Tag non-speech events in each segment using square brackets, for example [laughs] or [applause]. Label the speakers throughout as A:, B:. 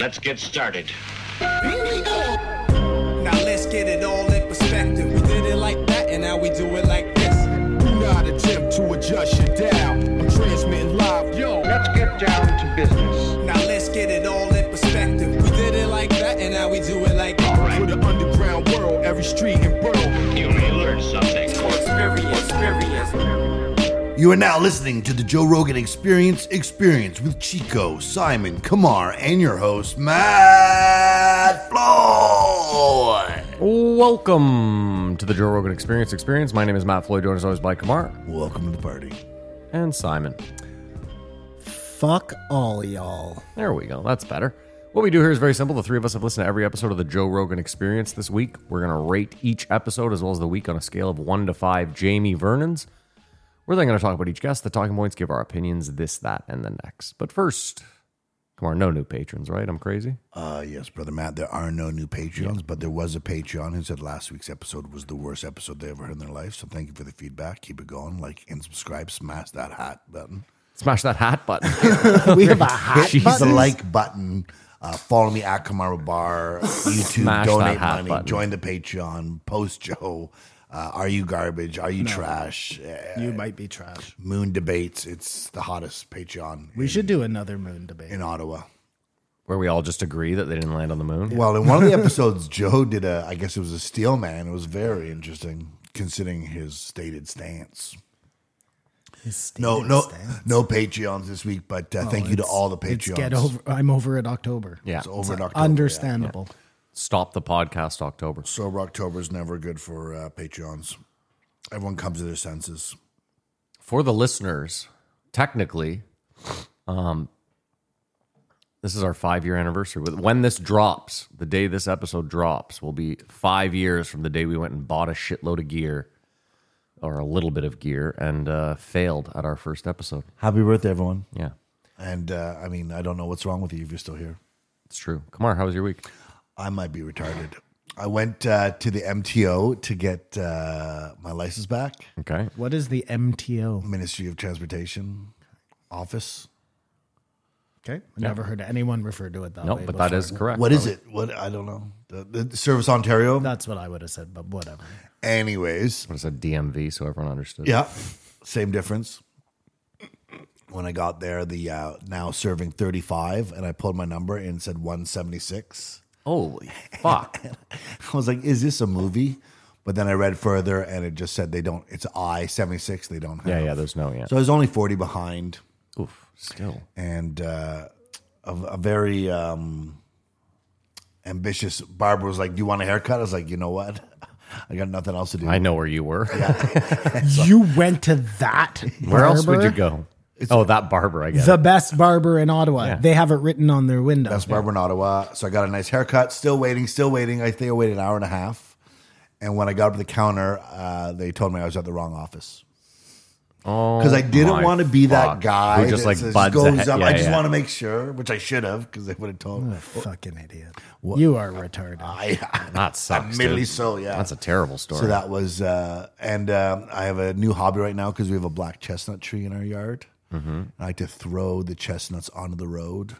A: Let's get started.
B: Now let's get it all in perspective. We did it like that, and now we do it like this.
C: Do not attempt to adjust your dial. I'm transmitting live. Yo,
D: Let's get down to business.
B: Now let's get it all in perspective. We did it like that, and now we do it like this.
C: for the underground world, every street and borough.
A: You may learn something.
E: You are now listening to the Joe Rogan Experience Experience with Chico, Simon, Kamar, and your host, Matt Floyd.
F: Welcome to the Joe Rogan Experience. Experience. My name is Matt Floyd, joined as always by Kamar
E: Welcome to the party.
F: and Simon.
G: Fuck all y'all.
F: There we go. That's better. What we do here is very simple. The three of us have listened to every episode of the Joe Rogan Experience this week. We're going to rate each episode as well as the week on a scale of one to five Jamie Vernon's. We're then going to talk about each guest, the talking points, give our opinions, this, that, and the next. But first, Kamar, no new patrons, right? I'm crazy.
E: Uh, yes, brother Matt, there are no new Patreons, but there was a Patreon who said last week's episode was the worst episode they ever heard in their life. So thank you for the feedback. Keep it going. Like and subscribe. Smash that hat button.
F: Smash that hat button.
G: [laughs] We have a hot
E: Hit the
G: button.
E: like button. Uh, follow me at Kamara
G: [laughs]
E: Bar. YouTube,
F: Smash that
E: donate
F: hat
E: money,
F: button.
E: join the Patreon, post Joe. Uh, are you garbage? Are you trash? Uh,
G: You might be trash.
E: moon debates. It's the hottest Patreon
G: We should do another moon debate.
E: in Ottawa.
F: Where we all just agree that they didn't land on the moon.
E: Well, in one of the episodes, [laughs] Joe did a. I guess it was a steel man. It was very interesting considering his stated stance. No, no, no Patreons this week, but uh, thank you to all the
G: Oh, It's
E: Patreons.
G: get over. I'm over it. October.
F: Yeah.
E: It's over in
G: It's
E: October.
G: understandable.
F: Stop the podcast October.
E: yeah. Sober October is never good for uh, Patreons. Everyone comes to their senses.
F: for the listeners, technically, um, this is our five year anniversary. With- When this drops, the day this episode drops, will be five years from the day we went and bought a shitload of gear or a little bit of gear and uh, failed at our first episode.
E: Happy birthday, everyone!
F: Yeah,
E: And uh, I mean, I don't know what's wrong with you if you're still here.
F: it's true. Kamar, how was your week?
E: I might be retarded. I went uh, to the MTO to get uh, my license back.
F: Okay.
G: What is the MTO?
E: Ministry of Transportation office.
G: Okay, I never heard anyone refer to it that
F: No,
G: way.
F: but that
G: before.
F: is correct.
E: What is it? What I don't know. The, the Service Ontario.
G: That's what I would have said. But whatever.
E: Anyways,
F: What is a DMV? So everyone understood.
E: yeah, same difference. When I got there, the uh, now serving thirty five, and I pulled my number and said one seventy six.
F: Holy
E: [laughs]
F: fuck.
E: I was like, "Is this a movie?" But then I read further, and it just said they don't. It's I seventy six. They don't have.
F: Yeah, yeah. There's no yeah.
E: So I was only forty behind.
F: Oof. Still.
E: and uh, a, a very um, ambitious barber was like, "Do you want a haircut?" I was like, "You know what? [laughs] I got nothing else to do."
F: I know where you were.
G: You went to that.
F: [laughs] Where else would you
G: barber?
F: go? oh, that barber, I guess.
G: The best barber in Ottawa. They have it written on their window.
E: That's barber in Ottawa. So I got a nice haircut. Still waiting. Still waiting. I think I waited an hour and a half. And when I got up to the counter, uh, they told me I was at the wrong office. Because I didn't
F: Oh my
E: want to be that
F: fuck.
E: guy
F: Who just,
E: that
F: like,
E: says-
F: buds
E: goes
F: ahead-
E: up.
F: yeah,
E: I just
F: yeah.
E: want to make sure, which I should have, because they would have told me.
G: Fucking idiot. You are retarded.
E: I,
F: That sucks.
E: admittedly,
F: dude.
E: so yeah.
F: That's a terrible story.
E: So that was, uh, and um, I have a new hobby right now because we have a black chestnut tree in our yard.
F: Mm-hmm.
E: I like to throw the chestnuts onto the road,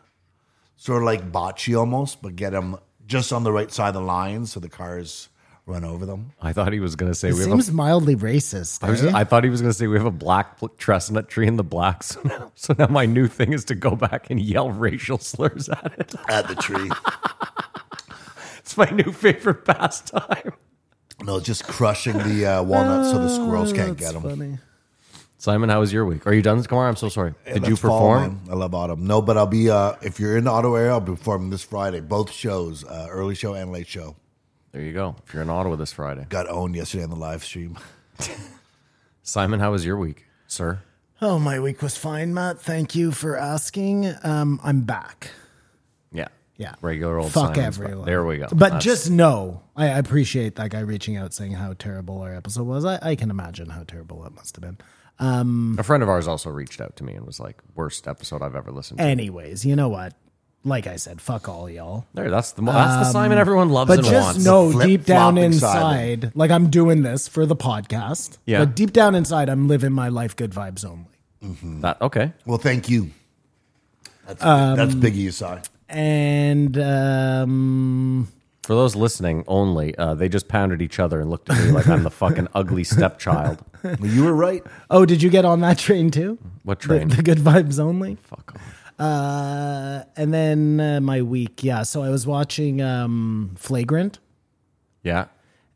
E: sort of like bocce almost, but get them just on the right side of the line so the cars run over them.
F: I thought he was going to say we have.
G: Seems
F: A,
G: mildly racist.
F: I, was,
G: eh?
F: I thought he was going to say we have a black pl- chestnut tree in the black. So now, [laughs] so now my new thing is to go back and yell racial [laughs] slurs at it.
E: At the tree.
F: It's my new favorite pastime.
E: [laughs] no, just crushing the uh, walnuts so the squirrels can't get them.
G: Funny.
F: Simon, how was your week? Are you done, Kamar? I'm so sorry. Did you
E: That's fall,
F: perform?
E: man. I love autumn. No, but I'll be, uh, if you're in the Ottawa area, I'll be performing this Friday, both shows, uh, early show and late show.
F: there you go. If you're in Ottawa this Friday,
E: Got owned yesterday on the live stream. [laughs]
F: Simon, how was your week, sir?
G: Oh, my week was fine, Matt. Thank you for asking. Um, I'm back.
F: Yeah,
G: Yeah.
F: Regular old
G: Fuck
F: Simon's-
G: everyone.
F: There we go.
G: But
F: That's-
G: just know, I appreciate that guy reaching out saying how terrible our episode was. I, I can imagine how terrible it must have been.
F: a friend of ours also reached out to me and was like, "Worst episode I've ever listened to."
G: Anyways, you know what? Like I said, fuck all y'all.
F: there, that's the mo- that's the Simon everyone loves
G: um, But
F: and
G: just
F: wants.
G: know
E: flip
G: deep down
E: flopping
G: inside, like I'm doing this for the podcast.
F: Yeah.
G: But deep down inside, I'm living my life good vibes only.
F: that okay.
G: Um,
E: Well, thank you. That's, that's Biggie Usai.
G: And um,
F: For those listening only, uh, they just pounded each other and looked at
G: [laughs]
F: me like I'm the fucking ugly stepchild.
E: Well, you were right.
G: oh, did you get on that train too?
F: What
G: The,
F: train?
G: the good vibes only.
F: Fuck off.
G: Uh, and then uh, my week, yeah. So I was watching um, Flagrant,
F: Yeah.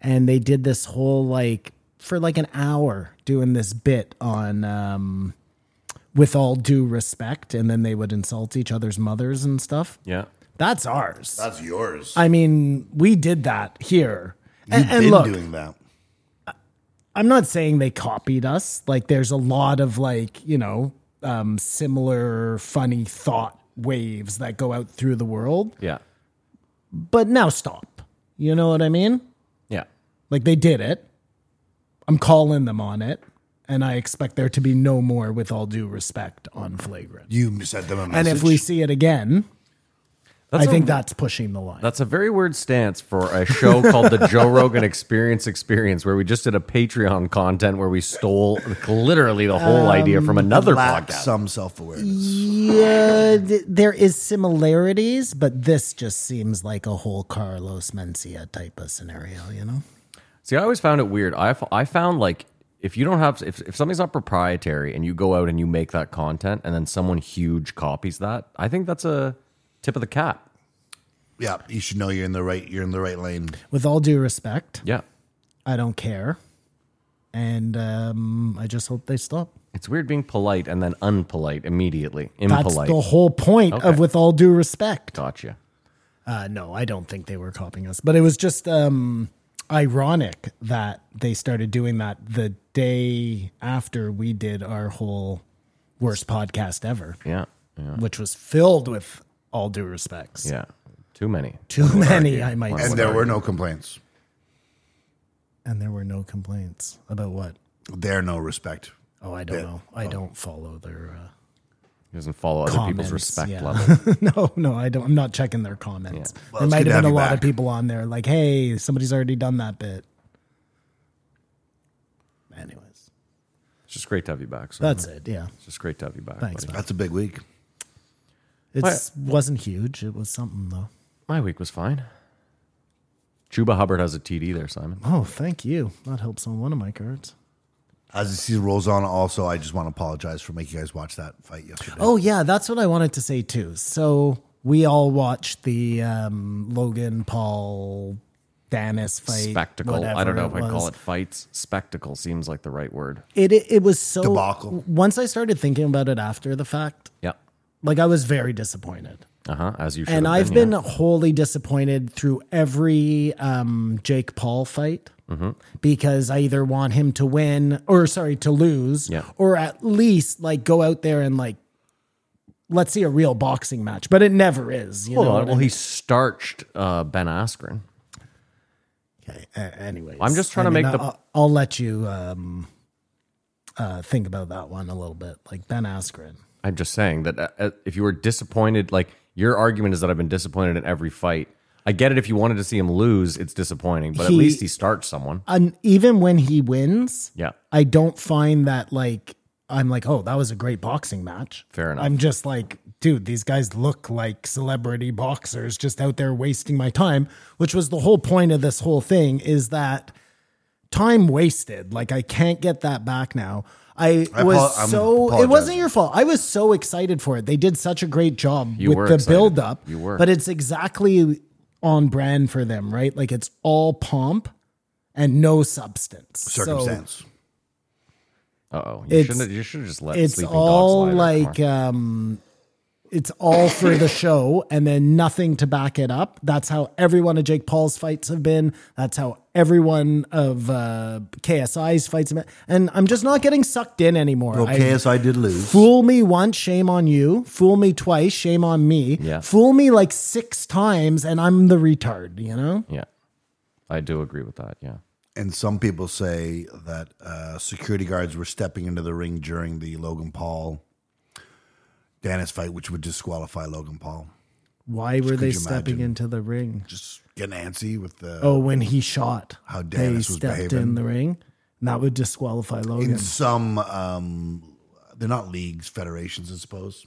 G: and they did this whole like for like an hour doing this bit on um, with all due respect, and then they would insult each other's mothers and stuff.
F: Yeah.
G: That's ours.
E: That's yours.
G: I mean, we did that here. And,
E: You've
G: and
E: been
G: look,
E: doing that.
G: I'm not saying they copied us. Like, there's a lot of like, you know, um, similar funny thought waves that go out through the world.
F: Yeah.
G: But now stop. You know what I mean?
F: Yeah.
G: Like, they did it. I'm calling them on it. And I expect there to be no more, with all due respect, on flagrant.
E: You sent them a message.
G: And if we see it again,
F: That's
G: I think
F: a-
G: that's pushing the line.
F: That's a very weird stance for a show called the Joe Rogan Experience Experience, where we just did a Patreon content where we stole literally the
G: Um,
F: whole idea from another
E: lack
F: podcast.
E: some self awareness.
G: Yeah, th- there is similarities, but this just seems like a whole Carlos Mencia type of scenario, you know?
F: See, I always found it weird. I, f- I found like if you don't have if, if something's not proprietary and you go out and you make that content and then someone huge copies that, I think that's a tip of the cap.
E: Yeah, you should know you're in the right. You're in the right lane.
G: With all due respect,
F: Yeah.
G: I don't care. And um, I just hope they stop.
F: It's weird being polite and then unpolite immediately.
G: That's
F: Impolite.
G: the whole point
F: Okay.
G: of with all due respect.
F: gotcha.
G: Uh, no, I don't think they were copying us, but it was just um, ironic that they started doing that the day after we did our whole worst podcast ever.
F: Yeah. Yeah.
G: which was filled with all due respects.
F: Yeah. Too many.
G: Too many, I might
E: And
G: say.
E: there were no complaints.
G: And there were no complaints about what?
E: There no respect.
G: Oh, I don't know. I don't follow their uh,
F: He doesn't follow other
G: comments.
F: people's respect
G: yeah.
F: level.
G: [laughs] no, no, I don't. I'm not checking their comments.
E: Well,
G: there
E: it's
G: might
E: good to
G: have
E: have
G: been a
E: you
G: lot of
E: back.
G: people on there like, "Hey, somebody's already done that bit." Anyways,
F: It's just great to have you back. So
G: that's it. Yeah,
F: It's just great to have you back.
G: Thanks,
F: buddy.
E: That's a big week.
G: it wasn't huge. It was something though.
F: My week was fine. Chuba Hubbard has a TD there, Simon.
G: Oh, thank you. That helps on one of my cards.
E: As the season rolls on, also, I just want to apologize for making you guys watch that fight yesterday.
G: Oh yeah, that's what I wanted to say too. So we all watched the um, Logan Paul Danis fight
F: Spectacle. I
G: whatever
F: don't know if I
G: was.
F: call it fights. Spectacle seems like the right word.
G: It it, it was so
E: Debacle.
G: Once I started thinking about it after the fact,
F: Yep.
G: like I was very disappointed.
F: Uh huh. As you should.
G: and
F: have
G: I've been
F: yeah.
G: wholly disappointed through every um, Jake Paul fight
F: Mm-hmm.
G: because I either want him to win or sorry to lose,
F: Yeah.
G: or at least like go out there and like let's see a real boxing match. But it never is. You
F: Hold
G: know
F: on.
G: what I
F: Well,
G: mean?
F: he starched uh, Ben Askren.
G: Okay. a- anyways, uh,
F: I'm just trying to make the-
G: I'll, I'll let you um, uh, think about that one a little bit, like Ben Askren.
F: I'm just saying that uh, uh, if you were disappointed, like your argument is that I've been disappointed in every fight. I get it. If you wanted to see him lose, it's disappointing, but at
G: He-
F: least he starched someone.
G: And even when he wins,
F: Yeah.
G: I don't find that like I'm like, oh, that was a great boxing match.
F: Fair enough.
G: I'm just like, dude, these guys look like celebrity boxers just out there wasting my time, which was the whole point of this whole thing is that time wasted. Like I can't get that back now. I,
E: I
G: was
E: apo- I'm
G: so it wasn't
E: apologizing.
G: your fault. I was so excited for it. They did such a great job
F: You were
G: with the
F: excited.
G: build up.
F: You were.
G: But it's exactly on brand for them, right? Like it's all pomp and no substance. So-
E: Circumstance.
F: Uh oh. You
G: It's-
F: shouldn't. have- You should have just let.
G: it's
F: sleeping
G: all
F: dogs lie there. Come
G: like um it's all for the show and then nothing to back it up that's how every one of jake paul's fights have been that's how every one of uh ksi's fights have been and i'm just not getting sucked in anymore I-
E: okay, so I did lose.
G: Fool me once, shame on you. Fool me twice, shame on me.
F: Yeah.
G: Fool me like six times, and I'm the retard, you know?
F: on. yeah. I do agree with that. Yeah.
E: And some people say that uh, security guards were stepping into the ring during the Logan Paul Dennis fight, which would disqualify Logan Paul.
G: Why were they
E: you
G: stepping
E: imagine?
G: into the ring?
E: Just get antsy with the
G: Oh, when he shot,
E: How
G: they
E: Danis was
G: stepped
E: behaving.
G: in the ring, and that would disqualify Logan.
E: in some um, they're not leagues, federations, I suppose.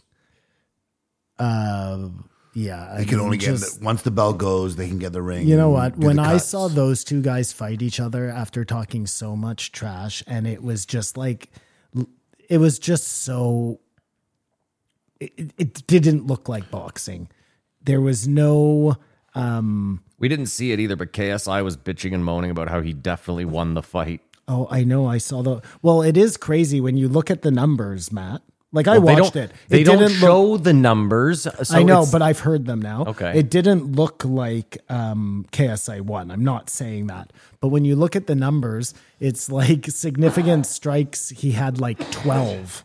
G: uh, Yeah, I
E: They can
G: mean,
E: only get
G: just-
E: the, once the bell goes, they can get the ring.
G: You
E: and
G: know what?
E: do the
G: When I
E: cuts.
G: saw those two guys fight each other after talking so much trash, and it was just like, it was just so. It, it didn't look like boxing. There was no. um,
F: We didn't see it either, but KSI was bitching and moaning about how he definitely won the fight.
G: Oh, I know. I saw the. Well, it is crazy when you look at the numbers, Matt. Like I
F: they
G: watched
F: don't,
G: it.
F: They
G: it
F: don't
G: didn't
F: show
G: Look,
F: the numbers. So
G: I know,
F: it's-
G: but I've heard them now.
F: Okay.
G: It didn't look like um, KSI one. I'm not saying that, but when you look at the numbers, it's like significant strikes. He had like twelve.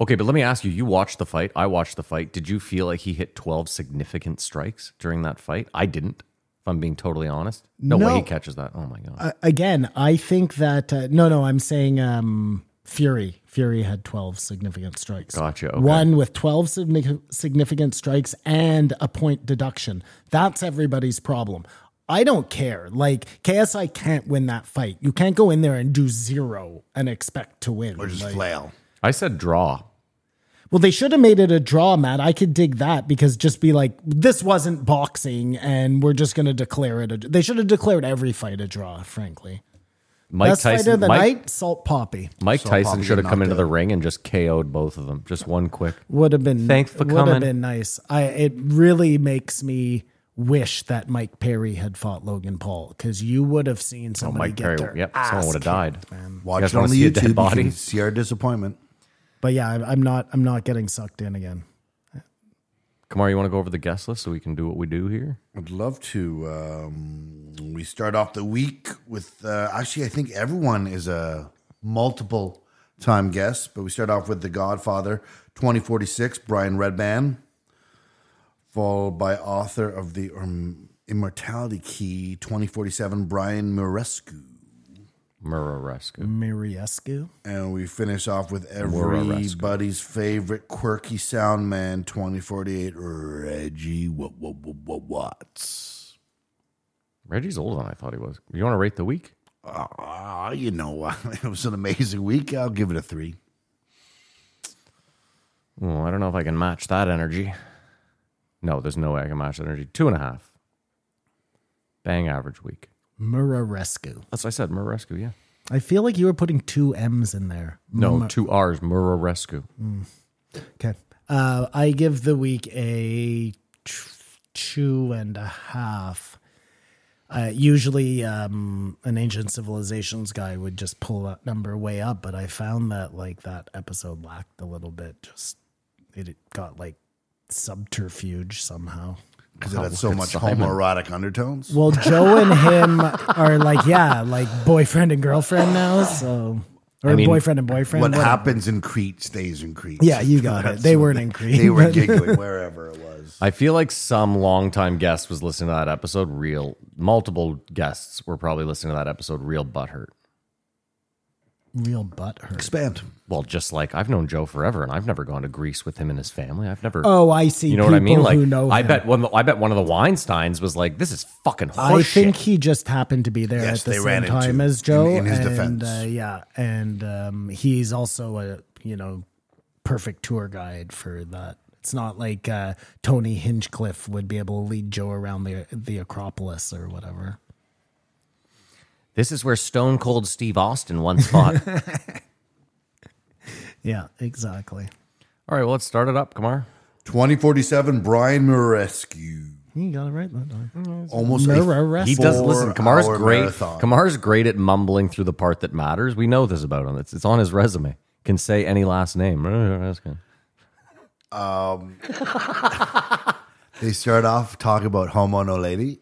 F: okay, but let me ask you: You watched the fight. I watched the fight. Did you feel like he hit twelve significant strikes during that fight? I didn't. If I'm being totally honest, no, way
G: No.
F: he catches that. Oh my god.
G: Uh, again, I think that uh, no, no. I'm saying um, Fury. Fury had twelve significant strikes.
F: Gotcha, okay.
G: One with twelve signi- significant strikes and a point deduction. That's everybody's problem. I don't care. Like KSI can't win that fight. You can't go in there and do zero and expect to win.
E: or just
G: Like-
E: flail.
F: I said draw.
G: well, they should have made it a draw, Matt. I could dig that because just be like, this wasn't boxing, and we're just going to declare it. A, they should have declared every fight a draw. Frankly,
F: Mike
G: best
F: Tyson.
G: fight of the
F: Mike,
G: night, Salt Poppy.
F: Mike
E: Saw
F: Tyson
E: Poppy
F: should have
E: get
F: come
E: knocked
F: into the
E: out.
F: ring and just KO'd both of them. Just one quick.
G: Would have been
F: Thanks for
G: would
F: coming.
G: Have been nice. I it really makes me wish that Mike Perry had fought Logan Paul because you would have seen
F: Oh,
G: somebody
F: Mike
G: get
F: Perry.
G: their
F: Yep,
G: ass
F: someone would have
G: kicked.
F: died.
E: Watch
F: guys
E: it
F: wanna
E: on the
F: see a dead
E: YouTube. You
F: body?
E: can see our disappointment.
G: But yeah, I- I'm not. I'm not getting sucked in again.
F: Kamar, you want to go over the guest list so we can do what we do here?
E: I'd love to. Um, we start off the week with uh, actually, I think everyone is a multiple time guest, but we start off with The Godfather 2046, Brian Redman, followed by author of The um, Immortality Key 2047, Brian Murescu.
F: Murarescu.
G: Miriescu.
E: And we finish off with
F: Murescu.
E: everybody's favorite quirky sound man 2048, Reggie Wa- Wa- Wa- Wa- Watts.
F: Reggie's older than I thought he was. You want to rate the week?
E: Ah, you know, [laughs] it was an amazing week. I'll give it a three.
F: Oh, I don't know if I can match that energy. No, there's no way I can match that energy. Two and a half. Bang average week.
G: Murarescu.
F: That's what I said. Murarescu, yeah.
G: I feel like you were putting two M's in there.
F: No, two R's. Murarescu.
G: Okay. Uh, I give the week a t- two and a half. Uh, usually, um, an ancient civilizations guy would just pull that number way up, but I found that like that episode lacked a little bit. Just it, it got like subterfuge somehow.
E: Because it had so
F: look at
E: much
F: Simon.
E: homoerotic undertones.
G: Well, Joe and him are like yeah, like boyfriend and girlfriend now. So or
F: mean,
G: boyfriend and boyfriend.
E: what
G: whatever.
E: happens in Crete stays in Crete.
G: Yeah, you got it. They weren't in Crete.
E: They were
G: but- [laughs]
E: giggling wherever it was.
F: I feel like some longtime guest was listening to that episode. Real multiple guests were probably listening to that episode. Real butthurt.
G: real butt hurt.
E: Expand.
F: Well, just like I've known Joe forever, and I've never gone to Greece with him and his family. I've never.
G: Oh, I see.
F: you know what I mean?
G: people
F: Like,
G: who know
F: I
G: him.
F: bet one. I bet one of the Weinstein's was like, "This is fucking horseshit."
G: I think he just happened to be there
E: Yes,
G: at the
E: they
G: same
E: ran into
G: time
E: him
G: as Joe.
E: in- in his
G: and,
E: defense.
G: Uh, yeah, and um, he's also a you know perfect tour guide for that. It's not like uh, Tony Hinchcliffe would be able to lead Joe around the the Acropolis or whatever.
F: this is where Stone Cold Steve Austin once fought.
G: [laughs]
F: All
G: Yeah, exactly.
F: right, well, let's start it up, Kamar.
E: 2047, Brian Murescu.
G: You got it right that time.
E: Mm. Almost a
G: Murrescu.
F: He does listen. Kamar's
E: Four-hour
F: great.
E: marathon.
F: Kamar's great at mumbling through the part that matters. We know this about him. It's, it's on his resume. Can say any last name.
E: They start off talking about homo no lady.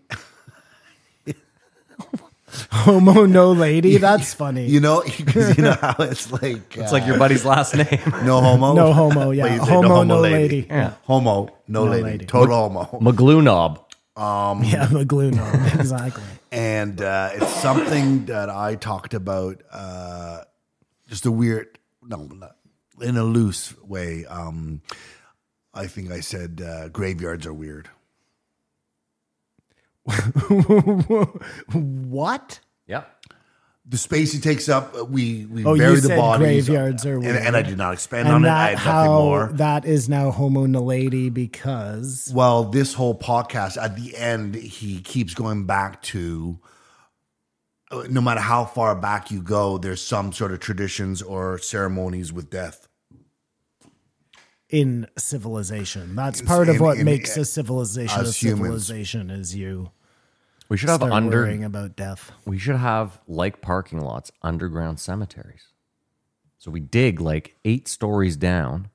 G: Homo no lady. That's funny.
E: You know, [laughs] because you know how it's like uh,
F: It's like your buddy's last name. [laughs]
E: no homo,
G: No
E: [laughs]
G: homo, yeah.
E: But you say
G: Homo, no lady. Yeah.
E: Homo no, lady.
G: lady.
E: Total homo.
F: McGloonob.
G: [laughs] yeah, Magluno. [laughs] exactly.
E: and uh, it's something that I talked about. Uh, just a weird, no, not, in a loose way. Um, I think I said uh, graveyards are weird.
G: what?
F: Yep.
E: the space he takes up, uh, we we
G: Oh, you
E: bury the
G: said
E: bodies.
G: graveyards or
E: and,
G: whatever.
E: and I did not expand on
G: and
E: it. I
G: that
E: had nothing
G: how
E: more.
G: that is now Homo naledi because
E: well, this whole podcast at the end, he keeps going back to uh, no matter how far back you go, there's some sort of traditions or ceremonies with death.
G: in civilization, that's part of
E: in-
G: what
E: in-
G: makes a civilization a
E: us humans.
G: civilization. Is you
F: We should have
G: start
F: under.
G: worrying about death.
F: We should have like parking lots underground cemeteries. So we dig like eight stories down,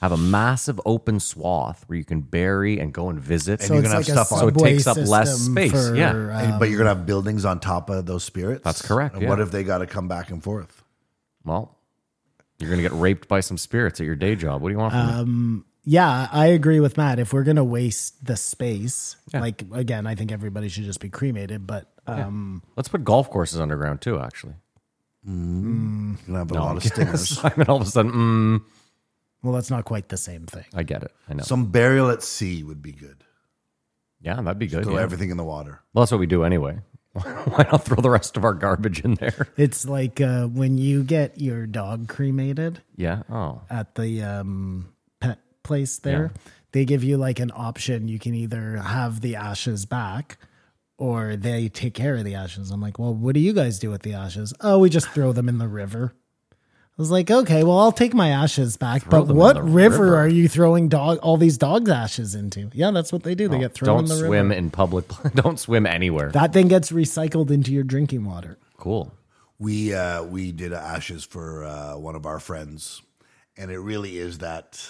F: have a massive open swath where you can bury and go and visit.
E: And you can
G: it's
E: have
G: like
E: stuff on-
G: a
E: So
F: it takes up
G: subway
F: less
G: system
F: space,
G: for,
F: yeah.
G: uh,
E: And- but you're gonna have buildings on top of those spirits.
F: Um, That's correct,
E: And What
F: yeah.
E: if they got to come back and forth?
F: well, you're gonna get raped by some spirits at your day job. What do you want from me?
G: yeah, I agree with Matt. If we're gonna waste the space,
F: Yeah.
G: like again, I think everybody should just be cremated. But um,
F: Let's put golf courses underground too.
G: [laughs]
F: Actually,
E: You're gonna have a lot of [laughs]
F: [laughs]
E: stingers.
F: I mean, all of a sudden, mm,
G: well, that's not quite the same thing.
F: I get it. I know.
E: Some burial at sea would be good.
F: yeah, that'd be good.
E: Throw
F: yeah.
E: everything in the water.
F: Well, that's what we do anyway. [laughs] Why not throw the rest of our garbage in there? [laughs]
G: It's like uh, when you get your dog cremated
F: Yeah. Oh.
G: at the um, pet place there, they give you like an option. You can either have the ashes back or they take care of the ashes. I'm like, well, what do you guys do with the ashes? Oh, we just throw them in the river. I was like, okay, well, I'll take my ashes back, but
F: them in
G: what
F: the
G: river,
F: river.
G: are you throwing dog all these dog's ashes into? Yeah, that's what they do. They get
F: Don't
G: thrown in the river.
F: swim in public. [laughs] Don't swim anywhere.
G: That then gets recycled into your drinking water.
F: cool.
E: we uh, we did ashes for uh, one of our friends, and it really is that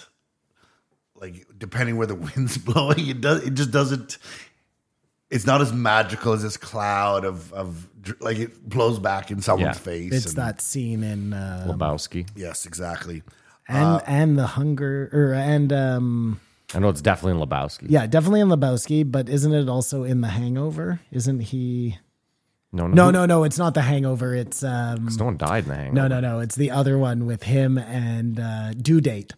E: like depending where the [laughs] wind's blowing, it does it just doesn't. It's not as magical as this cloud of of dr- like it blows back in someone's
F: Yeah.
E: face.
G: It's
E: and-
G: that scene in uh,
F: Lebowski.
E: Yes, exactly.
F: Uh,
G: and and the hunger or and um
F: I know it's definitely in Lebowski.
G: yeah definitely in Lebowski, but isn't it also in The Hangover? Isn't he?
F: No,
G: No, no, no. It's not The Hangover. It's um
F: No one died in the hangover.
G: no, no, no. It's the other one with him and uh, Due Date,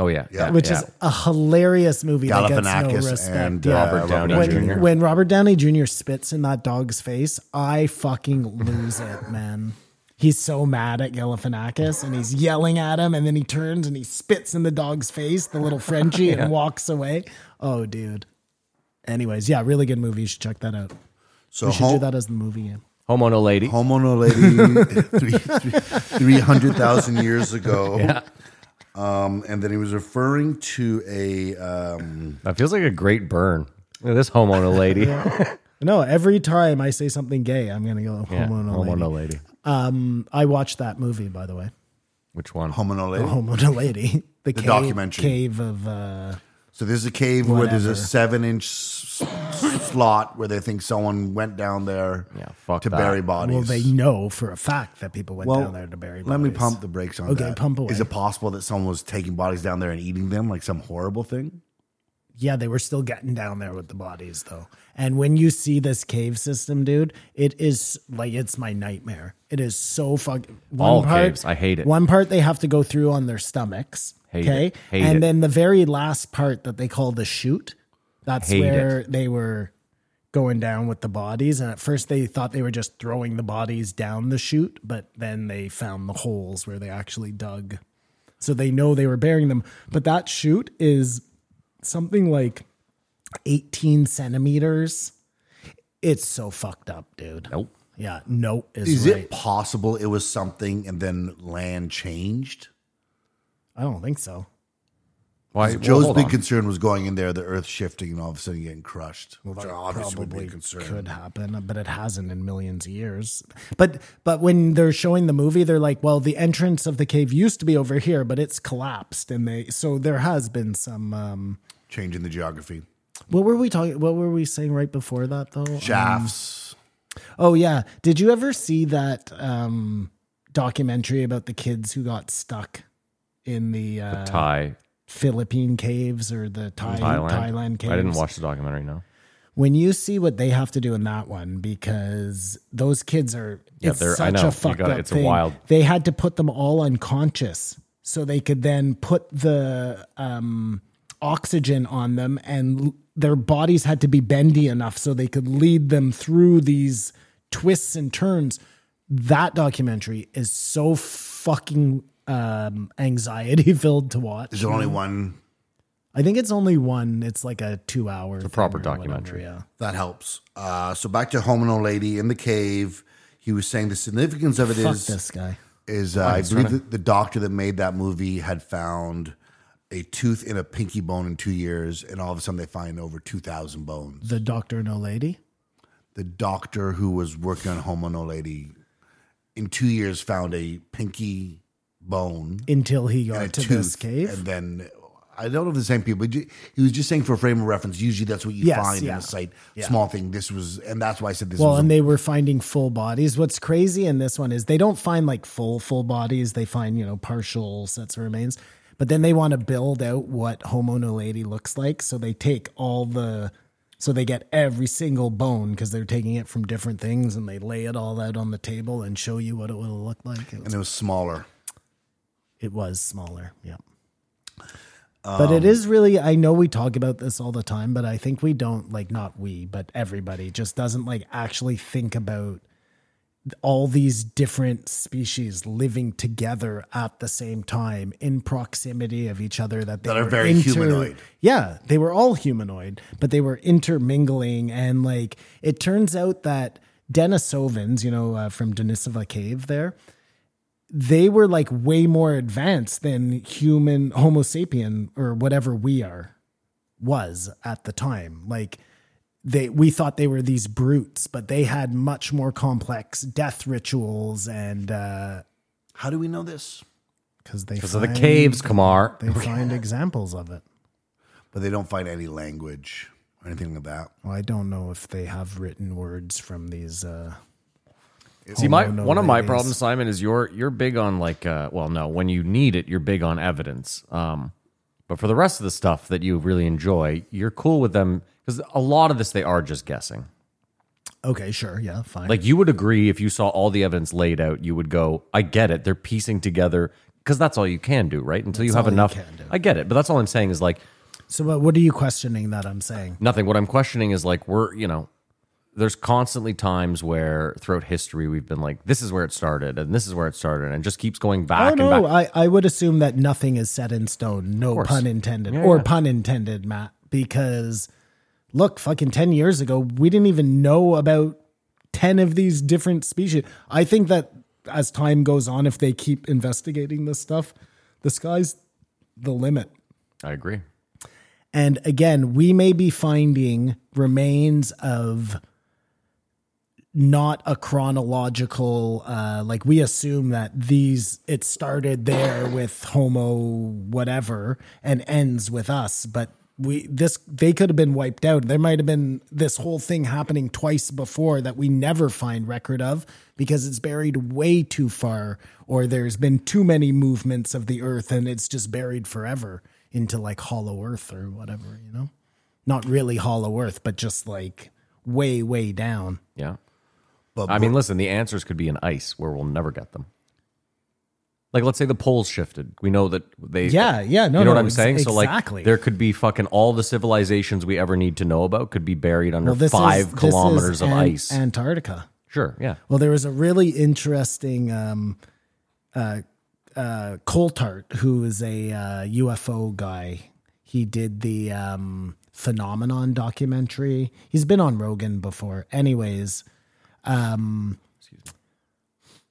F: Oh yeah, yeah.
G: which
F: yeah.
G: is a hilarious movie that gets no
E: Galifianakis
G: respect.
E: and
G: Yeah.
E: uh,
F: Robert Downey
G: when,
F: Jr..
G: when Robert Downey Jr. spits in that dog's face, I fucking lose
E: [laughs]
G: it, man. He's so mad at Galifianakis and he's yelling at him, and then he turns and he spits in the dog's face, the little
E: [laughs]
G: Frenchie, and walks away. Oh, dude. Anyways, yeah, really good movie. You should check that out.
E: So
G: We should do
E: home,
G: that as the movie game.
F: homeowner lady.
E: homeowner lady [laughs] three hundred thousand years
G: [laughs]
E: ago, um, and then he was referring to a. Um,
F: That feels like a great burn. Look at this homeowner
G: [laughs]
F: lady.
G: No, every time I say something gay, I'm gonna go
F: Yeah,
G: homo no lady.
F: Homeowner lady.
G: I watched that movie, by the way. [laughs]
F: Which one?
E: Homono lady.
G: Homo no lady. The, cave,
E: documentary.
G: cave of uh,
E: So there's a cave where there's a
G: Whatever.
E: seven inch s- s- slot where they think someone went down there
F: Yeah, fuck
E: to
F: that.
E: bury bodies.
G: well, they know for a fact that people went
E: Well,
G: down there to bury.
E: Let me
G: bodies.
E: pump the brakes on
G: Okay,
E: that.
G: pump away.
E: Is it possible that someone was taking bodies down there and eating them like some horrible thing?
G: yeah, they were still getting down there with the bodies though. And when you see this cave system, dude, it is like it's my nightmare. It is so fuck. one
F: All caves, I hate it.
G: One part they have to go through on their stomachs.
F: Hate
G: okay,
F: it, hate
G: and
F: it.
G: then the very last part that they call the chute. That's
F: Hate
G: where they were going down with the bodies. And at first they thought they were just throwing the bodies down the chute, but then they found the holes where they actually dug. So they know they were burying them. But that chute is something like 18 centimeters. It's so fucked up, dude.
F: Nope.
G: Yeah, nope is,
E: Is
G: right.
E: it possible it was something and then land changed?
G: I don't think so.
F: Why?
E: Joe's
F: well, hold
E: big
F: on.
E: concern was going in there, the earth shifting, and all of a sudden getting crushed. Well, that obviously would be a concern.
G: could happen, but it hasn't in millions of years. But but when they're showing the movie, they're like, well, the entrance of the cave used to be over here, but it's collapsed, and they so there has been some. Um,
E: Changing the geography.
G: what were we talking? What were we saying right before that though?
E: Shafts.
G: Oh yeah, did you ever see that um, documentary about the kids who got stuck in the, uh,
F: Thai,
G: Philippine caves or the Thai,
F: Thailand.
G: Thailand. caves?
F: I didn't watch the documentary. No.
G: when you see what they have to do in that one because those kids are
F: Yeah,
G: it's
F: they're- I
G: such
F: know. You
G: a fucked
F: gotta-
G: up
F: it's a
G: thing.
F: wild-
G: They had to put them all unconscious so they could then put the um, oxygen on them, and l- their bodies had to be bendy enough so they could lead them through these twists and turns That documentary is so fucking um, anxiety filled to watch.
E: Is there only one
G: I think it's only one. It's like a two hour. It's a
F: proper documentary.
G: yeah.
E: that helps? Uh, so back to Home and Old Lady in the cave. He was saying the significance of it is.
G: Fuck this guy.
E: is uh, I believe that the doctor that made that movie had found a tooth in a pinky bone in two years, and all of a sudden they find over two thousand bones.
G: The Doctor No Lady.
E: The doctor who was working on Homo No Lady in two years found a pinky bone
G: Until he
E: and a
G: got to
E: uh, tooth,
G: this cave.
E: and then. I don't know if the same people. But ju- he was just saying for frame of reference. Usually, that's what you
G: Yes,
E: find in
G: yeah.
E: a site.
G: Yeah.
E: Small thing. This was, and that's why I said this.
G: well,
E: was
G: and
E: a,
G: they were finding full bodies. What's crazy in this one is they don't find like full full bodies. They find you know partial sets of remains, but then they want to build out what Homo no lady looks like. So they take all the, so they get every single bone because they're taking it from different things and they lay it all out on the table and show you what it will look like. It was,
E: and it was smaller.
G: it was smaller. Yep. but it is really I know we talk about this all the time, but I think we don't like not we, but everybody just doesn't like actually think about all these different species living together at the same time in proximity of each other that they
E: That are
G: were
E: very humanoid.
G: Yeah, they were all humanoid, but they were intermingling and like it turns out that Denisovans, you know, uh, from Denisova Cave there, they were like way more advanced than human homo sapien or whatever we are was at the time like they we thought they were these brutes but they had much more complex death rituals and uh
E: How do we know this?
G: because they
F: Because of the
G: find-
F: caves, Kamar. [laughs]
G: they find examples of it
E: But they don't find any language or anything like that.
G: well i don't know if they have written words from these uh
F: See, my
G: homo
F: one of my
G: ladies.
F: problems, Simon, is you're you're big on like, uh, well, no, when you need it, you're big on evidence. Um, but for the rest of the stuff that you really enjoy, you're cool with them because a lot of this they are just guessing.
G: okay sure yeah fine
F: Like you would agree if you saw all the evidence laid out, you would go, I get it. They're piecing together because that's all you can do, right? Until you have
G: all you
F: enough.
G: can do.
F: I get it, but that's all I'm saying is like
G: so what, what are you questioning that i'm saying
F: nothing. What I'm questioning is like we're you know, there's constantly times where throughout history we've been like, this is where it started and this is where it started, and it just keeps going back
G: Oh
F: and
G: no,
F: back.
G: I, I would assume that nothing is set in stone. No pun intended, or
F: yeah.
G: pun intended, Matt. Because look, fucking ten years ago, we didn't even know about ten of these different species. I think that as time goes on, if they keep investigating this stuff, the sky's the limit.
F: I agree.
G: And again, we may be finding remains of not a chronological uh like we assume that these it started there with homo whatever and ends with us but we this they could have been wiped out there might have been this whole thing happening twice before that we never find record of because it's buried way too far or there's been too many movements of the earth and it's just buried forever into like hollow earth or whatever you know not really hollow earth but just like way way down
F: Yeah.
E: But
F: I mean, listen, the answers could be in ice where we'll never get them. Like, let's say the poles shifted. We know that they.
G: Yeah, yeah, no,
F: you know what
G: no,
F: I'm
G: ex-
F: saying. So,
G: exactly.
F: like, there could be fucking all the civilizations we ever need to know about could be buried under
G: Well, this
F: five
G: is- this is
F: kilometers of
G: An-
F: ice.
G: Antarctica.
F: sure, yeah.
G: Well, there was a really interesting um, uh, uh, Coltart, who is a uh, UFO guy. He did the um, Phenomenon documentary. He's been on Rogan before. Anyways, um,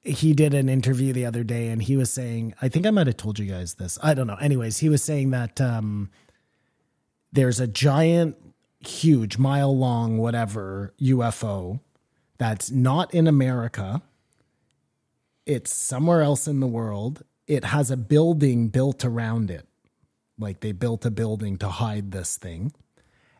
G: he did an interview the other day and he was saying i think i might have told you guys this i don't know anyways he was saying that um, there's a giant huge mile long whatever ufo that's not in america it's somewhere else in the world it has a building built around it like they built a building to hide this thing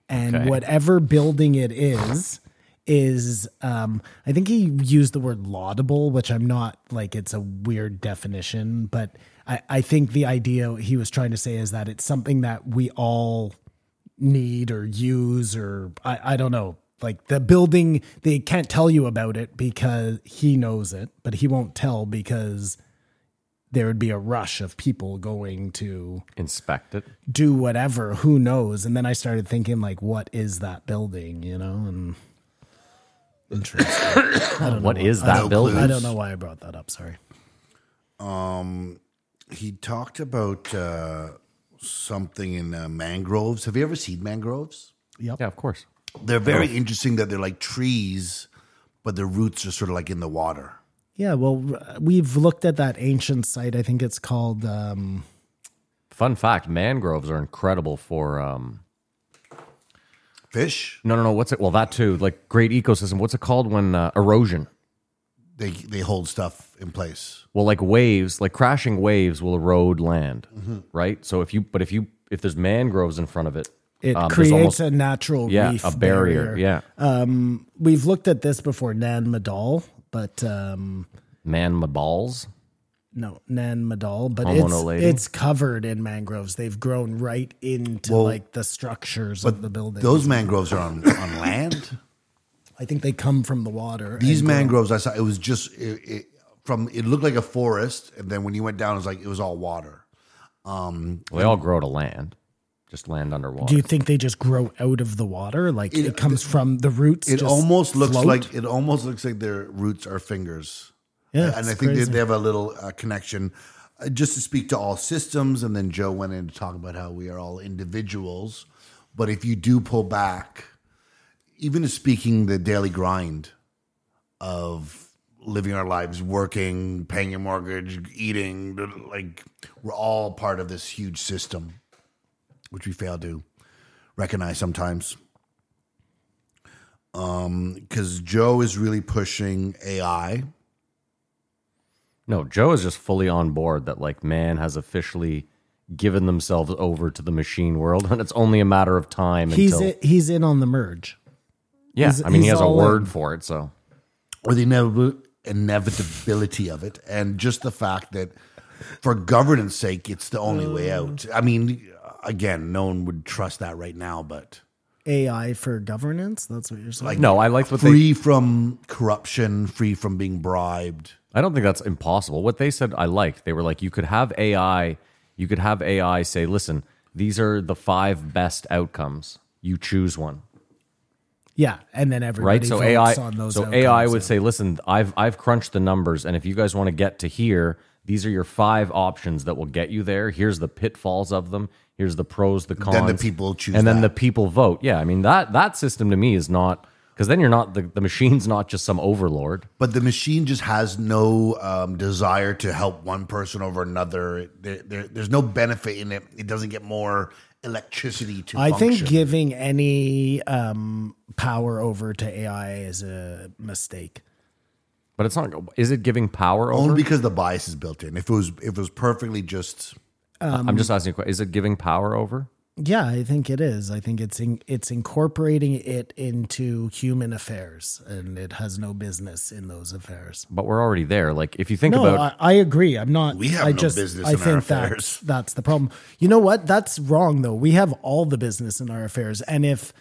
G: and
F: Okay.
G: whatever building it is is um i think he used the word laudable which i'm not like it's a weird definition but i i think the idea he was trying to say is that it's something that we all need or use or I, I don't know. Like the building, they can't tell you about it because he knows it, but he won't tell because there would be a rush of people going to
F: Inspect it.
G: do whatever. Who knows? And then I started thinking, like, what is that building? You know, and [coughs] Interesting.
F: What is that
E: No
F: building?
E: clue.
G: I don't know why I brought that up. Sorry.
E: He talked about uh, something in uh, mangroves. Have you ever seen mangroves?
G: Yep.
F: Yeah, of course.
E: They're very interesting that they're like trees, but their roots are sort of like in the water.
G: Yeah. Well, r- we've looked at that ancient site. I think it's called. Um,
F: Fun fact: mangroves are incredible for um.
E: Fish,
F: No, no, no. What's it? Well, that too. Like great ecosystem. What's it called when uh, erosion?
E: they they hold stuff in place.
F: Well, like waves, like crashing waves will erode land,
G: Mm-hmm.
F: right? So if you, but if you, if there's mangroves in front of it,
G: it
F: um, there's
G: creates
F: almost-
G: a Uh, natural
F: yeah
G: reef
F: a barrier, yeah
G: We've looked at this before, Nan Madal, but um,
F: man my balls.
G: no, Nan Madal, but
F: Homo
G: it's
F: no lady.
G: it's covered in mangroves. They've grown right into
E: Well,
G: like the structures of the building.
E: Those mangroves are on, on land.
G: I think they come from the water.
E: These
G: and grow.
E: mangroves, I saw. It was just it, it, from. It looked like a forest, and then when you went down, it was like it was all water.
F: Well, they all grow to land, just land underwater.
G: Do you think they just grow out of the water? Like it,
E: It-
G: comes from the roots.
E: It
G: just
E: almost looks
G: float?
E: like it almost looks like their roots are fingers.
G: Yeah,
E: and
G: it's
E: I think they,
G: crazy.
E: they have a little uh, connection uh, just to speak to all systems. And then Joe went in to talk about how we are all individuals. But if you do pull back, even to speaking the daily grind of living our lives, working, paying your mortgage, eating, like we're all part of this huge system, which we fail to recognize sometimes. Um, because Joe is really pushing AI.
F: no, Joe is just fully on board that like man has officially given themselves over to the machine world, [laughs] and it's only a matter of time
G: he's
F: until
G: in, he's in on the merge.
F: yeah.
G: he's-
F: I mean, he
G: he's
F: has a
G: all
F: word
G: in.
F: for it, so
E: or the inevit- inevitability of it, and just the fact that for governance sake, it's the only way out.
G: Mm.
E: I mean, again, no one would trust that right now, but
G: AI for governance. That's what you're saying.
F: no, I liked what they
E: free from corruption, free from being bribed.
F: I don't think that's impossible. What they said, I liked. They were like, you could have AI, you could have AI say, listen, these are the five best outcomes. You choose one,
G: yeah, and then everybody
F: right? So AI,
G: votes on those.
F: so AI
G: outcomes,
F: would
G: yeah.
F: say, listen, I've I've crunched the numbers, and if you guys want to get to here, these are your five options that will get you there. Here's the pitfalls of them. Here's the pros, the cons.
E: Then the people choose
F: and then
E: that.
F: the people vote. Yeah, I mean that that system to me is not because then you're not the, the machine's not just some overlord.
E: But the machine just has no um, desire to help one person over another. There, there, there's no benefit in it. It doesn't get more electricity to.
G: I think
E: function.
G: giving any um, power over to AI is a mistake.
F: But it's not. Is it giving power over?
E: only because the bias is built in. If it was, if it was perfectly just
G: um,
F: I'm just asking a question. Is it giving power over?
G: Yeah, I think it is. I think it's in, it's incorporating it into human affairs, and it has no business in those affairs.
F: But we're already there. Like, if you think
G: No,
F: about,
G: I, I agree. I'm not.
E: We have
G: I
E: no
G: just,
E: business
G: I
E: in our
G: think
E: affairs.
G: That's, [laughs] that's the problem. You know what? That's wrong, though. We have all the business in our affairs, and if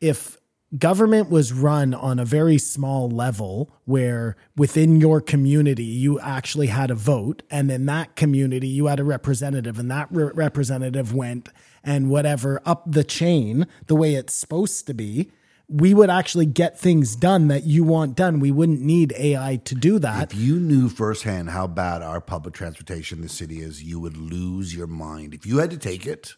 G: if government was run on a very small level, where within your community you actually had a vote, and then that community you had a representative, and that re- representative went and whatever up the chain the way it's supposed to be. We would actually get things done that you want done. We wouldn't need AI to do that.
E: If you knew firsthand how bad our public transportation in the city is, you would lose your mind. If you had to take it,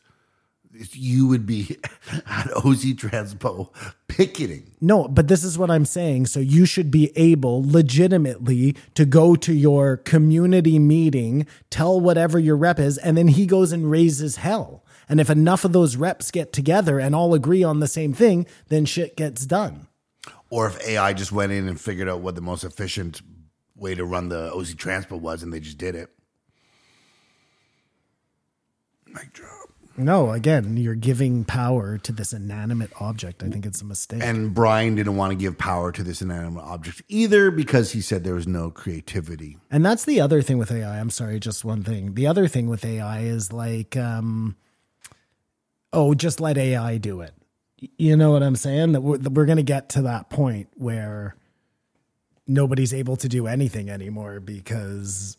E: you would be [laughs] at OZ Transpo picketing.
G: No, but this is what I'm saying. So you should be able legitimately to go to your community meeting, tell whatever your rep is, and then he goes and raises hell. And if enough of those reps get together and all agree on the same thing, then shit gets done.
E: Or if AI just went in and figured out what the most efficient way to run the OZ Transpo was and they just did it. Mic drop.
G: No, again, you're giving power to this inanimate object. I think it's a mistake.
E: And Brian didn't want to give power to this inanimate object either because he said there was no creativity.
G: And that's the other thing with AI. I'm sorry, just one thing. The other thing with AI is like, um, oh, just let AI do it. Y- You know what I'm saying? That we're, that we're going to get to that point where nobody's able to do anything anymore because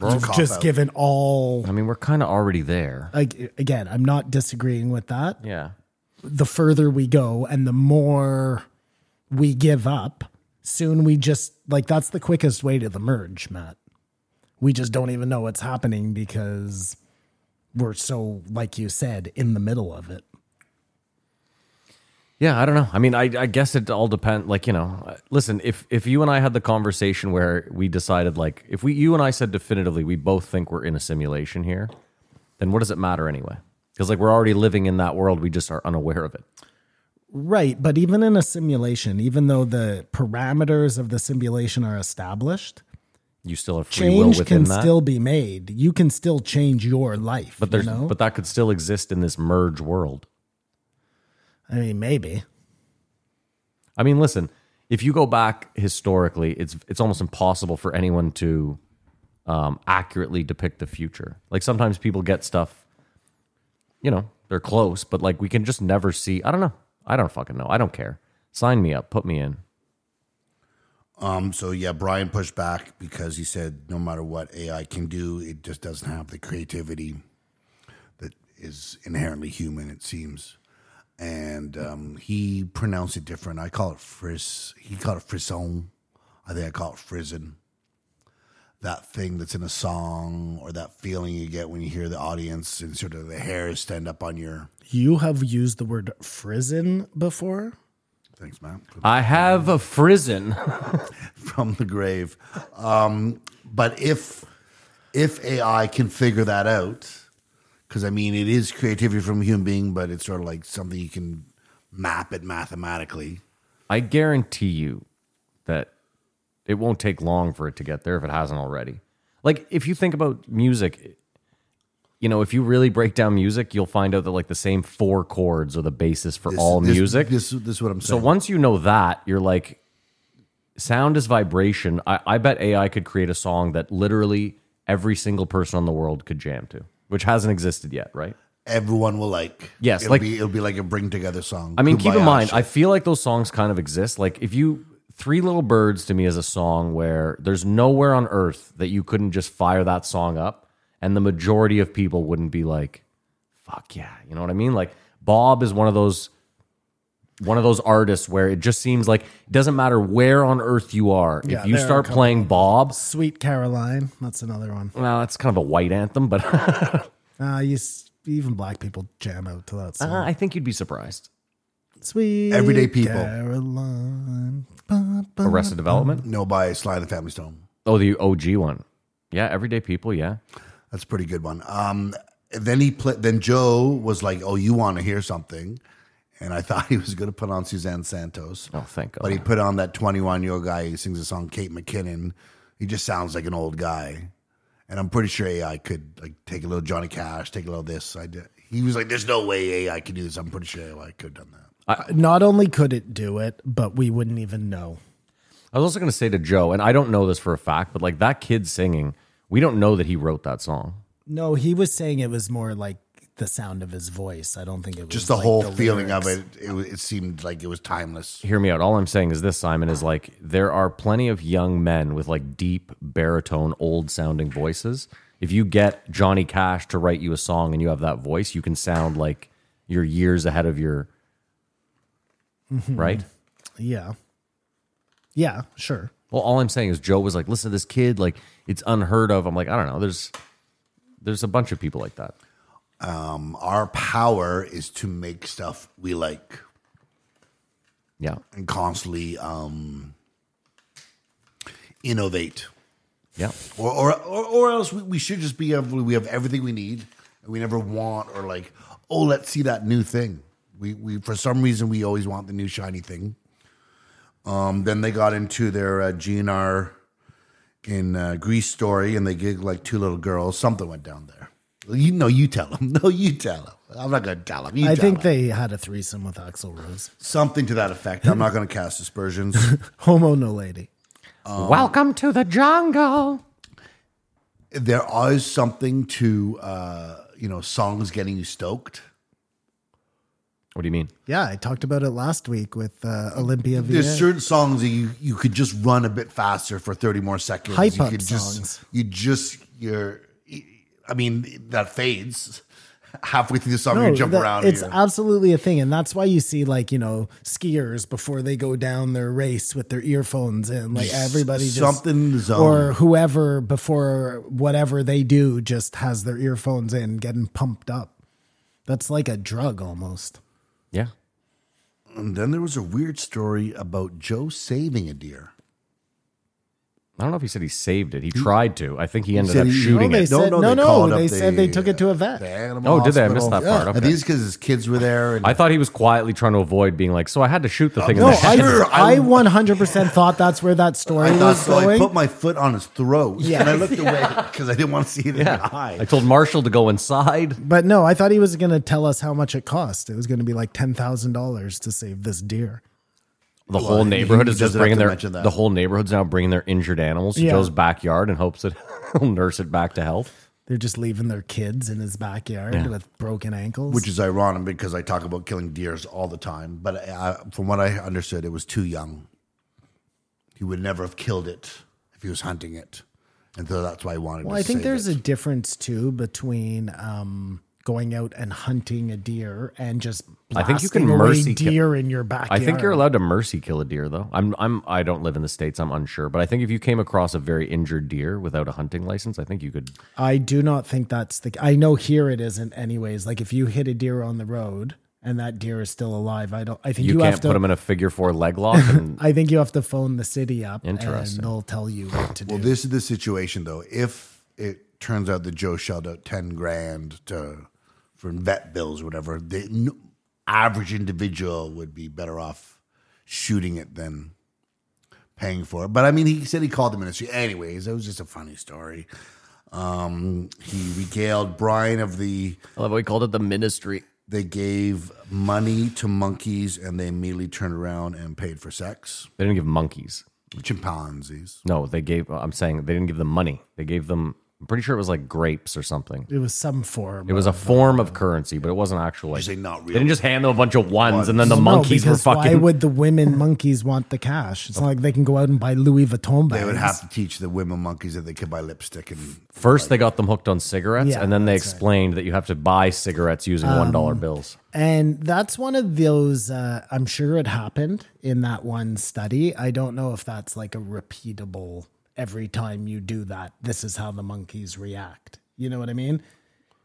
E: It's a
G: you've
E: cop
G: just
E: out.
G: given all.
F: I mean, we're kind of already there.
G: Like, again, I'm not disagreeing with that.
F: Yeah.
G: The further we go and the more we give up, soon we just like that's the quickest way to the merge, Matt. We just don't even know what's happening because we're so, like you said, in the middle of it.
F: Yeah, I don't know. I mean, I, I guess it all depends. Like you know, uh, listen. If if you and I had the conversation where we decided, like, if we you and I said definitively, we both think we're in a simulation here, then what does it matter anyway? Because like we're already living in that world, we just are unaware of it.
G: Right, but even in a simulation, even though the parameters of the simulation are established,
F: You still have free will
G: change
F: within
G: can
F: that,
G: still be made. You can still change your life.
F: but there's
G: you know?
F: but that could still exist in this merge world.
G: I mean, maybe.
F: I mean, listen, if you go back historically, it's it's almost impossible for anyone to um, accurately depict the future. Like sometimes people get stuff, you know, they're close, but like we can just never see. I don't know. I don't fucking know. I don't care. Sign me up. Put me in.
E: Um, so yeah, Brian pushed back because he said no matter what AI can do, it just doesn't have the creativity that is inherently human. It seems, and um, he pronounced it different. I call it frizz. He called it frisson. I think I call it frizzin. That thing that's in a song, or that feeling you get when you hear the audience and sort of the hairs stand up on your.
G: You have used the word frizzen before?
E: Thanks, Matt.
F: I have a [laughs] frizzen.
E: from the grave. Um, but if if AI can figure that out, because I mean, it is creativity from a human being, but it's sort of like something you can map it mathematically.
F: I guarantee you that it won't take long for it to get there if it hasn't already. Like if you think about music, you know, if you really break down music, you'll find out that like the same four chords are the basis for
E: This-
F: all
E: this-
F: music.
E: This, this is what I'm
F: so
E: saying.
F: once you know that, you're like, sound is vibration. I, I bet AI could create a song that literally every single person on the world could jam to, which hasn't existed yet, right?
E: Everyone will like.
F: Yes,
E: it'll
F: like-
E: be it'll be like a bring together song.
F: I mean, keep in
E: Kumbaya
F: mind,
E: shit.
F: I feel like those songs kind of exist. Like if you Three Little Birds to me is a song where there's nowhere on earth that you couldn't just fire that song up and the majority of people wouldn't be like, fuck yeah. You know what I mean? Like Bob is one of those one of those artists where it just seems like it doesn't matter where on earth you are.
G: Yeah,
F: if you
G: there are a
F: start
G: couple.
F: playing Bob,
G: Sweet Caroline. That's another one.
F: well, that's kind of a white anthem, but [laughs]
G: Uh, you, s- even black people jam out to that song.
F: I think you'd be surprised.
G: Sweet
E: Uh-huh. Everyday people.
G: Caroline. Ba, ba.
F: Arrested Development?
E: no by Sly and the Family Stone.
F: Oh, the OG one. Yeah, everyday people, yeah.
E: That's a pretty good one. Um, then he pla Then Joe was like, "Oh, you want to hear something?" And I thought [laughs] he was going to put on Suzanne Santos.
F: Oh, thank God.
E: But he put on that 21 year old guy who sings the song Kate McKinnon. He just sounds like an old guy. And I'm pretty sure AI could like take a little Johnny Cash, take a little this. I did. He was like, "There's no way AI could do this." I'm pretty sure AI could have done that.
G: Not only could it do it, but we wouldn't even know.
F: I was also going to say to Joe, and I don't know this for a fact, but like that kid singing, we don't know that he wrote that song.
G: No, he was saying it was more like the sound of his voice. I don't think it was
E: Just the
G: like,
E: whole feeling
G: lyrics.
E: of it, it. wa- It seemed like it was timeless.
F: Hear me out. All I'm saying is this, Simon, is like there are plenty of young men with like deep baritone, old sounding voices. If you get Johnny Cash to write you a song and you have that voice, you can sound like you're years ahead of your. Right?
G: Yeah. Yeah, sure.
F: Well, all I'm saying is Joe was like, listen to this kid, like it's unheard of. I'm like, I don't know. There's there's a bunch of people like that.
E: Um, our power is to make stuff we like
F: Yeah.
E: and constantly um, innovate.
F: Yeah.
E: or or or, or else we, we should just be able we have everything we need and we never want or like oh let's see that new thing we we for some reason we always want the new shiny thing um then they got into their uh, GNR in uh, Greece story and they gig like two little girls something went down there you know you tell them [laughs] no you tell them I'm not gonna tell them you
G: I
E: tell
G: think
E: 'em.
G: they had a threesome with Axl Rose.
E: something to that effect I'm not gonna cast
G: [laughs]
E: aspersions
G: Homo no lady.
F: Welcome to the jungle.
E: there is something to uh you know songs getting you stoked
F: What do you mean?
G: Yeah, I talked about it last week with uh, Olympia Vieira.
E: There's certain songs that you, you could just run a bit faster for 30 more seconds.
G: Hype
E: you
G: up
E: could just,
G: songs.
E: You just, you're, I mean, that fades. halfway through the song you jump
G: that-
E: around.
G: It's
E: here.
G: absolutely a thing, and that's why you see like you know skiers before they go down their race with their earphones in, like everybody just
E: something in the zone.
G: or whoever before whatever they do just has their earphones in, getting pumped up. That's like a drug almost.
F: Yeah.
E: and then there was a weird story about Joe saving a deer.
F: I don't know if he said he saved it. He tried to. I think he ended
E: said
F: up
E: he-
F: shooting
G: No, they
F: it.
G: said- no, no,
E: called up
G: they said they took it to a vet.
E: the animal
F: Oh, did they? I missed
E: hospital.
F: that part.
E: I
F: Okay.
E: think it's because his kids were there. And
F: I thought he was quietly trying to avoid being like, so I had to shoot the thing
G: No,
E: [laughs]
F: in the head.
G: I I
E: I-
G: one hundred percent thought that's where that story
E: I thought
G: was
E: so. I
G: going.
E: put my foot on his throat
G: [laughs] Yeah.
E: and I looked away because I didn't want to see it in the
F: yeah. I
E: eye.
F: told Marshall to go inside.
G: but no, I thought he was going to tell us how much it cost. It was going to be like ten thousand dollars to save this deer.
F: The
E: I
F: whole
E: mean,
F: neighborhood
E: he
F: is just
E: doesn't have
F: bringing
E: to
F: their
E: mention that.
F: the whole neighborhood's now bringing their injured animals to
G: Yeah.
F: Joe's backyard in hopes that [laughs] he'll nurse it back to health.
G: They're just leaving their kids in his backyard with broken ankles.
E: Which is ironic because I talk about killing deers all the time. But I, from what I understood, it was too young. He would never have killed it if he was hunting it. And so that's why I wanted
G: well,
E: to
G: I think
E: save
G: there's
E: it.
G: a difference too between um, going out and hunting a deer and just
F: I think you can
G: blasting away
F: mercy kill-
G: deer in your backyard.
F: I think you're allowed to mercy kill a deer, though. I'm, I'm, I don't live in the states. I'm unsure, but I think if you came across a very injured deer without a hunting license, I think you could.
G: I do not think that's the. I know here it isn't, anyways. Like if you hit a deer on the road and that deer is still alive, I don't. I think
F: You,
G: you,
F: can't
G: have
F: put
G: to.
F: them in a figure four leg lock. And,
G: I think you have to phone the city up,
F: Interesting.
G: and they'll tell you what to do.
E: Well, this is the situation though. If it turns out that Joe shelled out ten grand to for vet bills or whatever, the n- average individual would be better off shooting it than paying for it. But I mean, he said he called the ministry. Anyways, it was just a funny story. Um, he regaled Brian of the.
F: I love how he called it the ministry.
E: They gave money to monkeys, and they immediately turned around and paid for sex.
F: They didn't give monkeys.
E: Chimpanzees.
F: No, they gave. I'm saying they didn't give them money. They gave them. I'm pretty sure it was like grapes or something.
G: it was some form.
F: It was a form of currency, but it wasn't actual. Like,
E: say not
F: They
E: real
F: didn't just hand them a bunch of ones, and then the
G: No,
F: monkeys were
G: because Why
F: fucking.
G: would the women monkeys want the cash? It's not like they can go out and buy Louis Vuitton bags.
E: They would have to teach the women monkeys that they could buy lipstick and
F: First, they got them hooked on cigarettes,
G: Yeah, Um,
F: and then they explained that you have to buy cigarettes using one dollar bills.
G: And that's one of those, uh, I'm sure it happened in that one study. I don't know if that's like a repeatable, every time you do that, this is how the monkeys react. You know what I mean?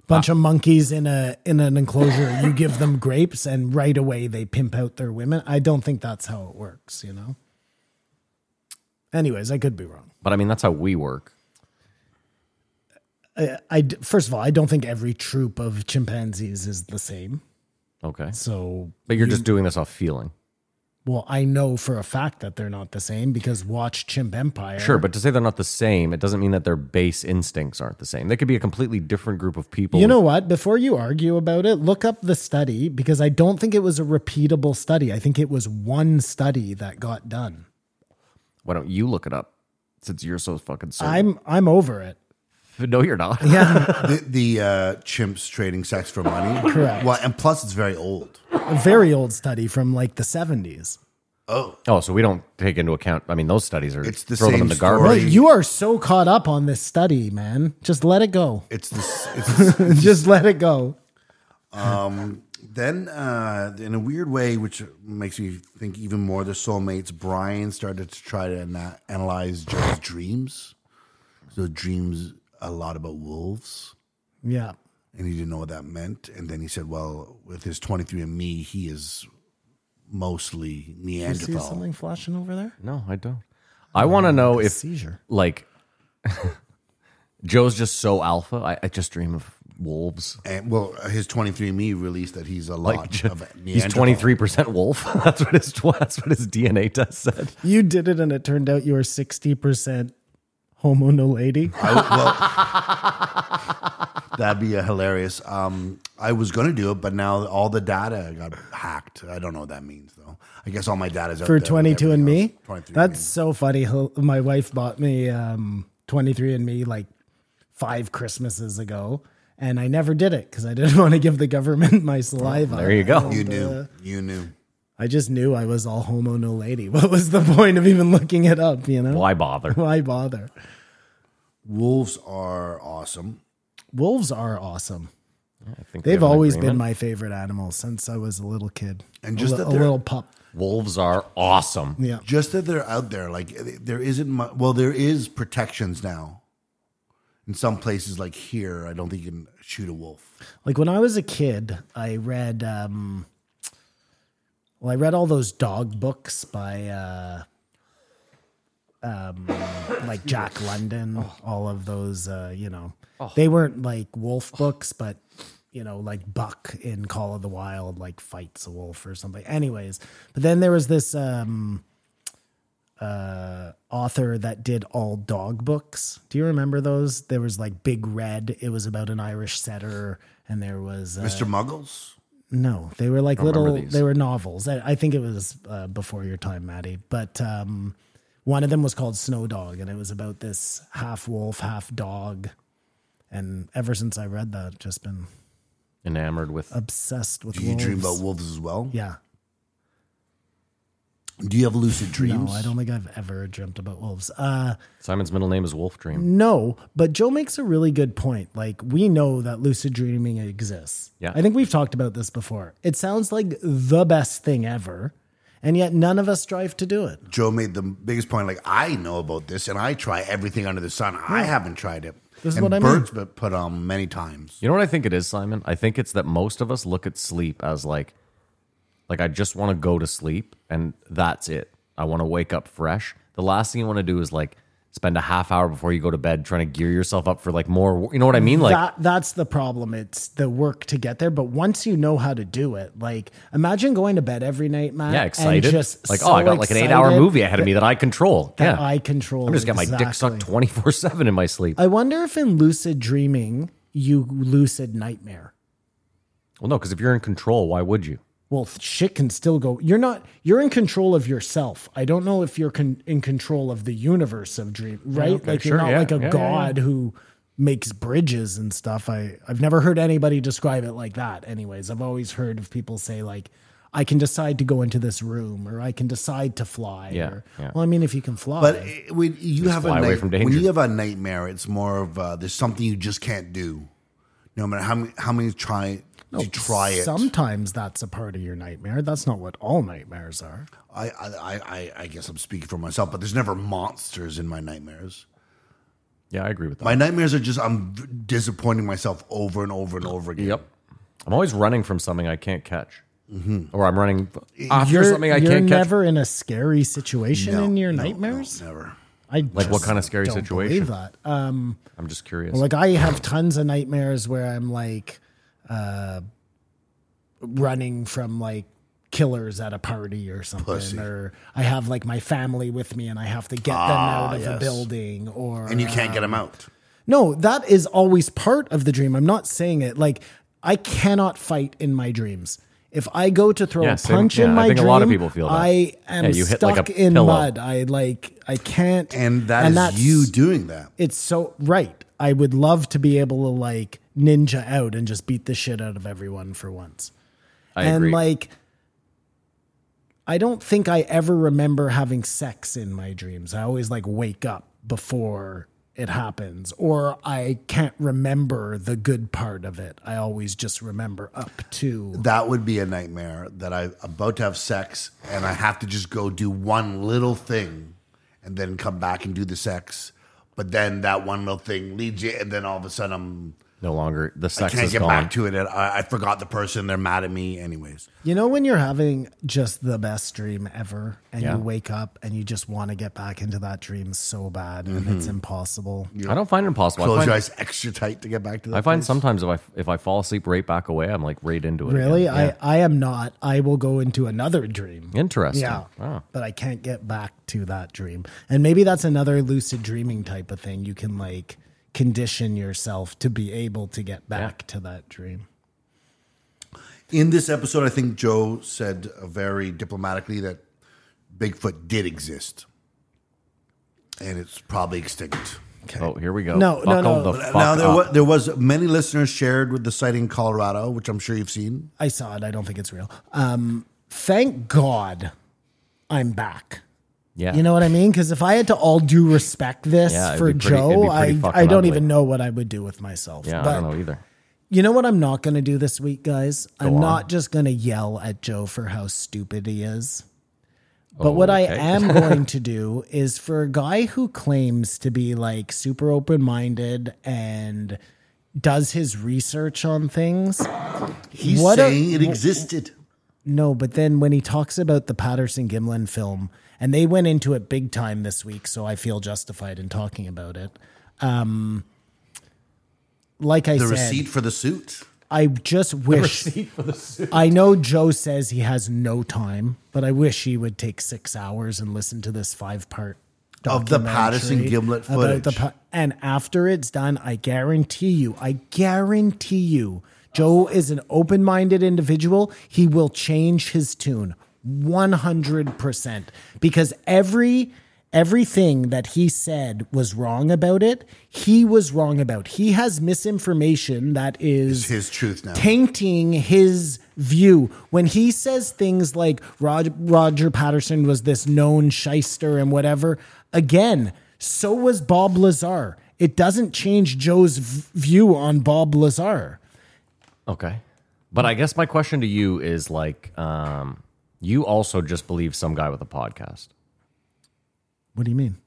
G: Bunch of monkeys in a in an enclosure. You give them grapes, and right away they pimp out their women. I don't think that's how it works, you know. Anyways, I could be wrong.
F: But I mean, that's how we work.
G: I d- first of all, I don't think every troop of chimpanzees is the same.
F: Okay,
G: So
F: but you're just doing this off feeling.
G: Well, I know for a fact that they're not the same because watch Chimp Empire.
F: Sure, but to say they're not the same, it doesn't mean that their base instincts aren't the same. They could be a completely different group of people.
G: You know what? Before you argue about it, look up the study because I don't think it was a repeatable study. I think it was one study that got done.
F: why don't you look it up? Since you're so fucking certain.
G: I'm I'm over it.
F: no, you're not.
E: the, the uh, chimps trading sex for money.
G: Correct.
E: Well, and plus it's very old.
G: A very old study from like the 70s.
F: Oh, so we don't take into account. I mean, those studies are
E: It's the
F: throw them in
E: same
F: the garbage.
E: story.
G: But you are so caught up on this study, man. Just let it go. [laughs]
E: It's this. It's this.
G: Just let it go.
E: then, uh, in a weird way, which makes me think even more, the soulmates. Brian started to try to ana- analyze Joe's dreams. So dreams a lot about wolves,
G: Yeah.
E: and he didn't know what that meant. And then he said, "Well, with his 23andMe, he is mostly
G: You see
E: Neanderthal."
G: something flashing over there?
F: No, I don't. I want to know if
G: seizure.
F: like [laughs] Joe's just so alpha. I, I just dream of wolves.
E: And well, his 23andMe released that he's a lot
F: Like
E: of
F: he's
E: Neanderthal.
F: twenty three percent wolf. [laughs] that's what his tw- that's what his DNA test said.
G: You did it and it turned out you were 60% homo no lady.
E: I, well, that'd be a hilarious. Um, I was going to do it, but now all the data got hacked. I don't know what that means, though. I guess all my data's out
G: for
E: there with
G: 22 and
E: everything
G: me
E: else. 23
G: that's so funny Hel- my wife bought me um 23 and me like five christmases ago and i never did it because i didn't [laughs] want to give the government my saliva
F: There you go.
E: You knew. You knew.
G: i just knew i was all homo no lady [laughs] what was the point of even looking it up you know
F: Why bother?
G: why bother
E: Wolves are awesome.
G: wolves are awesome
F: I think we have
G: They've
F: an
G: always been
F: agreement.
G: my favorite animal since I was a little kid.
E: And
G: A
E: just
G: li-
E: that
G: a
E: they're-
G: little pup.
F: wolves are awesome.
G: Yeah.
E: Just that they're out there, like eh, there isn't. Mu- well, there is protections now. In some places, like here, I don't think you can shoot a wolf.
G: Like when I was a kid, I read um well, I read all those dog books by uh um like Jack London, all of those uh, you know. They weren't like wolf books, but you know, like Buck in Call of the Wild like fights a wolf or something. Anyways, but then there was this um uh author that did all dog books. Do you remember those? There was like Big Red. It was about an Irish setter, and there was uh,
E: Mr. Muggles,
G: no. They were like
F: remember
G: little.
F: these.
G: They were novels. I, I think it was uh, before your time, Maddie. But um, one of them was called Snow Dog, and it was about this half wolf, half dog. And ever since I read that, just been
F: Enamored with
G: obsessed with.
E: do you dream about
G: wolves.
E: wolves as well?
G: Yeah.
E: Do you have lucid dreams?
G: No, I don't think I've ever dreamt about wolves. Uh,
F: Simon's middle name is Wolf Dream.
G: No, but Joe makes a really good point. Like we know that lucid dreaming exists.
F: Yeah.
G: I think we've talked about this before. It sounds like the best thing ever, and yet none of us strive to do it.
E: Joe made the biggest point. Like I know about this, and I try everything under the sun. I haven't tried it.
G: This is
E: and
G: what I mean.
E: Bert's been put on many times.
F: You know what I think it is, Simon? I think it's that most of us look at sleep as like, like I just want to go to sleep and that's it. I want to wake up fresh. The last thing you want to do is like spend a half hour before you go to bed trying to gear yourself up for like more. You know what I mean? Like
G: that that's the problem. It's the work to get there. But once you know how to do it, like imagine going to bed every night, Matt.
F: yeah,
G: and
F: excited.
G: just
F: like
G: so
F: oh, I got like an eight-hour
G: excited
F: movie ahead of me that I control.
G: that
F: yeah,
G: I control.
F: I'm just got my dick
G: exactly.
F: sucked twenty-four-seven in my sleep.
G: I wonder if in lucid dreaming you lucid nightmare.
F: well, no, because if you're in control, why would you?
G: well th- shit can still go you're not you're in control of yourself i don't know if you're con- in control of the universe of dream right
F: okay,
G: like
F: sure,
G: you're not
F: yeah,
G: like a
F: yeah, yeah,
G: god who makes bridges and stuff i i've never heard anybody describe it like that anyways i've always heard of people say like i can decide to go into this room or i can decide to fly
F: Yeah,
G: or,
F: yeah.
G: well i mean if you can fly
E: But it, when you have a
F: fly away
E: night-
F: from
E: when
F: danger.
E: you have a nightmare, it's more of uh, there's something you just can't do. No matter how many how many try to try it.
G: sometimes that's a part of your nightmare that's not what all nightmares are
E: I, I I I- I guess I'm speaking for myself, but there's never monsters in my nightmares.
F: Yeah, I agree with that.
E: My nightmares are just I'm v- disappointing myself over and over and over again.
F: Yep. I'm always running from something I can't catch. Or I'm running after
G: Mm-hmm. you're,
F: something I
G: you're
F: can't catch.
G: never in a scary situation
E: No,
G: in your
E: no, no,
G: nightmares
E: never.
G: I
F: Like, what
G: just
F: kind of scary
G: don't
F: situation?
G: Believe that. Um,
F: I'm just curious.
G: like I have tons of nightmares where I'm like uh, running from like killers at a party or something,
E: Pussy.
G: or I have like my family with me and I have to get them
E: Ah,
G: out of a
E: yes.
G: building, or
E: And you can't get them out.
G: no, that is always part of the dream. I'm not saying it like I cannot fight in my dreams. If I go to throw
F: Yeah,
G: a
F: same-
G: punch
F: yeah,
G: in
F: I
G: my
F: think a
G: dream,
F: lot of people feel that.
G: I am
F: Yeah, you hit, like,
G: stuck
F: a
G: in
F: pillow.
G: mud. I like I can't,
E: And that is
G: that's-
E: you doing that.
G: It's so right. I would love to be able to like ninja out and just beat the shit out of everyone for once
F: I
G: and
F: agree.
G: like i don't think i ever remember having sex in my dreams i always like wake up before it happens or i can't remember the good part of it i always just remember up to
E: That would be a nightmare that I'm about to have sex and I have to just go do one little thing and then come back and do the sex. But then that one little thing leads you, and then all of a sudden I'm,
F: no longer the
E: I
F: sex
E: can't
F: is
E: get
F: gone.
E: back to it. And I, I forgot the person. They're mad at me, anyways.
G: you know when you're having just the best dream ever and
F: Yeah.
G: you wake up and you just want to get back into that dream so bad
F: Mm-hmm.
G: and it's impossible
F: I don't find it impossible. I
E: Close
F: find,
E: your eyes extra tight to get back to that.
F: I find
E: place.
F: sometimes if I if I fall asleep right back away, I'm like right into it.
G: really
F: again. Yeah.
G: i i am not i will go into another dream
F: interesting.
G: Yeah.
F: Wow.
G: But I can't get back to that dream. And maybe that's another lucid dreaming type of thing. You can like condition yourself to be able to get back to that dream.
E: In this episode, I think Joe said uh, very diplomatically that Bigfoot did exist, and it's probably extinct.
F: Oh, here we go.
G: No, no,
F: Buckle
G: no.
F: The fuck
E: now there
F: up.
E: was there was many listeners shared with the sighting in Colorado, which I'm sure you've seen.
G: I saw it. I don't think it's real. Um thank God I'm back.
F: yeah.
G: You know what I mean? Because if I had to all due respect this
F: Yeah, it'd
G: for
F: be pretty- it'd be pretty
G: Joe, I
F: fucking
G: I don't
F: ugly.
G: even know what I would do with myself.
F: Yeah.
G: but
F: I don't know either.
G: You know what I'm not going to do this week, guys? I'm not just going to yell at Joe for how stupid he is. But what I
F: Okay.
E: [laughs]
G: am going to do is for a guy who claims to be like super open minded and does his research on things.
E: He's
G: What a-
E: saying it existed.
G: No, but then when he talks about the Patterson Gimlin film, and they went into it big time this week, so I feel justified in talking about it. Um, like I
E: The
G: said,
E: receipt for the suit.
G: I just wish. I know Joe says he has no time, but I wish he would take six hours and listen to this five part
E: Of the Patterson Gimlet footage.
G: and after it's done, I guarantee you, I guarantee you, Joe is an open minded individual. He will change his tune 100% because every. Everything that he said was wrong about it. He was wrong about. He has misinformation that is
E: his truth now.
G: tainting his view when he says things like Roger, Roger Patterson was this known shyster and whatever. Again, so was Bob Lazar. It doesn't change Joe's v- view on Bob Lazar.
F: Okay. But I guess my question to you is like, um, you also just believe some guy with a podcast.
G: What do you mean?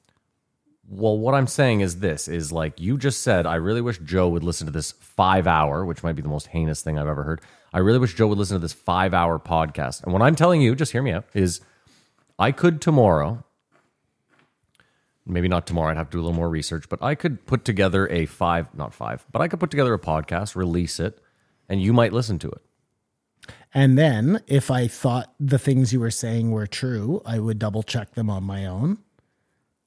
F: Well, what I'm saying is this is like you just said, I really wish Joe would listen to this five hour, which might be the most heinous thing I've ever heard. I really wish Joe would listen to this five hour podcast. And what I'm telling you, just hear me out, is I could tomorrow, maybe not tomorrow, I'd have to do a little more research, but I could put together a five, not five, but I could put together a podcast, release it, and you might listen to it.
G: And then if I thought the things you were saying were true, I would double check them on my own.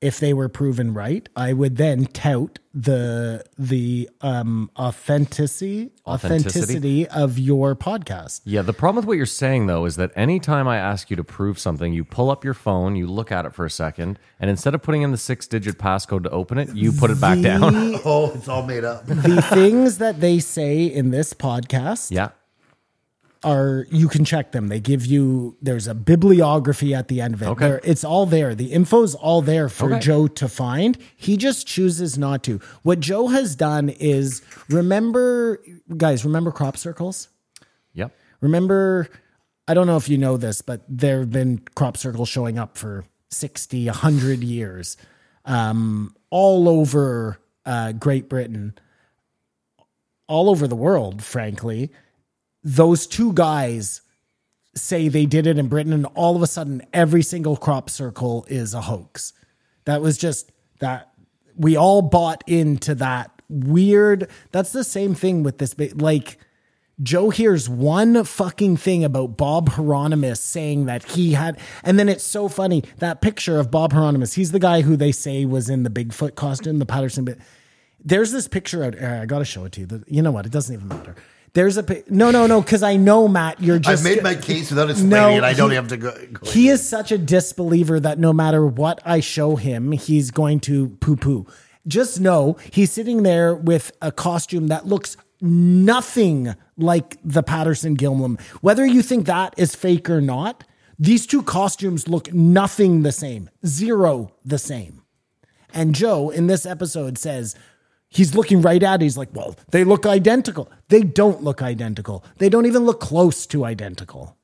G: If they were proven right, I would then tout the the um authenticity
F: Authenticity.
G: authenticity of your podcast.
F: Yeah, the problem with what you're saying though is that anytime I ask you to prove something, you pull up your phone, you look at it for a second, and instead of putting in the six digit passcode to open it, you put it back down.
G: The,
E: Oh, it's all made up.
G: the things that they say in this podcast
F: [laughs] yeah.
G: are you can check them. They give you there's a bibliography at the end of it.
F: Okay.
G: There- it's all there. The info's all there for
F: Okay.
G: Joe to find. He just chooses not to. What Joe has done is remember guys, remember crop circles?
F: Yep.
G: Remember, I don't know if you know this, but there have been crop circles showing up for 60, 100 years um, all over uh, Great Britain, all over the world, frankly. Those two guys say they did it in Britain, and all of a sudden, every single crop circle is a hoax. That was just that we all bought into that weird. That's the same thing with this, ba- like. Joe hears one fucking thing about Bob Hieronymus saying that he had, and then it's so funny that picture of Bob Hieronymus. He's the guy who they say was in the Bigfoot costume, the Patterson bit. There's this picture out. uh, I gotta show it to you. The- You know what? It doesn't even matter. There's a pic- no, no, no, because I know Matt. You're
E: I've
G: just
E: made my case without explaining
G: No,
E: it. I don't
G: he-
E: have to go. go
G: he is such a disbeliever that no matter what I show him, he's going to poo poo. Just know he's sitting there with a costume that looks nothing like the Patterson Gilman. Whether you think that is fake or not, these two costumes look nothing the same, zero the same. And Joe in this episode says he's looking right at it. He's like, well, they look identical. They don't look identical. They don't even look close to identical.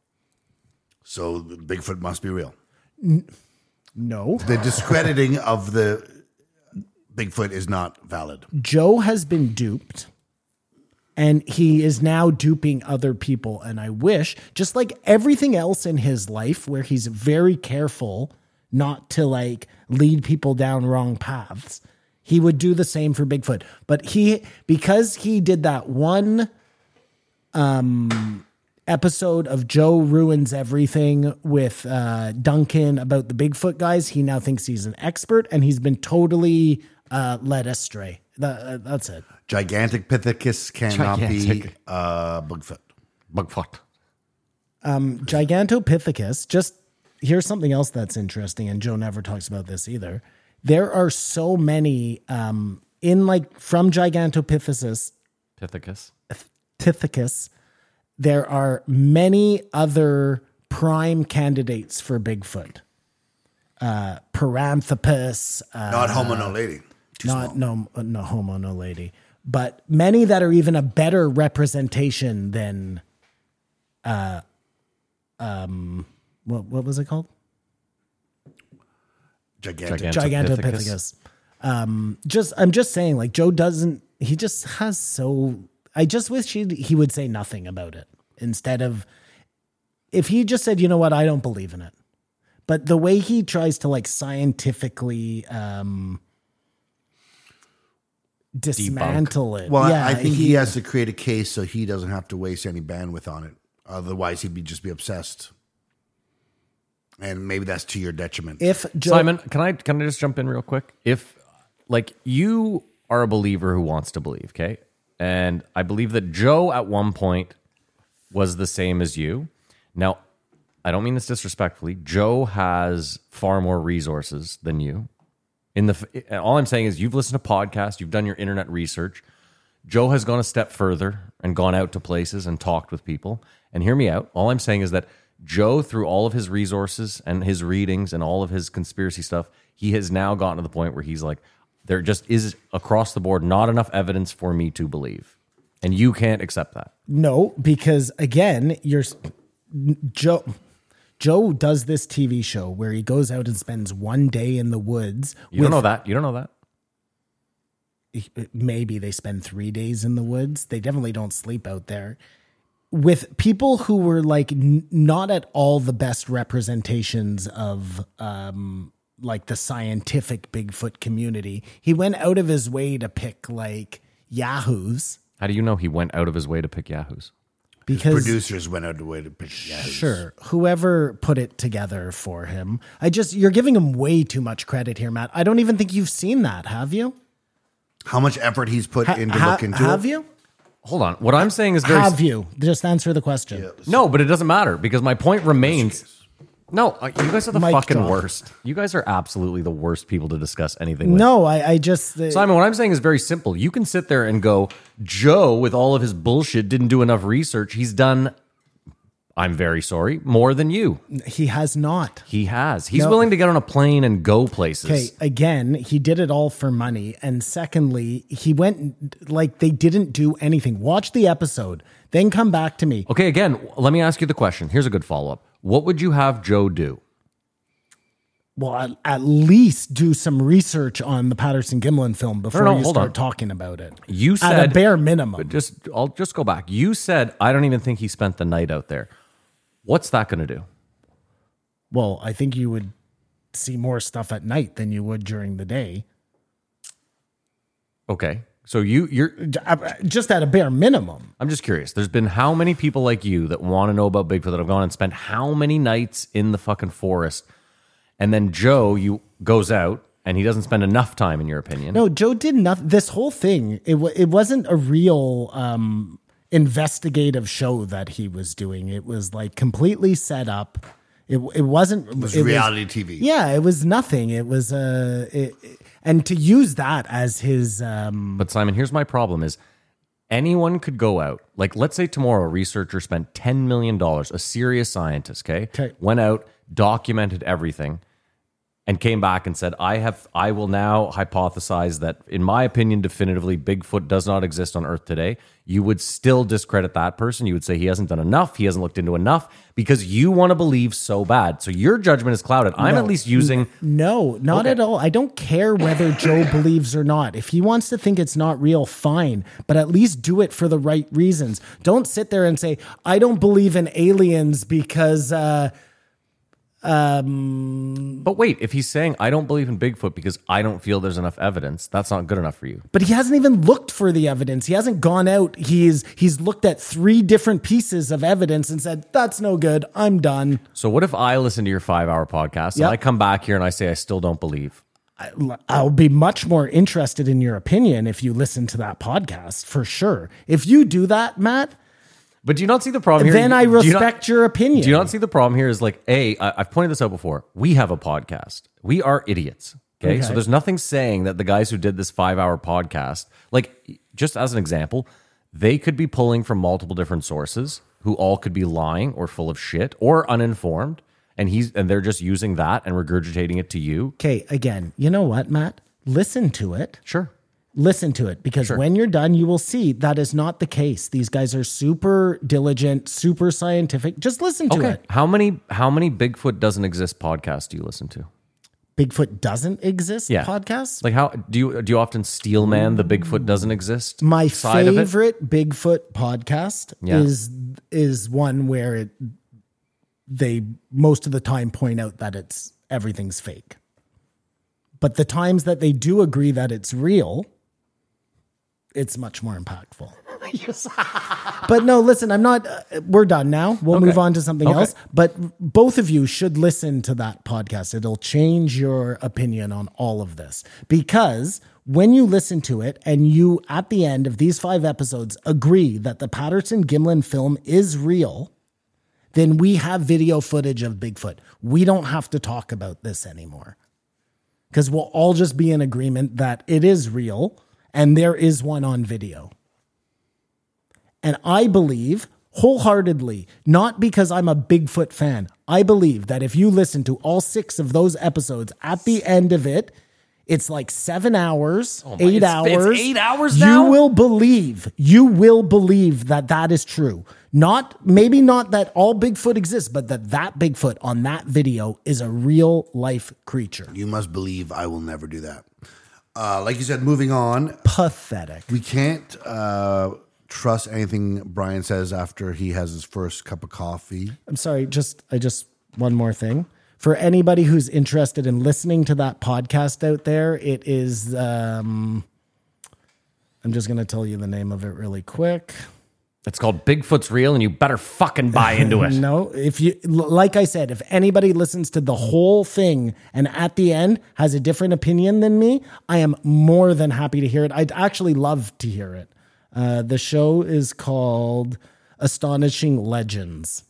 E: So Bigfoot must be real.
G: No.
E: The discrediting of the Bigfoot is not valid.
G: Joe has been duped and he is now duping other people. And I wish, just like everything else in his life, where he's very careful not to like lead people down wrong paths, he would do the same for Bigfoot. But he, because he did that one um, episode of Joe Ruins Everything with uh, Duncan about the Bigfoot guys, he now thinks he's an expert and he's been totally uh, led astray. That, uh, that's it.
E: Gigantic Pithecus cannot be
F: Gigantic.
E: uh, Bigfoot.
F: Bugfoot.
G: Gigantopithecus, just here's something else that's interesting, and Joe never talks about this either. There are so many um, in like from Gigantopithecus,
F: Pithecus.
G: Pithecus, there are many other prime candidates for Bigfoot. Uh, Paranthropus, uh,
E: Not homo, no lady. Too
G: not
E: small.
G: no no homo no lady but many that are even a better representation than, uh, um, um, what what was it called?
E: Gigantic.
F: Gigantopithecus.
G: Gigantopithecus. Um, just I'm just saying, like Joe doesn't. He just has so. I just wish he he would say nothing about it instead of if he just said, you know what, I don't believe in it. But the way he tries to like scientifically um dismantle it.
E: Well, I-
G: yeah,
E: I think he, has to create a case so he doesn't have to waste any bandwidth on it. Otherwise, he'd be just be obsessed. And maybe that's to your detriment.
G: if Joe
F: Simon, can I can I just jump in real quick? If like you are a believer who wants to believe, okay? And I believe that Joe at one point was the same as you. Now, I don't mean this disrespectfully. Joe has far more resources than you. In the f- all I'm saying is you've listened to podcasts, you've done your internet research. Joe has gone a step further and gone out to places and talked with people. And hear me out. All I'm saying is that Joe, through all of his resources and his readings and all of his conspiracy stuff, he has now gotten to the point where he's like, there just is across the board not enough evidence for me to believe. And you can't accept that.
G: No, because again, you're Joe. Joe does this TV show where he goes out and spends one day in the woods.
F: You don't know that. You don't know that.
G: Maybe they spend three days in the woods. They definitely don't sleep out there. With people who were like n- not at all the best representations of um, like the scientific Bigfoot community, he went out of his way to pick like yahoos
F: How do you know he went out of his way to pick Yahoos?
G: because
E: Producers went out of the way to pick. Yeah,
G: Sure. Whoever put it together for him. I just, you're giving him way too much credit here, Matt. I don't even think you've seen that, have you?
E: How much effort he's put
G: Ha-
E: into
G: ha-
E: looking into
G: have
E: it?
G: you?
F: Hold on. What I'm saying is very
G: Have you? Just answer the question.
F: No, but it doesn't matter because my point remains. No, uh, you guys are the
G: Mic
F: fucking
G: drop.
F: worst. You guys are absolutely the worst people to discuss anything with.
G: No, I, I just, uh,
F: Simon, what I'm saying is very simple. You can sit there and go, Joe, with all of his bullshit, didn't do enough research. He's done, I'm very sorry, more than you.
G: he has not.
F: He has. He's
G: No.
F: willing to get on a plane and go places.
G: Okay, again, he did it all for money. And secondly, he went, like, they didn't do anything. Watch the episode, then come back to me.
F: Okay, again, let me ask you the question. Here's a good follow up. What would you have Joe do?
G: Well, at, at least do some research on the Patterson Gimlin film before
F: no,
G: you
F: hold
G: start
F: on.
G: talking about it.
F: You said
G: at a bare minimum.
F: just I'll just go back. You said I don't even think he spent the night out there. What's that going to do?
G: Well, I think you would see more stuff at night than you would during the day,
F: Okay. So you you're
G: J- uh, just at a bare minimum.
F: I'm just curious. There's been how many people like you that want to know about Bigfoot that have gone and spent how many nights in the fucking forest? And then Joe you goes out and he doesn't spend enough time in your opinion.
G: No, Joe did nothing. This whole thing, it wa it wasn't a real um, investigative show that he was doing. It was like completely set up. It it wasn't it
E: was reality TV.
G: Yeah, it was nothing. It was uh, it, it- and to use that as his um,
F: But Simon, here's my problem is anyone could go out. Like let's say tomorrow a researcher spent 10 million dollars, a serious scientist, okay?
G: Okay.
F: Went out, documented everything and came back and said, "I have I will now hypothesize that in my opinion definitively Bigfoot does not exist on earth today." You would still discredit that person. You would say he hasn't done enough, he hasn't looked into enough because you want to believe so bad. So your judgment is clouded. I'm at least using
G: No, not at all. I don't care whether Joe believes or not. If he wants to think it's not real, fine, but at least do it for the right reasons. Don't sit there and say, I don't believe in aliens because, uh,
F: But wait, if he's saying I don't believe in Bigfoot because I don't feel there's enough evidence, that's not good enough for you.
G: but he hasn't even looked for the evidence. He hasn't gone out. He's, he's looked at three different pieces of evidence and said, that's no good. I'm done.
F: So what if I listen to your five hour podcast and
G: Yep.
F: I come back here and I say I still don't believe?
G: I'll be much more interested in your opinion if you listen to that podcast for sure. If you do that, Matt,
F: But do you not see the problem here?
G: then I
F: Do you not-
G: respect your opinion.
F: Do you not see the problem here? Is like, a I, I've pointed this out before. We have a podcast. We are idiots. Okay? so there's nothing saying that the guys who did this five hour podcast, like, just as an example, they could be pulling from multiple different sources who all could be lying or full of shit or uninformed, and he's and they're just using that and regurgitating it to you.
G: Okay, again, you know what, Matt? Listen to it.
F: Sure,
G: listen to it because when you're done, you will see that is not the case. These guys are super diligent, super scientific. Just listen to
F: Okay.
G: it.
F: How many how many Bigfoot doesn't exist podcasts do you listen to?
G: Bigfoot doesn't exist
F: Yeah.
G: podcast.
F: Like how do you do you often steel man the Bigfoot doesn't exist?
G: My
F: side of it?
G: favorite Bigfoot podcast
F: Yeah.
G: is is one where it they most of the time point out that it's everything's fake. But the times that they do agree that it's real, it's much more
F: [laughs]
G: impactful. but no, listen, I'm not. Uh, we're done now. We'll move on to something
F: Okay.
G: else. But both of you should listen to that podcast. It'll change your opinion on all of this because when you listen to it and you, at the end of these five episodes, agree that the Patterson Gimlin film is real, then we have video footage of Bigfoot. We don't have to talk about this anymore because we'll all just be in agreement that it is real and there is one on video. And I believe wholeheartedly, not because I'm a Bigfoot fan, I believe that if you listen to all six of those episodes at the end of it, it's like seven hours, eight
F: Oh it's- it's
G: hours.
F: eight hours
G: You
F: now?
G: will believe, you will believe that that is true. Not, maybe not that all Bigfoot exists, but that that Bigfoot on that video is a real life creature.
E: You must believe I will never do that. Uh, like you said, moving on.
G: Pathetic.
E: We can't uh, trust anything Brian says after he has his first cup of coffee.
G: I'm sorry, just I just one more thing. For anybody who's interested in listening to that podcast out there, it is um I'm just going to tell you the name of it really quick.
F: It's called Bigfoot's real and you better fucking buy
G: [laughs]
F: into it.
G: No, if you l- like I said, if anybody listens to the whole thing and at the end has a different opinion than me, I am more than happy to hear it. I'd actually love to hear it. Uh, the show is called Astonishing Legends.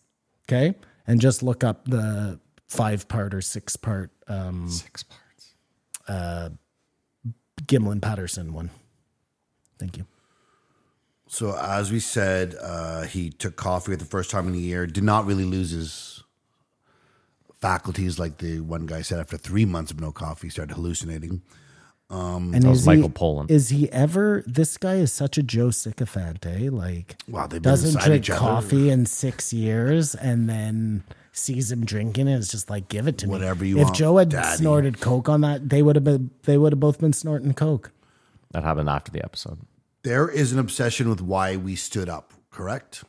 G: Okay, and just look up the five part or six part um, six parts uh, Gimlin Patterson one. Thank you.
E: So, as we said, uh, he took coffee for the first time in a year, did not really lose his faculties, like the one guy said. After three months of no coffee, he started hallucinating.
G: And
F: was
G: is
F: Michael
G: he,
F: Pollan.
G: Is he ever? This guy is such a Joe sycophant, eh? Like,
E: Wow, they've been
G: doesn't
E: inside
G: drink
E: each other.
G: coffee in six years, and then sees him drinking, and is just like, "Give it to
E: Whatever
G: me."
E: you
G: if
E: want,
G: Joe had
E: daddy.
G: snorted coke on that, they would have been. They would have both been snorting coke.
F: That happened after the episode.
E: There is an obsession with why we stood up, correct?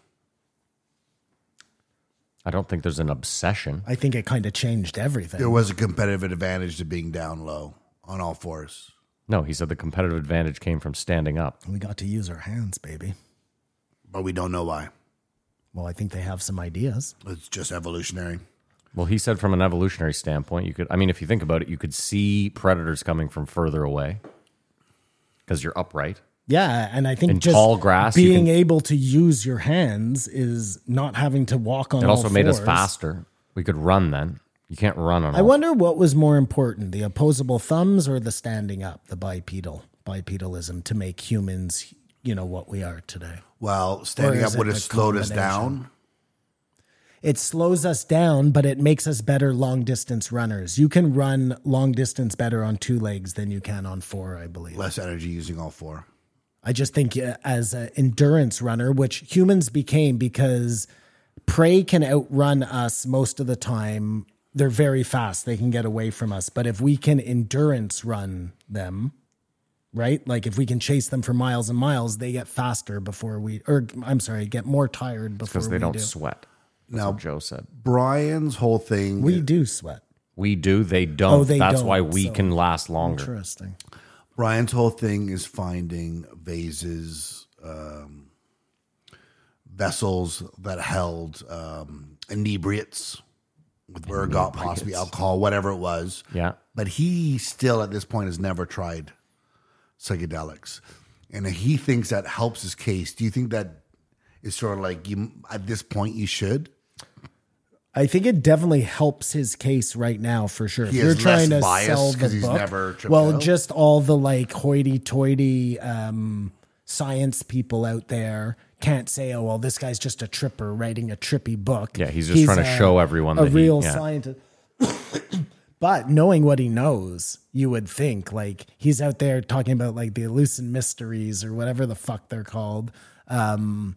F: I don't think there's an obsession.
G: I think it kind of changed everything.
E: There was a competitive advantage to being down low on all fours.
F: No, he said the competitive advantage came from standing up.
G: we got to use our hands, baby.
E: but we don't know why.
G: Well, I think they have some ideas.
E: It's just evolutionary.
F: Well, he said from an evolutionary standpoint, you could, I mean, if you think about it, you could see predators coming from further away because you're upright.
G: Yeah, and I think
F: In
G: just
F: tall grass, you
G: being
F: can-
G: able to use your hands is not having to walk on.
F: It also
G: all
F: made us
G: fours.
F: faster. We could run then. You can't run on
G: I
F: all-
G: wonder what was more important, the opposable thumbs or the standing up, the bipedal, bipedalism to make humans, you know, what we are today.
E: Well, standing
G: is
E: up would
G: it
E: have
G: a
E: slowed us
G: combination?
E: down.
G: It slows us down, but it makes us better long distance runners. You can run long distance better on two legs than you can on four, I believe.
E: Less energy using all four.
G: I just think uh, as an endurance runner, which humans became because prey can outrun us most of the time. They're very fast. They can get away from us. But if we can endurance run them, right? Like if we can chase them for miles and miles, they get faster before we, or I'm sorry, get more tired before
F: because
G: we
F: they don't
G: do.
F: sweat. That's
E: Now,
F: what Joe said.
E: Brian's whole thing.
G: we do sweat.
F: We do, they don't.
G: Oh, they
F: That's why
G: don't,
F: we
G: so-
F: can last longer.
G: Interesting.
E: Brian's whole thing is finding vases, um, vessels that held um, inebriates with ergot, possibly alcohol, whatever it was.
F: Yeah.
E: But he still, at this point, has never tried psychedelics, and he thinks that helps his case. Do you think that is sort of like you at this point you should?
G: I think it definitely helps his case right now for sure.
E: He
G: if you're
E: is less
G: trying to
E: biased
G: sell the
E: 'cause he's
G: book,
E: never tripped
G: well,
E: out.
G: just all the like hoity-toity um, science people out there can't say, "Oh, well, this guy's just a tripper writing a trippy book."
F: Yeah, he's just trying to show everyone
G: a
F: that he-
G: real
F: yeah.
G: scientist. [coughs] But knowing what he knows, you would think like he's out there talking about like the Eleusinian mysteries or whatever the fuck they're called. Um,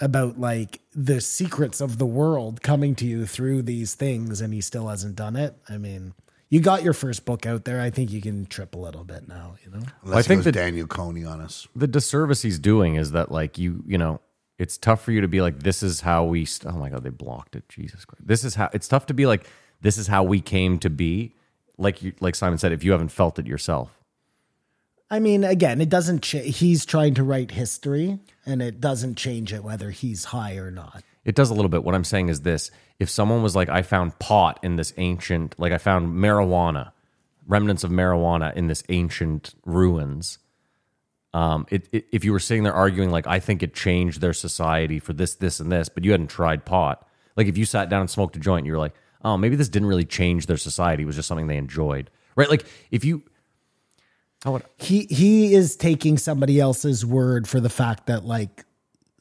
G: about like the secrets of the world coming to you through these things, and he still hasn't done it. I mean, you got your first book out there. I think you can trip a little bit now, you know?
E: Unless
F: think
E: he
F: that-
E: goes Daniel Coney on us.
F: the disservice he's doing is that like you you know it's tough for you to be like this is how we st- oh my god they blocked it jesus christ this is how it's tough to be like this is how we came to be like you like simon said if you haven't felt it yourself
G: I mean, again, it doesn't. Cha- he's trying to write history, and it doesn't change it whether he's high or not.
F: it does a little bit what i'm saying is this if someone was like i found pot in this ancient like i found marijuana remnants of marijuana in this ancient ruins um, it, it, if you were sitting there arguing like I think it changed their society for this, this, and this, but you hadn't tried pot, like if you sat down and smoked a joint, you were like, oh, maybe this didn't really change their society; it was just something they enjoyed, right? Like if you, how would
G: He he is taking somebody else's word for the fact that like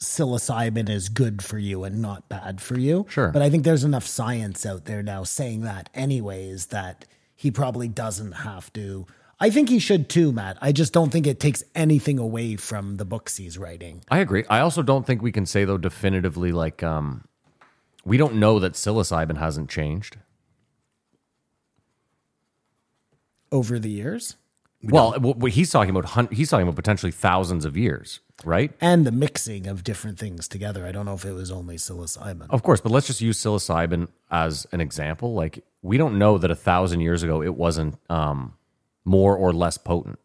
G: psilocybin is good for you and not bad for you.
F: Sure.
G: but I think there's enough science out there now saying that, anyways, that he probably doesn't have to. I think he should too, Matt. I just don't think it takes anything away from the books he's writing.
F: I agree. I also don't think we can say though definitively like um, we don't know that psilocybin hasn't changed.
G: Over the years,
F: well, w- w- he's talking about hun- he's talking about potentially thousands of years, right?
G: and the mixing of different things together. I don't know if it was only psilocybin.
F: Of course, but let's just use psilocybin as an example. Like we don't know that a thousand years ago it wasn't um, more or less potent.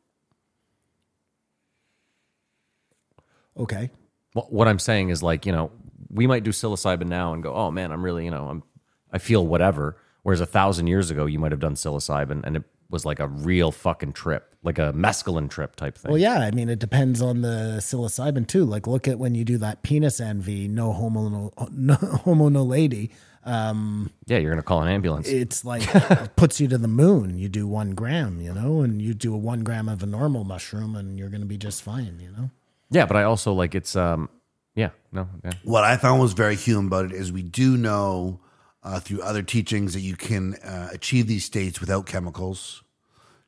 G: Okay.
F: Wh- What I'm saying is like you know we might do psilocybin now and go, oh man, I'm really you know I'm I feel whatever. Whereas a thousand years ago you might have done psilocybin and it was like a real fucking trip, like a mescaline trip type thing.
G: Well, yeah, I mean, it depends on the psilocybin too. Like, look at when you do that penis envy, no homo, no, [laughs] no homo, no lady. um,
F: yeah, you're gonna call an ambulance.
G: It's like it puts you to the moon. You do one gram, you know, and you do a one gram of a normal mushroom, and you're going to be just fine, you know.
F: yeah, but I also like it's um yeah no yeah.
E: What I found was very human about it is we do know uh, through other teachings that you can uh, achieve these states without chemicals,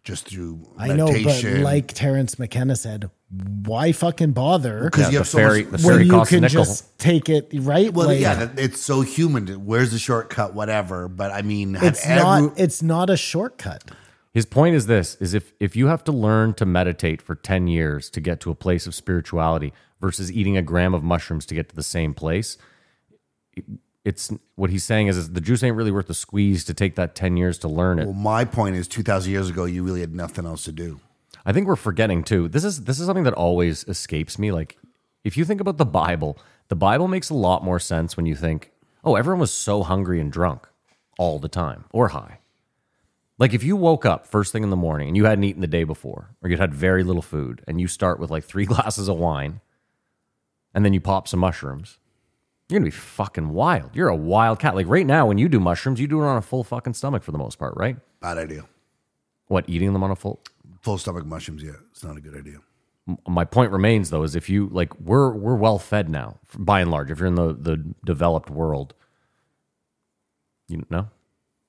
E: just through
G: I know, but
E: meditation.
G: like Terrence McKenna said, why fucking bother
E: because you
F: the
E: have so
F: ferry
E: much-
F: the
G: when
F: ferry
G: you
F: costs a
G: can
F: nickel.
G: just take it right?
E: well,
G: Like,
E: yeah, that- it's so human. to- Where's the shortcut? Whatever. But I mean, have
G: it's not. It's not a shortcut.
F: His point is this is if if you have to learn to meditate for 10 years to get to a place of spirituality versus eating a gram of mushrooms to get to the same place, it- it's what he's saying is, is the juice ain't really worth the squeeze to take that 10 years to learn it.
E: Well, my point is, two thousand years ago, you really had nothing else to do.
F: I think we're forgetting too. This is this is something that always escapes me. Like if you think about the Bible, the Bible makes a lot more sense when you think, oh, everyone was so hungry and drunk all the time or high. Like if you woke up first thing in the morning and you hadn't eaten the day before, or you'd had very little food, and you start with like three [laughs] glasses of wine, and then you pop some mushrooms, you're gonna be fucking wild. You're a wild cat. Like right now, when you do mushrooms, you do it on a full fucking stomach for the most part, right?
E: Bad idea.
F: What eating them on a full
E: Full stomach mushrooms. Yeah, it's not a good idea.
F: my point remains though is if you like we're we're well fed now f- by and large if you're in the the developed world you know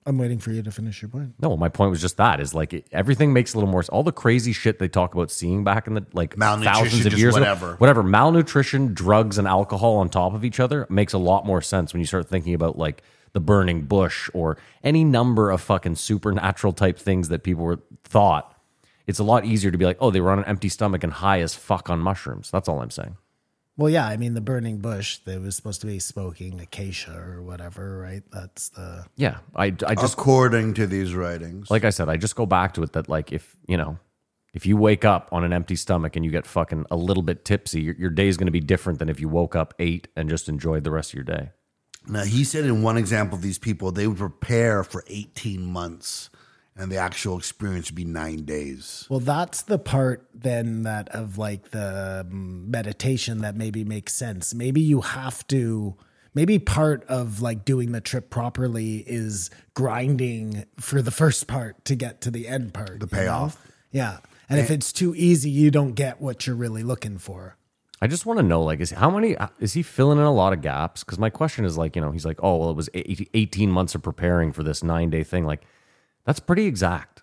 G: I'm waiting for you to finish your point.
F: no my point was just that is like it, everything makes a little more s- all the crazy shit they talk about seeing back in the like
E: Malnutrition,
F: thousands of
E: just
F: years ago-
E: whatever.
F: whatever malnutrition drugs and alcohol on top of each other makes a lot more sense when you start thinking about like the burning bush or any number of fucking supernatural type things that people were thought it's a lot easier to be like oh they were on an empty stomach and high as fuck on mushrooms that's all i'm saying
G: Well, yeah, I mean the burning bush. They was supposed to be smoking acacia or whatever, right? That's the
F: Yeah, I, I just
E: According to these writings,
F: like I said, I just go back to it that like if you know, if you wake up on an empty stomach and you get fucking a little bit tipsy, your, your day is going to be different than if you woke up ate and just enjoyed the rest of your day.
E: Now, he said in one example of these people, they would prepare for 18 months and the actual experience would be nine days.
G: well, that's the part then that of like the um, meditation that maybe makes sense. Maybe you have to. Maybe part of like doing the trip properly is grinding for the first part to get to the end part. The
E: payoff.
G: yeah. And if it's too easy, you don't get what you're really looking for.
F: I just want to know like is how many uh, is he filling in a lot of gaps? Because my question is like you know he's like oh well it was eight- eighteen months of preparing for this nine day thing like. That's pretty exact.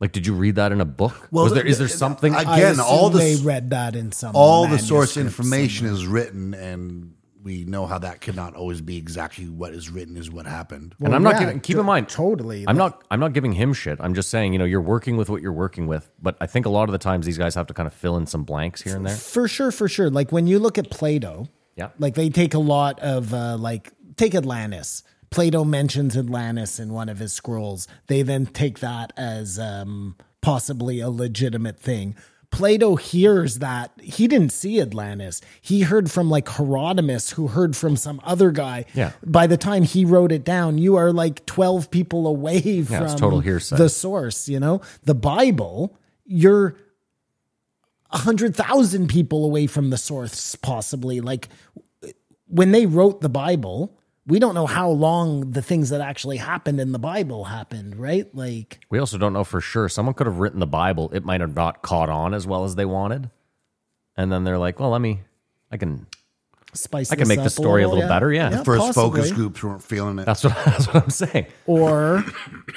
F: Like, did you read that in a book?
E: Well,
F: Was there is
E: the-
F: there something?
E: I-
G: I
E: Again,
G: assume
E: all the
G: they
E: s-
G: read that in some
E: all the source
G: manuscript
E: information is written, and we know how that could not always be exactly what is written is what happened.
F: and I'm
G: Well,
F: not
G: yeah,
F: giving. Keep
G: to-
F: in mind,
G: totally,
F: I'm
G: like-
F: not. I'm not giving him shit. I'm just saying, you know, you're working with what you're working with. But I think a lot of the times these guys have to kind of fill in some blanks here and there.
G: For sure, for sure. Like when you look at Plato,
F: Yeah.
G: like they take a lot of uh, like take Atlantis. Plato mentions Atlantis in one of his scrolls. They then take that as um, possibly a legitimate thing. Plato hears that he didn't see Atlantis. He heard from like Herodotus, who heard from some other guy.
F: Yeah.
G: By the time he wrote it down, you are like twelve people away [laughs] from
F: it's total hearsay.
G: the source. You know, the Bible. You're 100,000 people away from the source, possibly. Like when they wrote the Bible, we don't know how long the things that actually happened in the Bible happened, right? Like,
F: We also don't know for sure. Someone could have written the Bible. It might have not caught on as well as they wanted. And then they're like, well, let me, I can,
G: spice
F: I can
G: this
F: make the
G: up
F: story a little better, yeah.
E: First focus
G: possibly.
E: groups weren't feeling it.
F: that's what, [laughs] that's what I'm saying.
G: Or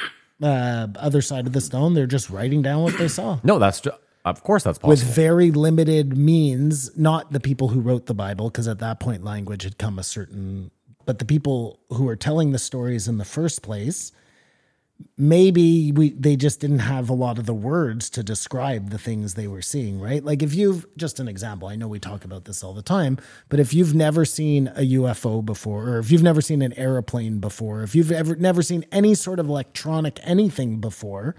G: [coughs] uh, Other Side of the Stone, they're just writing down what they saw.
F: No, that's, ju- of course that's
G: With
F: possible.
G: very limited means, not the people who wrote the Bible, because at that point language had come a certain, but the people who were telling the stories in the first place, maybe we they just didn't have a lot of the words to describe the things they were seeing, right? Like if you've just an example, I know we talk about this all the time, but if you've never seen a UFO before, or if you've never seen an airplane before, if you've ever never seen any sort of electronic anything before,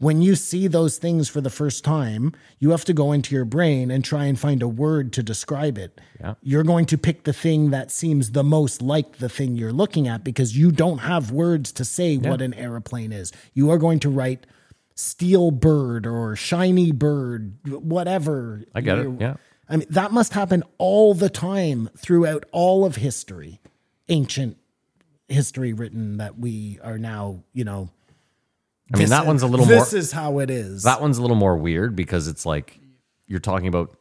G: when you see those things for the first time, you have to go into your brain and try and find a word to describe it. You're going to pick the thing that seems the most like the thing you're looking at because you don't have words to say what an aeroplane is. You are going to write steel bird or shiny bird, whatever.
F: I get it.
G: you're-
F: Yeah.
G: I mean, that must happen all the time throughout all of history, ancient history written that we are now, you know.
F: I mean, that
G: this-
F: one's a little more,
G: This is how it is.
F: that one's a little more weird because it's like you're talking about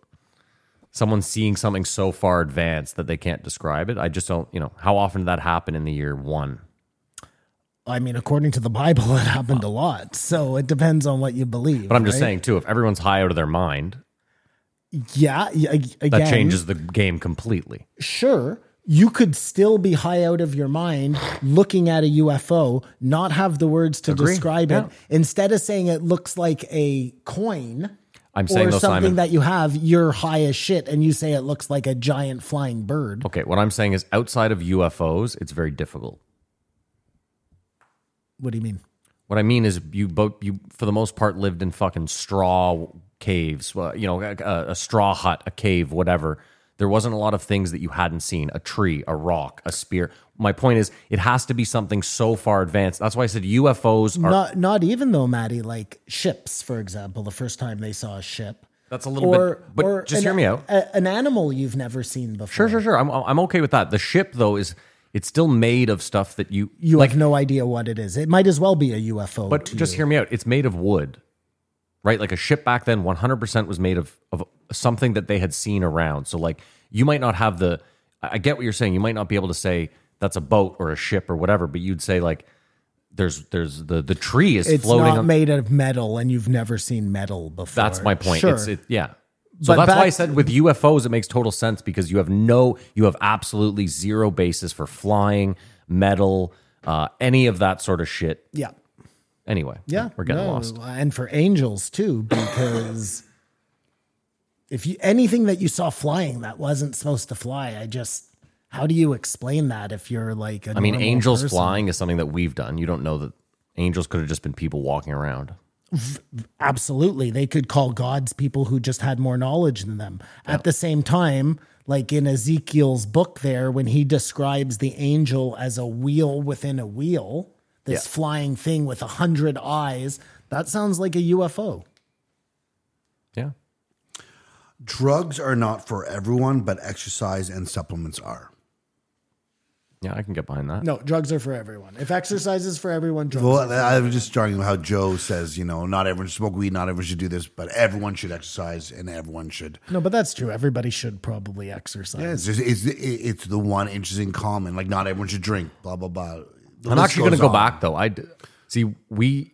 F: someone seeing something so far advanced that they can't describe it. I just don't, you know, how often did that happen in the year one?
G: I mean, according to the Bible, it happened a lot. So it depends on what you believe.
F: But I'm just
G: right?
F: saying, too, if everyone's high out of their mind,
G: yeah. y- ag- Again,
F: that changes the game completely.
G: Sure, you could still be high out of your mind looking at a UFO, not have the words to describe it. Instead of saying it looks like a coin
F: I'm saying
G: or
F: though,
G: something
F: Simon.
G: that you have, you're high as shit, and you say it looks like a giant flying bird.
F: okay, what I'm saying is outside of UFOs, it's very difficult.
G: What do you mean?
F: What I mean is you both you for the most part lived in fucking straw caves, uh, you know, a, a- a straw hut, a cave, whatever. There wasn't a lot of things that you hadn't seen: a tree, a rock, a spear. My point is, it has to be something so far advanced. That's why I said UFOs are.
G: not not even though, Maddie. Like ships, for example, the first time they saw a ship.
F: That's a little bit- but just
G: an-
F: hear me out.
G: a- an animal you've never seen before.
F: sure, sure, sure. I'm I'm okay with that. The ship though is it's still made of stuff that you
G: You
F: like.
G: have no idea what it is. It might as well be a UFO.
F: But
G: to
F: just
G: you.
F: hear me out. It's made of wood, right? Like a ship back then, 100% was made of, of something that they had seen around. So, like, you might not have the, I I get what you're saying. You might not be able to say that's a boat or a ship or whatever, but you'd say, like, there's, there's the, the tree is
G: It's
F: floating
G: not
F: on.
G: made of metal, and you've never seen metal before.
F: that's my point.
G: Sure.
F: It's, it, yeah. So
G: But
F: that's why I
G: back-
F: said with UFOs, it makes total sense because you have no, you have absolutely zero basis for flying, metal, uh, any of that sort of shit.
G: yeah,
F: Anyway,
G: yeah.
F: we're getting
G: no,
F: lost.
G: and for angels too, because [coughs] if you anything that you saw flying that wasn't supposed to fly, I just how do you explain that if you're like a
F: I mean,
G: normal
F: angels
G: person?
F: flying is something that we've done. You don't know that angels could have just been people walking around.
G: absolutely they could call gods people who just had more knowledge than them at the same time like in ezekiel's book there when he describes the angel as a wheel within a wheel this flying thing with a hundred eyes that sounds like a ufo
F: Yeah.
E: Drugs are not for everyone, but exercise and supplements are.
F: Yeah, I can get behind that.
G: no drugs are for everyone if exercise is for everyone drugs
E: Well, I was just talking about how Joe says, you know, not everyone should smoke weed, not everyone should do this, but everyone should exercise and everyone should.
G: no but that's true everybody should probably exercise
E: It's, just, it's, it's the one interesting common. Like, not everyone should drink, blah, blah, blah. The
F: I'm
E: list
F: actually going
E: goes
F: to go
E: on.
F: back, though. I, d- See, we,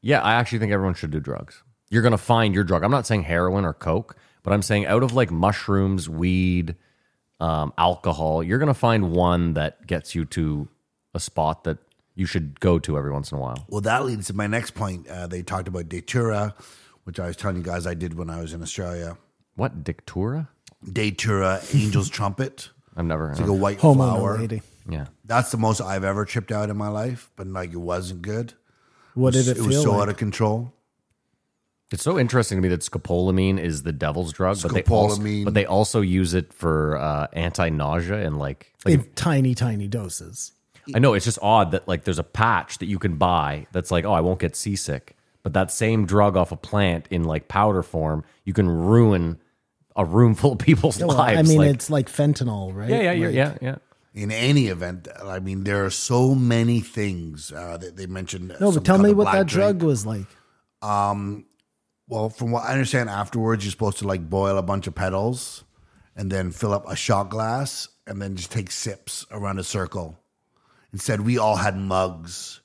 F: yeah, I actually think everyone should do drugs. You're going to find your drug. I'm not saying heroin or coke, but I'm saying out of like mushrooms, weed, um, alcohol, you're going to find one that gets you to a spot that you should go to every once in a while.
E: Well, that leads to my next point. Uh, they talked about Datura, which I was telling you guys I did when I was in Australia.
F: What, Dictura?
E: Datura,
G: [laughs]
E: Angel's Trumpet,
F: I've never heard
E: like a white
G: Homo
E: flower.
G: lady.
F: Yeah.
E: That's the most I've ever tripped out in my life, but like it wasn't good.
G: What did it,
E: it
G: feel
E: was so
G: like?
E: out of control.
F: It's so interesting to me that scopolamine is the devil's drug, but they, also,
E: Scopolamine.
F: but they also use it for uh, anti nausea and like, like
G: in tiny, tiny doses.
F: I know it's just odd that like there's a patch that you can buy that's like, oh, I won't get seasick. But that same drug off a plant in like powder form, you can ruin a room full of [laughs] people's
G: Well,
F: lives.
G: I mean,
F: like,
G: it's like fentanyl, right?
F: yeah, yeah, yeah,
G: Like,
F: yeah, yeah.
E: In any event, I mean, there are so many things uh, that they mentioned.
G: No,
E: some
G: but tell
E: kind
G: me
E: of
G: what
E: black
G: that
E: drink.
G: drug was like.
E: Well, from what I understand, afterwards you're supposed to like boil a bunch of petals, and then fill up a shot glass, and then just take sips around a circle. Instead, we all had mugs,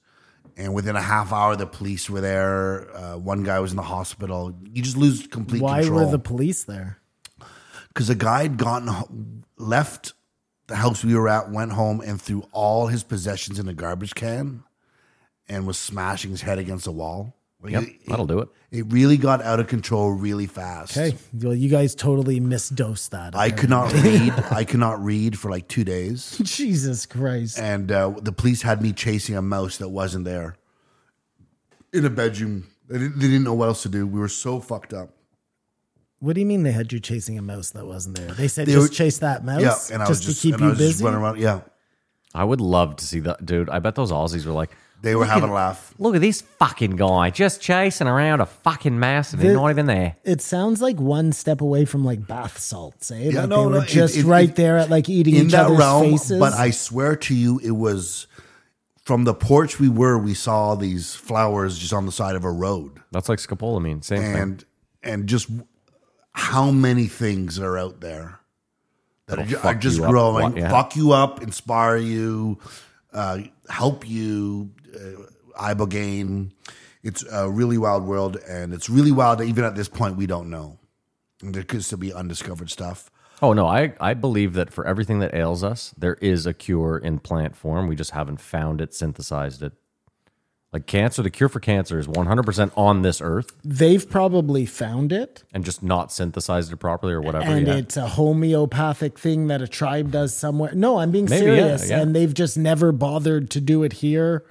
E: and within a half hour, the police were there. Uh, one guy was in the hospital. You just lose complete
G: Why
E: control
G: were the police there?
E: because the guy had gotten ho- left the house we were at, went home, and threw all his possessions in a garbage can, and was smashing his head against the wall. Like,
F: Yep,
E: it,
F: that'll do it.
E: it really got out of control really fast.
G: Okay, well, you guys totally misdosed that.
E: I could
G: [laughs]
E: not read. I could not read for like two days,
G: Jesus Christ.
E: and uh, the police had me chasing a mouse that wasn't there in a bedroom. They didn't, they didn't know what else to do. We were so fucked up.
G: What do you mean they had you chasing a mouse that wasn't there? They said
E: They
G: just
E: were-
G: chase that mouse
E: Yeah, and I was just
G: just, to keep
E: and I
G: you
E: was just
G: busy.
E: running around. Yeah,
F: I would love to see that, dude. I bet those Aussies were like,
E: they were having a laugh.
F: look at this fucking guy just chasing around a fucking mouse and he's
G: The-
F: not even there.
G: It sounds like one step away from like bath salts, eh?
E: Yeah,
G: like
E: no,
G: they were
E: no, it-
G: just
E: it-
G: right
E: it-
G: there at like eating
E: in
G: each
E: that
G: other's
E: realm,
G: faces.
E: but I swear to you, it was from the porch we were. We saw these flowers just on the side of a road,
F: That's like scopolamine, same thing.
E: and and just how many things are out there that are, ju- are
F: fuck
E: just
F: you up.
E: growing,
F: What- yeah.
E: fuck you up, inspire you, uh, help you, uh, ibogaine. It's a really wild world, and it's really wild. that Even at this point, we don't know. And there could still be undiscovered stuff.
F: Oh no, I I believe that for everything that ails us, there is a cure in plant form. We just haven't found it, synthesized it. Like cancer, the cure for cancer is 100% on this earth
G: They've probably found it,
F: and just not synthesized it properly or whatever.
G: and
F: yet.
G: it's a homeopathic thing that a tribe does somewhere. No, I'm being
F: Maybe, yeah,
G: serious,
F: yeah.
G: and they've just never bothered to do it here,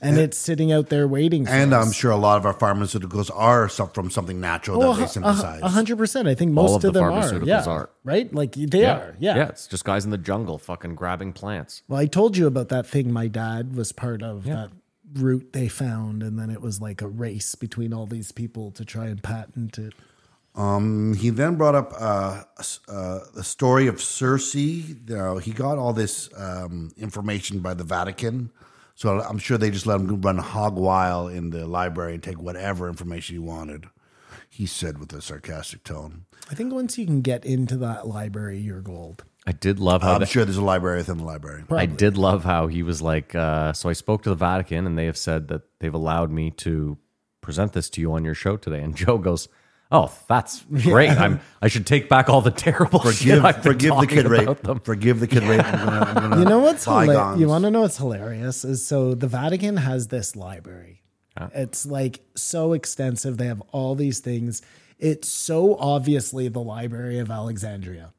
G: and it's sitting out there waiting. For
E: And
G: us.
E: I'm sure a lot of our pharmaceuticals are some, from something natural
G: Oh,
E: that they
G: a-
E: synthesize.
G: a hundred percent. I think most
F: of
G: of,
F: the
G: them are.
F: pharmaceuticals
G: Yeah,
F: are.
G: right. Like they are. Yeah.
F: Yeah, it's just guys in the jungle fucking grabbing plants.
G: Well, I told you about that thing my dad was part of that route they found, and then it was like a race between all these people to try and patent it.
E: He then brought up uh, uh, the story of Circe. Now, he got all this um, information by the Vatican. So I'm sure they just let him run hog wild in the library and take whatever information he wanted, he said with a sarcastic tone.
G: I think once you can get into that library, you're gold.
F: I did love how
E: I'm
F: the,
E: sure there's a library within the library.
F: I did love how he was like uh, so I spoke to the Vatican and they have said that they've allowed me to present this to you on your show today and Joe goes Oh,
E: [laughs]
F: that's great! I'm. I should take back all the terrible shit.
E: Forgive,
F: [laughs] I've been
E: forgive the
F: talking
E: kid rape.
F: about them.
E: Forgive the kid rape. I'm gonna- I'm gonna-
G: [laughs] You know what's hilarious?
E: Bygones.
G: You want to know what's hilarious? Is so the Vatican has this library. It's like so extensive. They have all these things. It's so obviously the Library of Alexandria.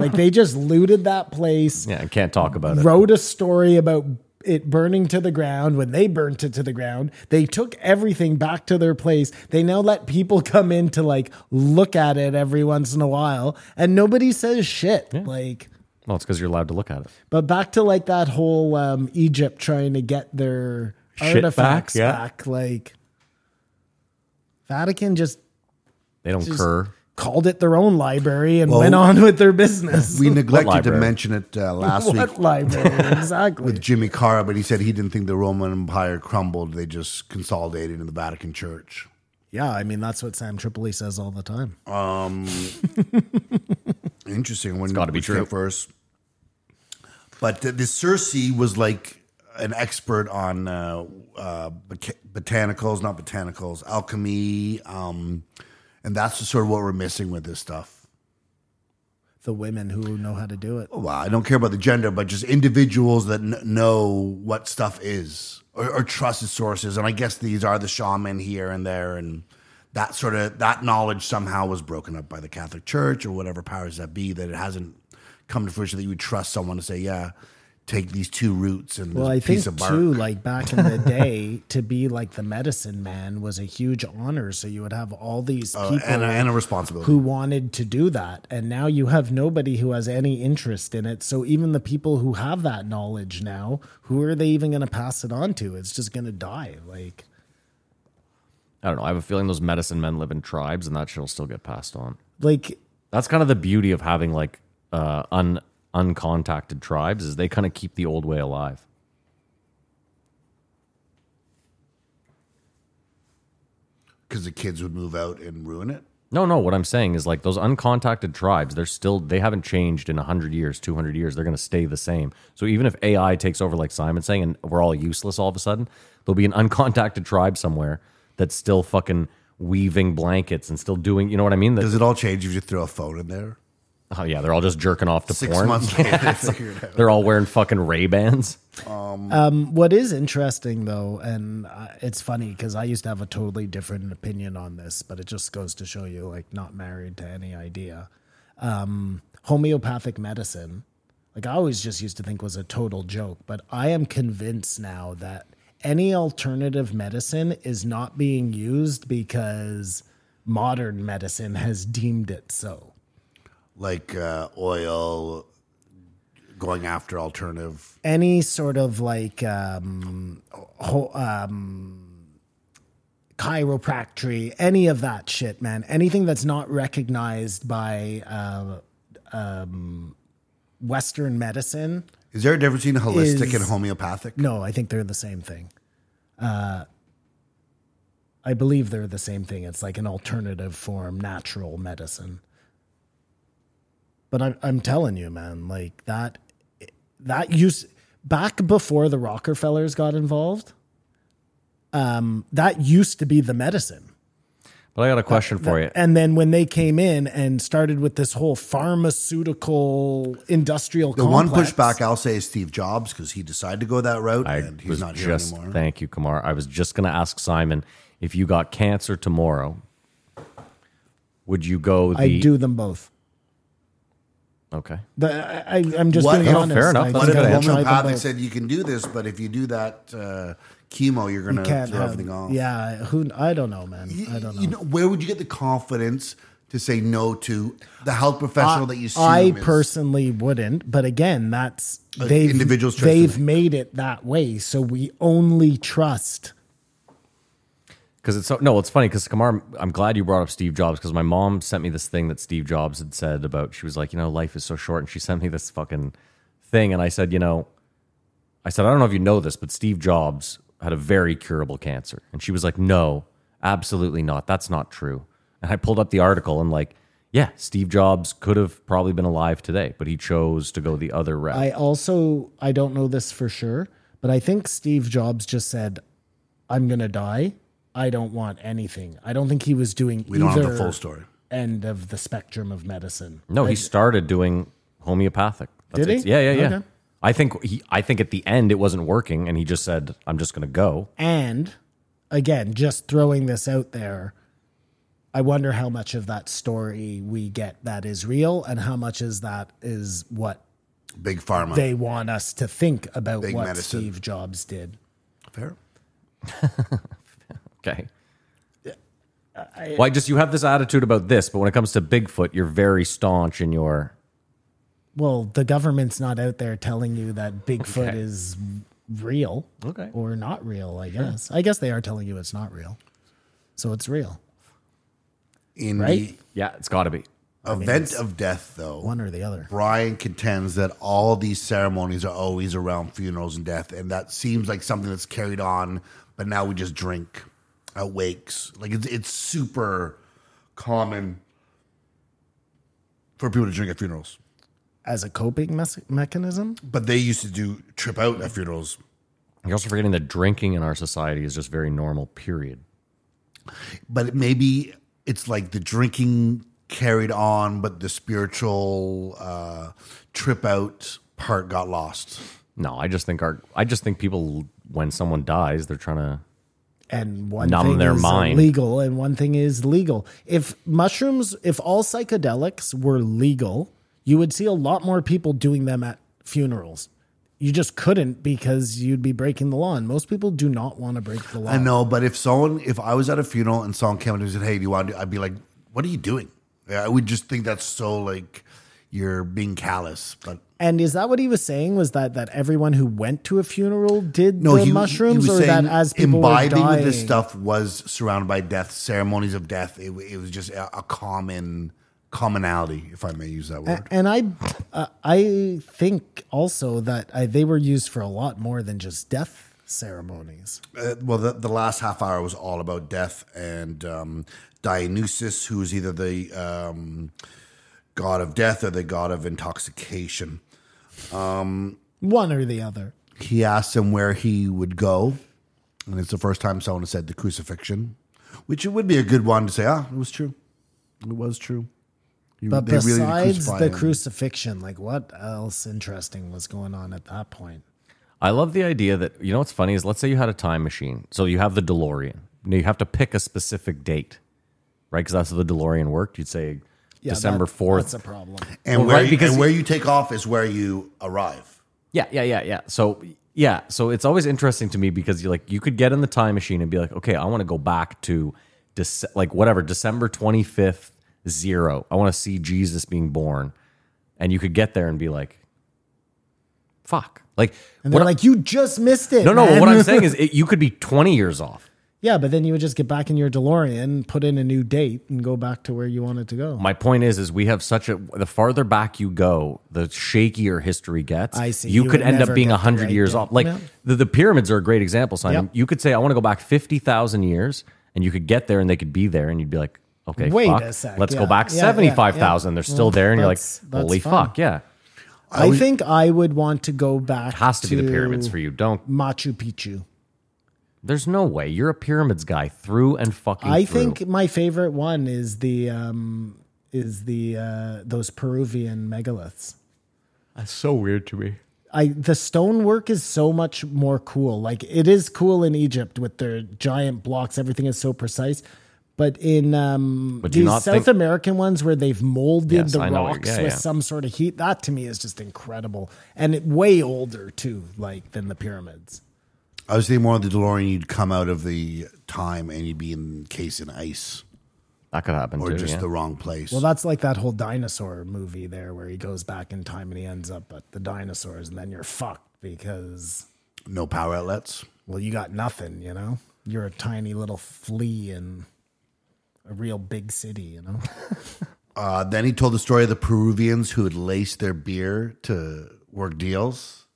G: like they just looted that place.
F: Yeah, I can't talk about it.
G: wrote a story about it burning to the ground when they burnt it to the ground they took everything back to their place they now let people [laughs] come in to like look at it every once in a while and nobody says shit like
F: Well, it's because you're allowed to look at it.
G: but back to like that whole um egypt trying to get their
F: Shit back,
G: artifacts back,
F: yeah.
G: like vatican just
F: They don't cur.
G: called it their own library and
E: Well,
G: went on with their business [laughs]
E: we neglected to
F: library?
E: mention it uh,
F: [laughs]
E: last week.
G: what library [laughs] exactly
E: with Jimmy Carr, but he said he didn't think the Roman Empire crumbled. They just consolidated in the Vatican Church.
G: yeah i mean that's what sam tripoli says all the time
E: Interesting. When
F: gotta be
E: which came
F: true.
E: First, but th- this Circe was like an expert on uh, uh, bot- botanicals, not botanicals, alchemy, um, and that's the sort of what we're missing with this stuff.
G: The women who know how to do it.
E: Well, I don't care about the gender, but just individuals that kn- know what stuff is or, or trusted sources, and I guess these are the shaman here and there, and that sort of that knowledge somehow was broken up by the Catholic Church or whatever powers that be that it hasn't come to fruition that you would trust someone to say, yeah, take these two roots and
G: Well,
E: this
G: I
E: piece
G: think
E: of bark. uh,
G: too, like back in the day, [laughs] to be like the medicine man was a huge honor. So you would have all these
E: Uh,
G: people
E: and, a- and a responsibility.
G: who wanted to do that, and now you have nobody who has any interest in it. So even the people who have that knowledge now, who are they even going to pass it on to? It's just going to die. Like
F: I don't know. I have a feeling those medicine men live in tribes, and that shit'll still get passed on.
G: like
F: That's kind of the beauty of having like uh, un uncontacted tribes is they kind of keep the old way alive.
E: because the kids would move out and ruin it.
F: No, no. What I'm saying is like those uncontacted tribes. They're still they haven't changed in hundred years, two hundred years. They're going to stay the same. So even if AI takes over, like Simon's saying, and we're all useless all of a sudden, there'll be an uncontacted tribe somewhere that's still fucking weaving blankets and still doing. You know what I mean? That,
E: Does it all change if you throw a phone in there?
F: oh yeah, they're all just jerking off to
E: Six
F: porn. [laughs]
E: months later, they figured out.
F: They're all wearing fucking Ray Bans.
G: What is interesting though, and uh, it's funny because I used to have a totally different opinion on this, but it just goes to show you, like, not married to any idea. Um, homeopathic medicine, like, I always just used to think was a total joke, but I am convinced now that any alternative medicine is not being used because modern medicine has deemed it so.
E: like uh, oil, going after alternative.
G: any sort of like um, ho- um, chiropractic, any of that shit, man. Anything that's not recognized by uh, um, Western medicine.
E: Is there a difference between holistic
G: Is-
E: and homeopathic?
G: No, I think they're the same thing. Uh, I believe they're the same thing. It's like an alternative form, natural medicine. But I'm I'm telling you, man, like that that use back before the Rockefellers got involved. Um, that used to be the medicine.
F: But I got a question for you.
G: And then when they came in and started with this whole pharmaceutical industrial
E: The one
G: complex-
E: pushback I'll say is Steve Jobs because he decided to go that route
F: I
E: and he's
F: was
E: not here
F: just
E: anymore.
F: thank you, Kamar. I was just going to ask Simon if you got cancer tomorrow, would you go the
G: I do them both.
F: okay?
G: The, I, I- I'm just
E: What
G: being
E: if-
G: honest.
F: Oh, Fair enough.
G: I
E: what
F: That's
E: if
G: think
F: good
E: a
G: I'll try them
E: homeopathic
G: both.
E: said you can do this, but if you do that uh, chemo, you're going
G: You
E: to
G: can't
E: throw
G: have-
E: everything off?
G: Yeah, who? I don't know, man. I don't know.
E: You know, where would you get the confidence to say no to the health professional that you see?
G: I personally wouldn't, but again, that's
E: Like
G: they've
E: individuals trust
G: they've
E: them.
G: made it that way, so we only trust.
F: Because it's so no, it's funny because Kamar. I'm glad you brought up Steve Jobs because my mom sent me this thing that Steve Jobs had said about. She was like, you know, life is so short, and she sent me this fucking thing, and I said, you know, I said, I don't know if you know this, but Steve Jobs had a very curable cancer, and she was like, no, absolutely not. That's not true. And I pulled up the article and like, yeah, Steve Jobs could have probably been alive today, but he chose to go the other route.
G: I also I don't know this for sure, but I think Steve Jobs just said, "I'm gonna die. I don't want anything." I don't think he was doing
E: We don't have the
G: either
E: full story.
G: end of the spectrum of medicine.
F: No, he started doing homeopathic. That's
G: Did he?
F: it. Yeah, yeah, yeah.
G: Okay.
F: I think he. I think at the end it wasn't working, and he just said, "I'm just going to go."
G: And again, just throwing this out there, I wonder how much of that story we get that is real and how much is that is what
E: Big pharma.
G: they want us to think about
E: Big
G: what
E: medicine.
G: Steve Jobs did.
E: Fair.
F: Okay. well, I just you have this attitude about this, but when it comes to Bigfoot, you're very staunch in your.
G: Well, the government's not out there telling you that Bigfoot
F: Okay.
G: is real
F: Okay.
G: or not real, I guess. I guess they are telling you it's not real. So it's real,
E: In
G: right?
F: Yeah, it's got to be.
E: the event of death, though,
G: One or the other.
E: Brian contends that all these ceremonies are always around funerals and death, and that seems like something that's carried on. But now we just drink at wakes. Like it's it's super common for people to drink at funerals,
G: As a coping mes- mechanism?
E: but they used to do trip out at funerals.
F: You're also forgetting that drinking in our society is just very normal, period.
E: but maybe it's like the drinking carried on, but the spiritual uh, trip out part got lost.
F: No, I just think our I just think people when someone dies, they're trying to
G: and one
F: Numb
G: thing
F: their
G: is
F: mind.
G: legal and one thing is legal. If mushrooms, if all psychedelics were legal, you would see a lot more people doing them at funerals. You just couldn't because you'd be breaking the law, and most people do not want to break the law.
E: I know, but if someone, if I was at a funeral and someone came up to me and said, "Hey, do you want to?" do-" I'd be like, "What are you doing?" Yeah, I would just think that's so like you're being callous, but.
G: And is that what he was saying? Was that that everyone who went to a funeral did
E: No,
G: the
E: he,
G: mushrooms,
E: he was
G: or that
E: saying
G: as people
E: imbibing
G: were dying,
E: with this stuff was surrounded by death, ceremonies of death. It, it was just a, a common commonality, if I may use that word.
G: And I, uh, I think also that I, they were used for a lot more than just death ceremonies.
E: uh, well, the, the last half hour was all about death and um, Dionysus, who is either the um, god of death or the god of intoxication.
G: One or the other.
E: He asked him where he would go, and it's the first time someone has said the crucifixion, which it would be a good one to say, ah, it was true. It was true. You-
G: But
E: they really did
G: besides
E: crucify
G: the
E: him.
G: crucifixion, like what else interesting was going on at that point?
F: I love the idea that you know what's funny is let's say you had a time machine, so you have the DeLorean. Now you have to pick a specific date, right? Because that's how the DeLorean worked. You'd say
G: Yeah,
F: December
G: that-
F: fourth.
G: That's a problem.
E: and
F: Well,
E: where
F: right,
E: you,
F: because
E: and
F: he-
E: where you take off is where you arrive.
F: yeah, yeah, yeah, yeah. So yeah, so it's always interesting to me because you like you could get in the time machine and be like, okay, I want to go back to Dece- like whatever December twenty fifth zero. I want to see Jesus being born, and you could get there and be like, fuck, like
G: And they're
F: what-
G: like, you just missed it.
F: no, no.
G: man."
F: What I'm saying is, it, you could be twenty years off.
G: [laughs] yeah, but then you would just get back in your DeLorean, put in a new date, and go back to where you wanted to go.
F: My point is, is we have such a the farther back you go, the shakier history gets.
G: I see.
F: You,
G: You
F: could
G: would
F: end up
G: never
F: being
G: get the
F: hundred
G: right
F: years
G: date.
F: off. Like
G: Yeah.
F: the, the pyramids are a great example, Simon.
G: Yep.
F: You could say, "I want to go back fifty thousand years," and you could get there, and they could be there, and you'd be like, "Okay,
G: Wait
F: fuck,
G: a sec,
F: let's
G: yeah,
F: go back
G: yeah, yeah,
F: seventy-five thousand.
G: yeah.
F: They're still
G: Well,
F: there, and you're like,
G: that's- that's
F: "Holy
G: fun.
F: fuck, yeah!"
G: I think I would want to go back.
F: Has to, be the pyramids for you. Don't.
G: Machu Picchu.
F: There's no way you're a pyramids guy through and fucking.
G: I
F: through.
G: think my favorite one is the um, is the uh, those Peruvian megaliths.
F: that's so weird to me.
G: I the stonework is so much more cool. Like it is cool in Egypt with their giant blocks. Everything is so precise. But in um,
F: But do you
G: these
F: not
G: South
F: think-
G: American ones where they've molded
F: Yes,
G: the
F: I know what you're-
G: rocks
F: yeah,
G: with
F: yeah.
G: some sort of heat, that to me is just incredible, and it, way older too, like than the pyramids.
E: I was thinking more of the DeLorean. You'd come out of the time and you'd be encased in ice
F: That could happen
E: or
F: too.
E: just
F: yeah.
E: the wrong place.
G: Well, that's like that whole dinosaur movie there where he goes back in time and he ends up at the dinosaurs, and then you're fucked because,
E: no power outlets.
G: well, you got nothing, you know? You're a tiny little flea in a real big city, you know?
E: Uh, then he told the story of the Peruvians who had laced their beer to work deals,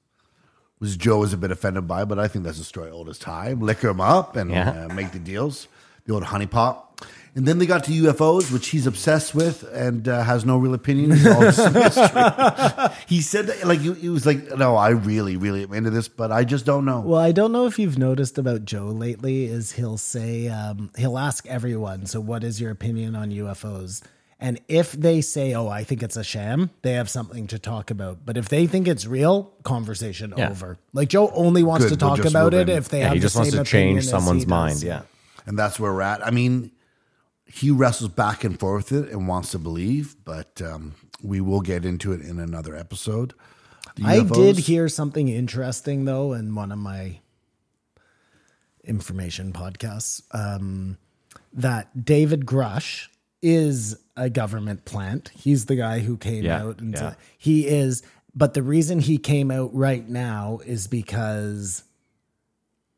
E: which Joe was a bit offended by, but I think that's the story old as time. Liquor them up and
F: Yeah.
E: uh, make the deals. The old honey pot. And then they got to UFOs, which he's obsessed with and uh, has no real opinion. It's all just [laughs] a mystery. he said that, like, he he was like, no, I really, really am into this, but I just don't know.
G: Well, I don't know if you've noticed about Joe lately is he'll say um, he'll ask everyone. So, what is your opinion on UFOs? And if they say, "Oh, I think it's a sham," they have something to talk about. But if they think it's real, conversation
F: Yeah.
G: over. Like Joe only wants
E: Good,
G: to
E: we'll
G: talk
E: just
G: about
E: move
G: it
E: in.
G: if they
F: Yeah,
G: have
F: he
G: the
F: just wants to
G: same
F: change
G: opinion as
F: someone's
G: he
F: mind.
G: does.
F: Yeah.
E: and that's where we're at. I mean, he wrestles back and forth with it and wants to believe, but um, we will get into it in another episode. The
G: I
E: UFOs,
G: did hear something interesting though in one of my information podcasts um, that David Grush is a government plant. He's the guy who came
F: Yeah,
G: out and
F: yeah.
G: said- he is. But the reason he came out right now is because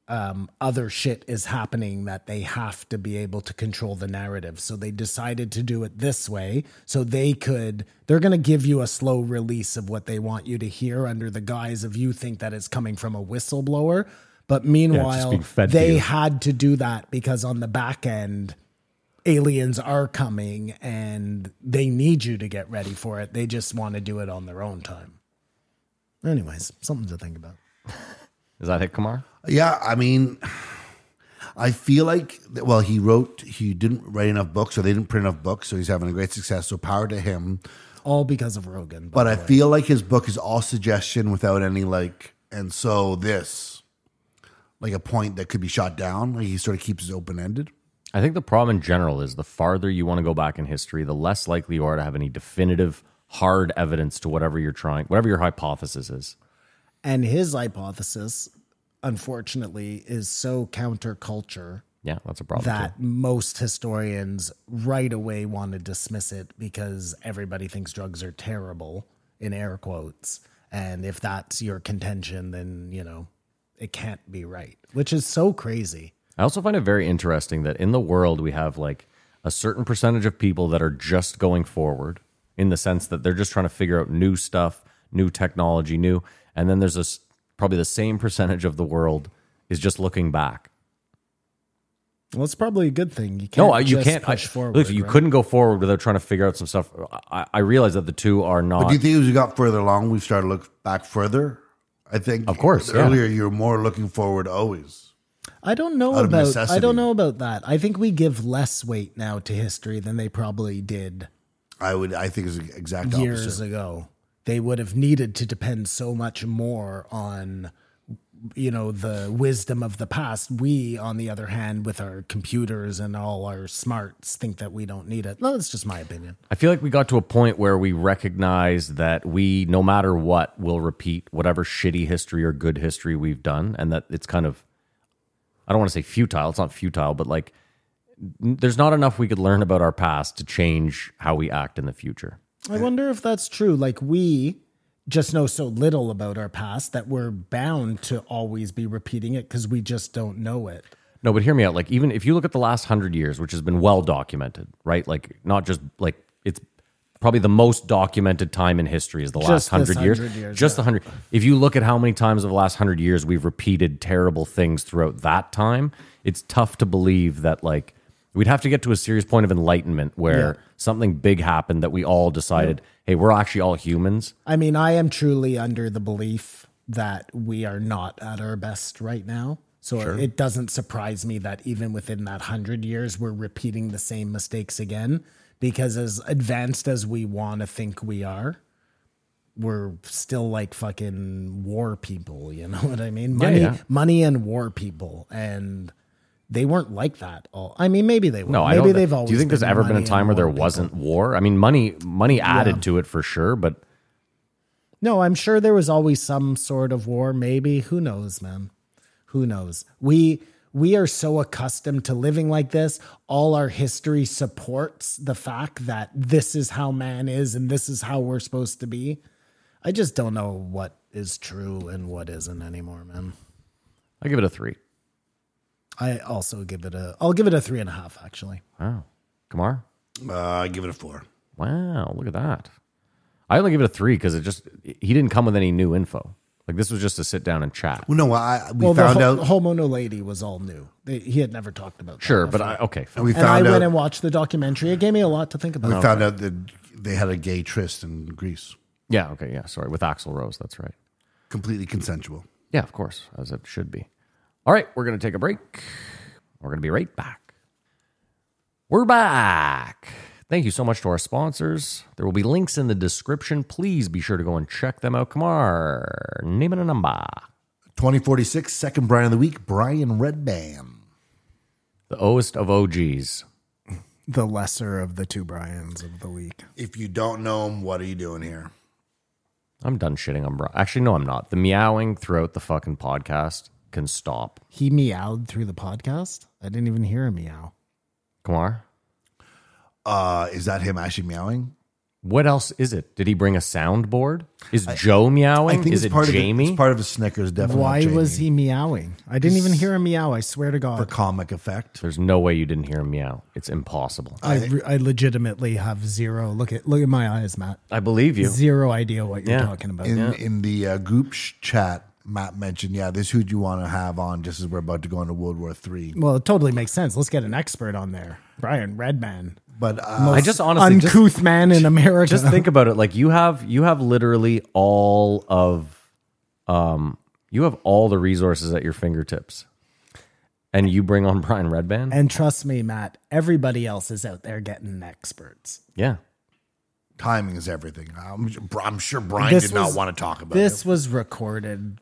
G: um, other shit is happening that they have to be able to control the narrative. So they decided to do it this way. So they could, they're going to give you a slow release of what they want you to hear under the guise of you think that it's coming from a whistleblower. But meanwhile,
F: being fed to
G: they
F: you.
G: had to do that because on the back end, aliens are coming and they need you to get ready for it. They just want to do it on their own time. Anyways, something to think about.
F: Is that it, Kamar?
E: Yeah, I mean, I feel like well, he wrote he didn't write enough books, or they didn't print enough books, so he's having a great success. So power to him.
G: all because of Rogan.
E: But I feel like his book is all suggestion without any like, and so this, like a point that could be shot down. Like he sort of keeps it open ended.
F: I think the problem in general is the farther you want to go back in history, the less likely you are to have any definitive hard evidence to whatever you're trying, whatever your hypothesis is.
G: and his hypothesis, unfortunately, is so counterculture
F: Yeah, that's a problem. too.
G: that most historians right away want to dismiss it because everybody thinks drugs are terrible in air quotes. And if that's your contention, then you know it can't be right, which is so crazy.
F: I also find it very interesting that in the world we have like a certain percentage of people that are just going forward in the sense that they're just trying to figure out new stuff, new technology, new, and then there's this probably the same percentage of the world is just looking back.
G: Well, it's probably a good thing. You can't.
F: No, I- you
G: just
F: can't
G: push
F: I,
G: forward.
F: Look, you
G: right?
F: couldn't go forward without trying to figure out some stuff. I, I realize that the two are
E: But
F: not.
E: do you think as we got further along, we've started to look back further? I think,
F: Of course, yeah.
E: Earlier, you're more looking forward always.
G: I don't know
E: out of
G: about I
E: necessity.
G: don't know about that. I think we give less weight now to history than they probably did
E: I would, I think, is the exact
G: years
E: opposite.
G: ago. They would have needed to depend so much more on you know the wisdom of the past. We on the other hand with our computers and all our smarts think that we don't need it. No, that's just my opinion.
F: I feel like we got to a point where we recognize that we, no matter what, will repeat whatever shitty history or good history we've done, and that it's kind of, I don't want to say futile. It's not futile, but like, n- there's not enough we could learn about our past to change how we act in the future.
G: I wonder if that's true. Like we just know so little about our past that we're bound to always be repeating it because we just don't know it.
F: No, but hear me out. Like, even if you look at the last hundred years, which has been well documented, right? Like, not just like it's probably the most documented time in history is the last
G: Just this
F: hundred years.
G: 100 years,
F: Just the hundred. If you look at how many times of the last hundred years we've repeated terrible things throughout that time, it's tough to believe that like we'd have to get to a serious point of enlightenment where something big happened that we all decided, hey, we're actually all humans.
G: I mean, I am truly under the belief that we are not at our best right now. So it doesn't surprise me that even within that 100 years, we're repeating the same mistakes again. Because as advanced as we want to think we are, we're still like fucking war people. You know [laughs] what I mean? Money,
F: yeah.
G: money and war people. And they weren't like that all. I mean, maybe they were.
F: No,
G: maybe
F: I don't.
G: they've
F: thi-
G: always
F: do you think there's ever been a
G: money
F: time
G: and
F: where there
G: war people.
F: wasn't war? I mean, money money added to it for sure, but.
G: No, I'm sure there was always some sort of war, maybe. Who knows, man? Who knows? We we are so accustomed to living like this. All our history supports the fact that this is how man is and this is how we're supposed to be. I just don't know what is true and what isn't anymore, man.
F: I give it a three.
G: I also give it a I'll give it a three and a half, actually.
F: Wow. Kamar?
E: Uh, I give it a four.
F: Wow, look at that. I only give it a three because it just he didn't come with any new info. Like this was just a sit down and chat.
E: Well, no, I, we
G: Well,
E: found
G: the ho-
E: out.
G: homono lady was all new. They, he had never talked about that
F: Sure, but
G: before.
F: I okay. Fine.
E: we
G: and I
E: found out.
G: went and watched the documentary. It gave me a lot to think about.
E: we found out that they had a gay tryst in Greece,
F: yeah, okay, yeah. Sorry, with Axl Rose, that's right.
E: completely consensual.
F: Yeah, of course, as it should be. All right, we're gonna take a break. We're gonna be right back. We're back. Thank you so much to our sponsors. There will be links in the description. Please be sure to go and check them out. Kamar, name and a number.
E: 2046, second Brian of the Week, Brian Redband.
F: The oest of OGs.
G: the lesser of the two Brians of the week.
E: If you don't know him, what are you doing here?
F: I'm done shitting on Brian. Actually, no, I'm not. The meowing throughout the fucking podcast can stop.
G: He meowed through the podcast. I didn't even hear a meow.
F: Kumar,
E: Uh, is that him actually meowing?
F: what else is it? Did he bring a soundboard? Is Joe meowing? is it
E: part
F: Jamie?
E: Of the, it's part of his Snickers. Definitely.
G: Why
E: Jamie.
G: was he meowing? I didn't even hear a meow. I swear to
E: for
G: God.
E: comic effect?
F: There's no way you didn't hear him meow. It's impossible.
E: Uh,
G: I, re- I legitimately have zero. Look at look at my eyes, Matt.
F: I believe you. [laughs]
G: Zero idea what you're
F: Yeah.
G: talking about.
E: In in the uh, group sh- chat, Matt mentioned, yeah, this who do you want to have on just as we're about to go into World War Three.
G: Well, it totally makes sense. Let's get an expert on there. Brian Redman,
E: But uh,
F: I just honestly just-
G: uncouth man in America.
F: just think about it like you have you have literally all of um You have all the resources at your fingertips, and you bring on Brian Redband.
G: [laughs] And trust me, Matt, everybody else is out there getting experts.
F: yeah,
E: Timing is everything. I'm, I'm sure Brian
G: This
E: did not
G: was-
E: want to talk about
G: This
E: it.
G: was recorded.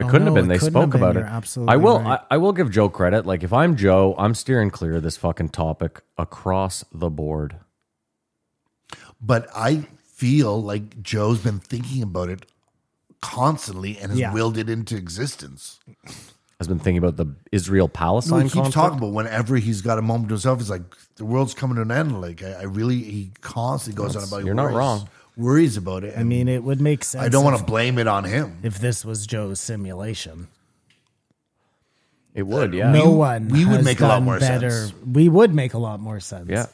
F: It
G: Oh,
F: couldn't
G: no,
F: have been.
G: it
F: They
G: couldn't have
F: spoke
G: been.
F: about it.
G: You're absolutely
F: I will.
G: right.
F: I, I will give Joe credit. Like if I'm Joe, I'm steering clear of this fucking topic across the board.
E: But I feel like Joe's been thinking about it constantly and has
G: Yeah.
E: willed it into existence.
F: I've been thinking about the Israel
E: No, he
F: Palestine
E: keeps
F: conflict.
E: talking about whenever he's got a moment to himself, he's like, the world's coming to an end. Like, I, I really, he constantly goes on about
F: you're not
E: worries-
F: wrong.
E: Worries about it.
G: I mean, it would make sense.
E: I don't want
G: if,
E: to blame it on him.
G: if this was Joe's simulation.
F: it would, yeah,
G: no one.
E: we would
G: has
E: make a lot
G: gotten
E: more
G: better.
E: sense.
G: We would make a lot more sense.
F: yeah.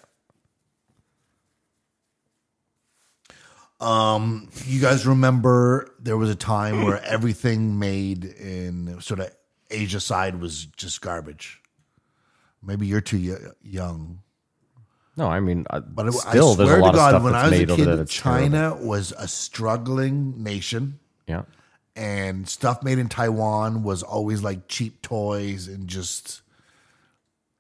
E: You guys remember there was a time where everything made in sort of Asia side was just garbage. Maybe you're too y- young.
F: No, I mean, I,
E: But I-
F: still,
E: I
F: there's a
E: swear to
F: lot of
E: God,
F: stuff
E: when
F: that's
E: I was a
F: made over there.
E: kid,
F: That's
E: China
F: terrible.
E: was a struggling nation,
F: Yeah,
E: and stuff made in Taiwan was always like cheap toys and just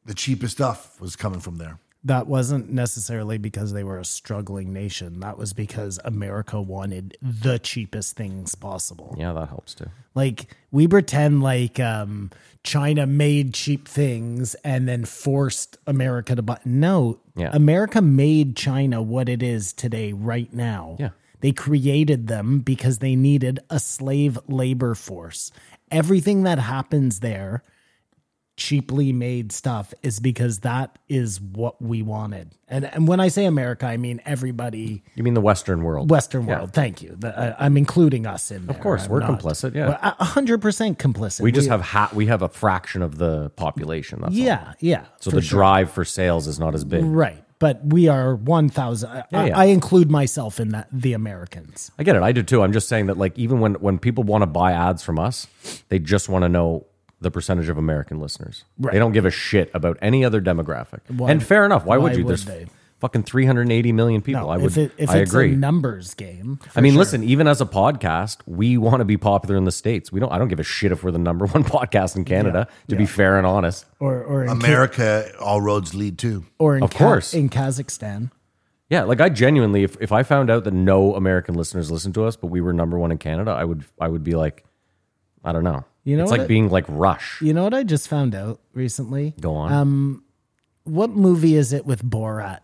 E: the cheapest stuff was coming from there.
G: That wasn't necessarily because they were a struggling nation. That was because America wanted the cheapest things possible.
F: yeah, that helps too.
G: Like we pretend like um, China made cheap things and then forced America to buy. No,
F: Yeah.
G: America made China what it is today, right now.
F: Yeah.
G: They created them because they needed a slave labor force. Everything that happens there, cheaply made stuff, is because that is what we wanted. And and when I say America, I mean everybody.
F: You mean the Western world?
G: Western
F: Yeah.
G: world. Thank you. The, I, I'm including us in. There.
F: Of course,
G: I'm
F: we're
G: not-
F: complicit. Yeah,
G: We're A hundred percent complicit.
F: we just have ha- we have a fraction of the population. That's all.
G: Yeah, yeah.
F: So
G: for
F: the
G: sure.
F: drive for sales is not as big.
G: right? But we are one thousand.
F: Yeah,
G: I,
F: yeah.
G: I include myself in that. The Americans.
F: I get it. I do too. I'm just saying that, like, even when when people want to buy ads from us, they just want to know the percentage of American listeners.
G: Right.
F: They don't give a shit about any other demographic.
G: Why-
F: and fair enough. Why,
G: why
F: would you?
G: would
F: There's
G: they?
F: fucking 380 million people. I would.
G: if it, if
F: I
G: it's
F: agree.
G: a numbers game,
F: I mean, listen. Even as a podcast, we want to be popular in the states. We don't. I don't give a shit if we're the number [laughs] one podcast in Canada. To be fair and honest,
G: or or in Ki-
E: America, all roads lead to.
G: or in
F: Of
G: Ka-
F: course.
G: in Kazakhstan.
F: yeah. Like I genuinely, if if I found out that no American listeners listen to us, but we were number one in Canada, I would I would be like, I don't know.
G: You know
F: it's
G: what
F: like
G: it-
F: being like Rush.
G: You know what I just found out recently?
F: Go on.
G: What movie is it with Borat?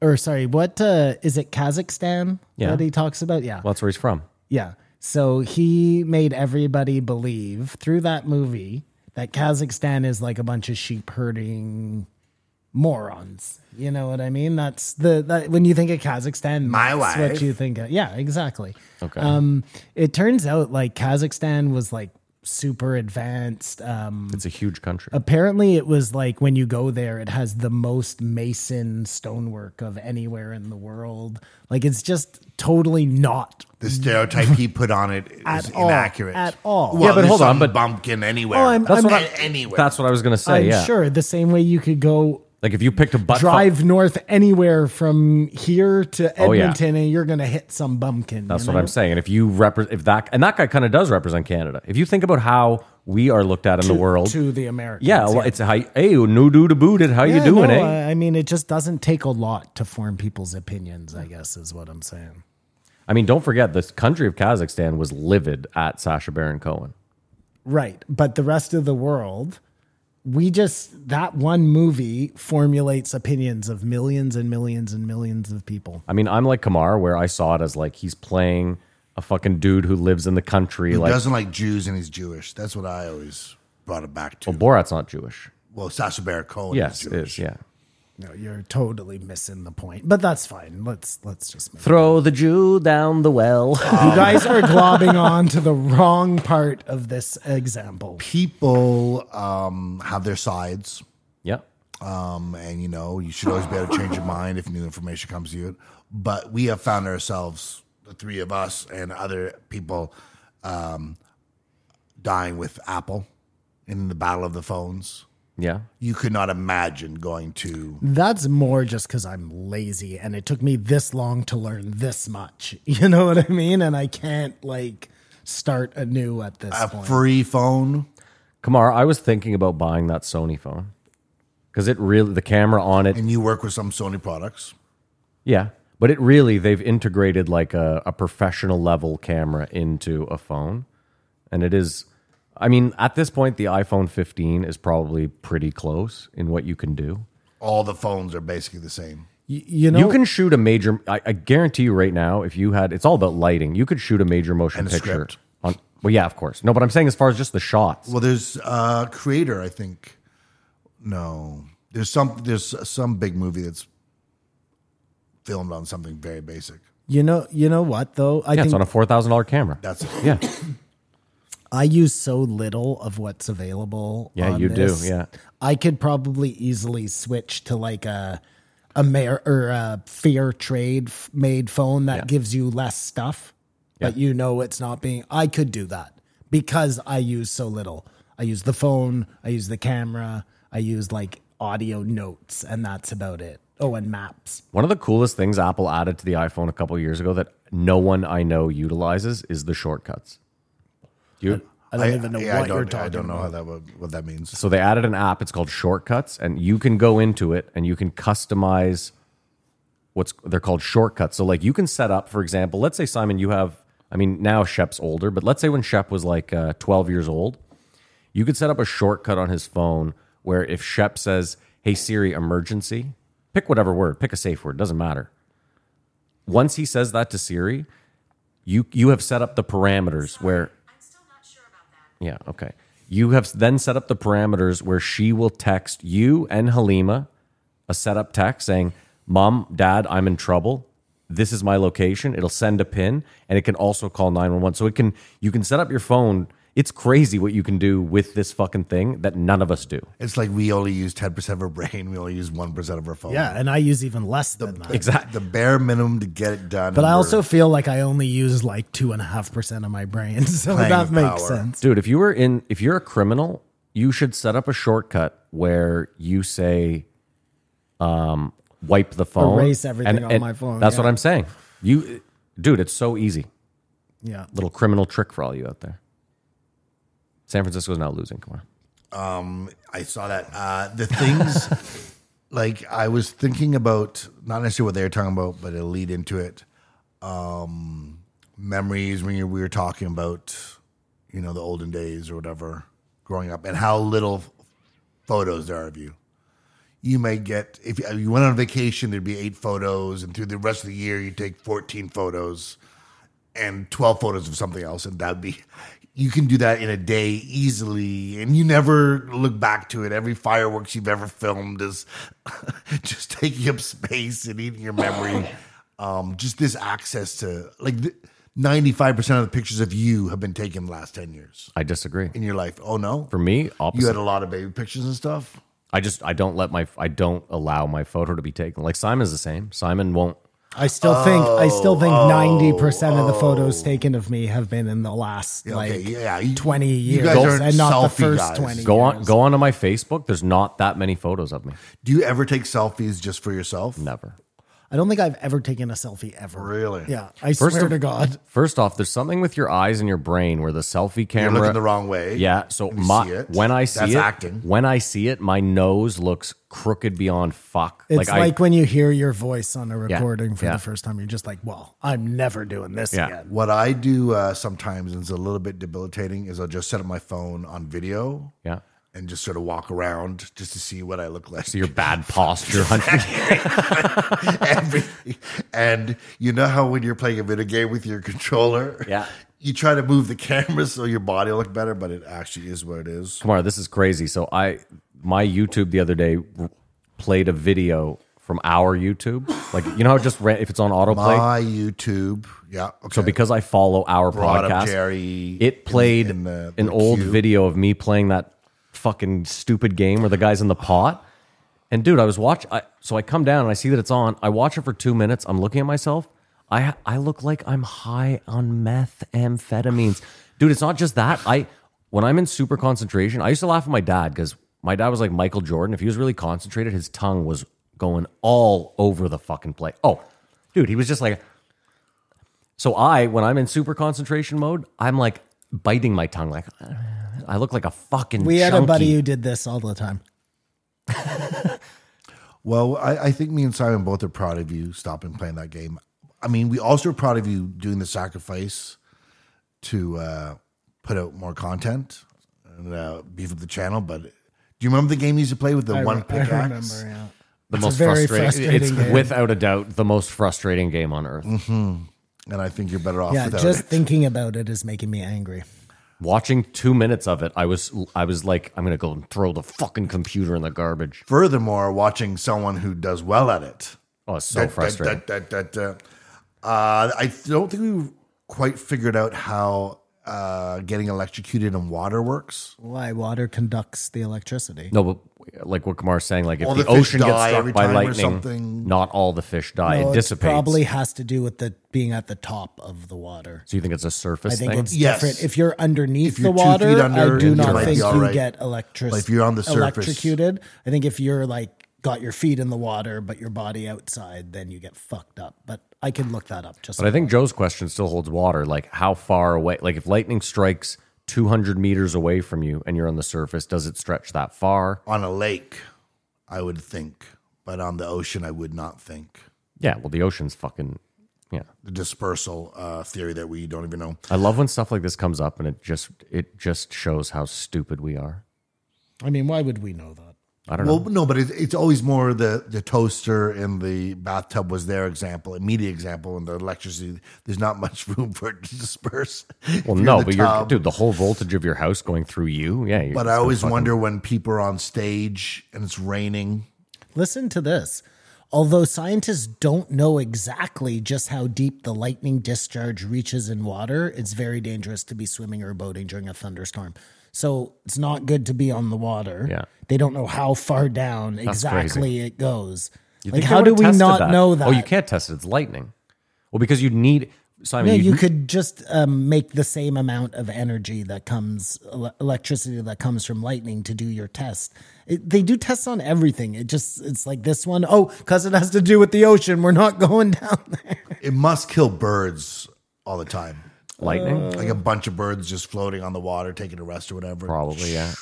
G: Or sorry, what uh, is it? Kazakhstan
F: Yeah.
G: that he talks about. Yeah,
F: Well, that's where he's from.
G: Yeah. So he made everybody believe through that movie that Kazakhstan is like a bunch of sheep herding morons. You know what I mean? That's the that when you think of Kazakhstan,
E: My
G: that's
E: wife.
G: what you think of. Yeah, exactly.
F: Okay.
G: Um, it turns out like Kazakhstan was like super advanced. Um,
F: it's a huge country.
G: apparently it was like when you go there it has the most mason stonework of anywhere in the world like it's just totally not
E: The stereotype he put on it is
G: [laughs] At all.
E: inaccurate
G: At all.
E: Well,
G: Yeah,
F: but
E: there's
F: hold on,
E: some
F: but-
E: bumpkin anywhere.
G: Oh, I'm-
F: that's what I,
E: A- anywhere.
F: That's what I was gonna say.
G: I'm
F: yeah.
G: sure the same way you could go
F: Like if you picked a butt
G: drive north anywhere from here to
F: Oh, yeah.
G: Edmonton and you're going to hit some bumpkin.
F: that's
G: you
F: what
G: know?
F: I'm saying. And if you repre- if that and that guy kind of does represent Canada. If you think about how we are looked at in the world,
G: to the Americans.
F: yeah, well, it's a how, hey, new dude to boot it. How you
G: Yeah,
F: doing,
G: no,
F: eh?
G: I I mean, it just doesn't take a lot to form people's opinions, I guess, is what I'm saying.
F: I mean, don't forget the country of Kazakhstan was livid at Sasha Baron Cohen.
G: Right. But the rest of the world, we just, that one movie formulates opinions of millions and millions and millions of people.
F: I mean, I'm like Kamar, where I saw it as like he's playing a fucking dude who lives in the country.
E: He
F: like
E: doesn't like Jews and he's Jewish. That's what I always brought it back to.
F: well,
E: Well,
F: Borat's not Jewish.
E: Sasha Baron Cohen
F: Oh. Yes,
E: is
F: it is
E: Jewish.
F: yeah.
G: No, you're totally missing the point, but that's fine. Let's, let's just move
F: Throw the Jew down the well.
G: You guys are globbing on to the wrong part of this example.
E: People um, have their sides.
F: [laughs] yeah.
E: Um, and you know, you should always be able to change your mind if new information comes to you. But we have found ourselves, the three of us and other people, um, dying with Apple in the battle of the phones.
F: Yeah.
E: You could not imagine going to
G: That's more just because I'm lazy [laughs] and it took me this long to learn this much. You know what I mean? And I can't like start anew at this
E: A
G: point.
E: free phone.
F: Kamar, I was thinking about buying that Sony phone because it really the camera on it.
E: And you work with some Sony products.
F: Yeah, but it really they've integrated like a, a professional level camera into a phone, and it is. I mean, at this point, the iPhone 15 is probably pretty close in what you can do.
E: All the phones are basically the same.
G: Y- you know,
F: You can shoot a major. I, I guarantee you right now, if you had, it's all about lighting. You could shoot a major motion
E: And a
F: picture
E: script.
F: on. Well, yeah, of course. No, but I'm saying as far as just the shots.
E: Well, there's uh, Creator, I think. No, there's some there's some big movie that's filmed on something very basic.
G: you know, you know what though? I
F: yeah, it's
G: think
F: on a four thousand dollar camera.
E: That's it.
F: yeah,
G: I use so little of what's available.
F: Yeah,
G: on
F: you do,
G: this.
F: yeah.
G: I could probably easily switch to like a a mayor or a fair trade f- made phone that
F: Yeah.
G: gives you less stuff, but
F: Yeah.
G: you know it's not being. I could do that because I use so little. I use the phone. I use the camera. I use like audio notes, and that's about it. Oh, and maps.
F: One of the coolest things Apple added to the iPhone a couple years ago that no one I know utilizes is the shortcuts. Do you?
G: I don't even know
E: yeah,
G: what
E: I don't,
G: you're talking
E: I don't know
G: about.
E: how that would, what that means.
F: So they added an app. It's called Shortcuts, and you can go into it and you can customize what's they're called shortcuts. So like you can set up, for example, let's say Simon, you have. I mean, now Shep's older, but let's say when Shep was like uh, 12 years old, you could set up a shortcut on his phone where if Shep says, "Hey Siri, emergency," pick whatever word, pick a safe word, doesn't matter. Once he says that to Siri, you you have set up the parameters where
H: I'm still not sure about that.
F: yeah, okay. You have then set up the parameters where she will text you and Halima a setup text saying, Mom, Dad, I'm in trouble. This is my location. It'll send a pin and it can also call 911. So it can you can set up your phone. It's crazy what you can do with this fucking thing that none of us do.
E: It's like we only use ten percent of our brain. We only use one percent of our phone.
G: Yeah, and I use even less than that.
F: Exactly.
E: Oh. the bare minimum to get it done.
G: But I
E: We're-
G: also feel like I only use like two and a half percent of my brain, [laughs] so
E: Playing
G: that
E: with
G: makes
E: power.
G: sense.
F: Dude, if you were in if you're a criminal, you should set up a shortcut where you say um wipe the phone.
G: Erase everything on my phone,
F: That's
G: yeah.
F: what I'm saying. You dude, it's so easy.
G: Yeah,
F: little criminal trick for all you out there. San Francisco's now losing. Come on.
E: Um, I saw that. Uh, the things like I was thinking about, not necessarily what they were talking about, but it'll lead into it. Um, memories when you, we were talking about, you know, the olden days or whatever, growing up, and how little photos there are of you. You may get if you went on vacation, there'd be eight photos, and through the rest of the year, you take fourteen photos and 12 photos of something else and that'd be you can do that in a day easily and you never look back to it every fireworks you've ever filmed is [laughs] just taking up space and eating your
F: [laughs]
E: memory um, just this access to like th- 95% of the pictures of you have been taken in the last 10 years
F: I disagree.
E: in your life oh no
F: For me,
E: you
F: opposite.
E: had a lot of baby pictures and stuff
F: I just I don't let my I don't allow my photo to be taken. Like Simon's the same. Simon won't.
G: I still think I still think
E: Oh,
G: ninety percent of the photos taken of me have been in the last like
E: okay oh. yeah you,
G: twenty
E: you
G: years,
E: guys aren't
G: and not the
E: selfie
G: first
E: guys.
G: twenty.
F: Go on
G: years.
F: go onto my Facebook. There's not that many photos of me.
E: do you ever take selfies just for yourself
F: Never.
G: I don't think I've ever taken a selfie ever.
E: Really?
G: Yeah, I
F: First
G: swear
F: of-
G: to God.
F: First off, there's something with your eyes and your brain where the selfie
E: you're
F: camera
E: looking the wrong way
F: Yeah, so
E: and you see
F: my,
E: it.
F: when I see
E: That's
F: it,
E: acting.
F: when I see it, my nose looks crooked beyond fuck.
G: It's like,
F: I,
G: when you hear your voice on a
F: Yeah,
G: recording for
F: yeah.
G: the first time, you're just like, "Well, I'm never doing this
F: Yeah.
G: again."
E: What I do uh, sometimes and it's a little bit debilitating is I'll just set up my phone on video
F: yeah.
E: and just sort of walk around just to see what I look like. [laughs]
F: So your bad posture, hundred.
E: Everything. And you know how when you're playing a video game with your controller,
F: Yeah.
E: you try to move the camera so your body will look better, but it actually is what it is.
F: Kamara, this is crazy. So I, my YouTube the other day r- played a video from our YouTube. Like you know how it just ran, if it's on autoplay.
E: My YouTube, yeah. Okay.
F: so because I follow our
E: Brought up
F: podcast,
E: Jerry
F: it played
E: in the-
F: an
E: the
F: old
E: queue.
F: video of me playing that fucking stupid game where the guy's in the pot. And dude, I was watch. I, so I come down and I see that it's on. I watch it for two minutes. I'm looking at myself. I I look like I'm high on methamphetamines, dude. It's not just that. I when I'm in super concentration, I used to laugh at my dad because my dad was like Michael Jordan. If he was really concentrated, his tongue was going all over the fucking place. Oh, dude, he was just like So I, when I'm in super concentration mode, I'm like biting my tongue. Like I look like a fucking.
G: We had a
F: chunky.
G: buddy who did this all the time.
E: Well, I, I think me and Simon both are proud of you stopping playing that game. I mean, we also are proud of you doing the sacrifice to uh, put out more content and uh, beef up the channel. But do you remember the game you used to play with the
G: I
E: one
G: re- I
E: pickaxe?
G: remember, yeah.
F: the
G: a
F: most
G: very
F: frustrating. it's
G: frustrating game.
F: without a doubt the most frustrating game on earth.
E: And I think you're better off
G: Yeah,
E: without
G: just
E: it.
G: thinking about it is making me angry.
F: Watching two minutes of it, I was I was like, I'm gonna go and throw the fucking computer in the garbage.
E: Furthermore, watching someone who does well at it.
F: Oh, it's so
E: Da- da-
F: frustrating.
E: da- da- da- da. Uh, I don't think we quite figured out how uh, getting electrocuted in water works.
G: Why water conducts the electricity?
F: No, but like what Kamar's saying, like if
E: All
F: the,
E: the fish
F: ocean gets
E: die
F: struck
E: every
F: by
E: time or
F: lightning,
E: something.
F: not all the fish die.
G: No,
F: it
G: it
F: dissipates.
G: probably has to do with the being at the top of the water.
F: so you think it's a surface
G: I think
F: thing?
G: it's
E: Yes.
G: different. If you're
E: If
G: underneath
E: you're
G: the
E: two
G: water,
E: feet under,
G: I do
E: you
G: not
E: might
G: think
E: be all
G: you
E: right.
G: get electric-
E: But if you're on the surface-
G: electrocuted. I think if you're like got your feet in the water but your body outside, then you get fucked up. But I can look that up. Just
F: But I think Joe's question still holds water. Like, how far away? Like, if lightning strikes 200 meters away from you and you're on the surface, does it stretch that far?
E: On a lake, I would think, but on the ocean, I would not think.
F: Yeah, well, the ocean's fucking. Yeah.
E: The dispersal uh, theory that we don't even know.
F: I love when stuff like this comes up and it just it just shows how stupid we are.
G: I mean, why would we know that?
F: I don't
E: Well,
F: know.
E: no, but it's, it's always more the, the toaster and the bathtub was their example, immediate example, and the electricity. There's not much [laughs] room for it to disperse. If
F: Well,
E: in
F: no,
E: the
F: but you're
E: tub-
F: dude, the whole voltage of your house going through you. Yeah. you're
E: But
F: just
E: I
F: gonna
E: always
F: fucking-
E: wonder when people are on stage and it's raining.
G: Listen to this. Although scientists don't know exactly just how deep the lightning discharge reaches in water, it's very dangerous to be swimming or boating during a thunderstorm. So it's not good to be on the water.
F: Yeah.
G: They don't know how far down
F: crazy.
G: exactly it goes.
F: You
G: like,
F: think they
G: how do
F: would've
G: we
F: tested
G: not know that?
F: Oh, you can't test it. It's lightning. Well, because you need Simon.
G: Yeah,
F: you'd-
G: you could just um, make the same amount of energy that comes, ele- electricity that comes from lightning to do your test. It, they do tests on everything. It just, it's like this one. Oh, because it has to do with the ocean. We're not [laughs] going down there.
E: It must kill birds all the time.
F: lightning.
E: Like a bunch of birds just floating on the water, taking a rest or whatever.
F: Probably. Yeah.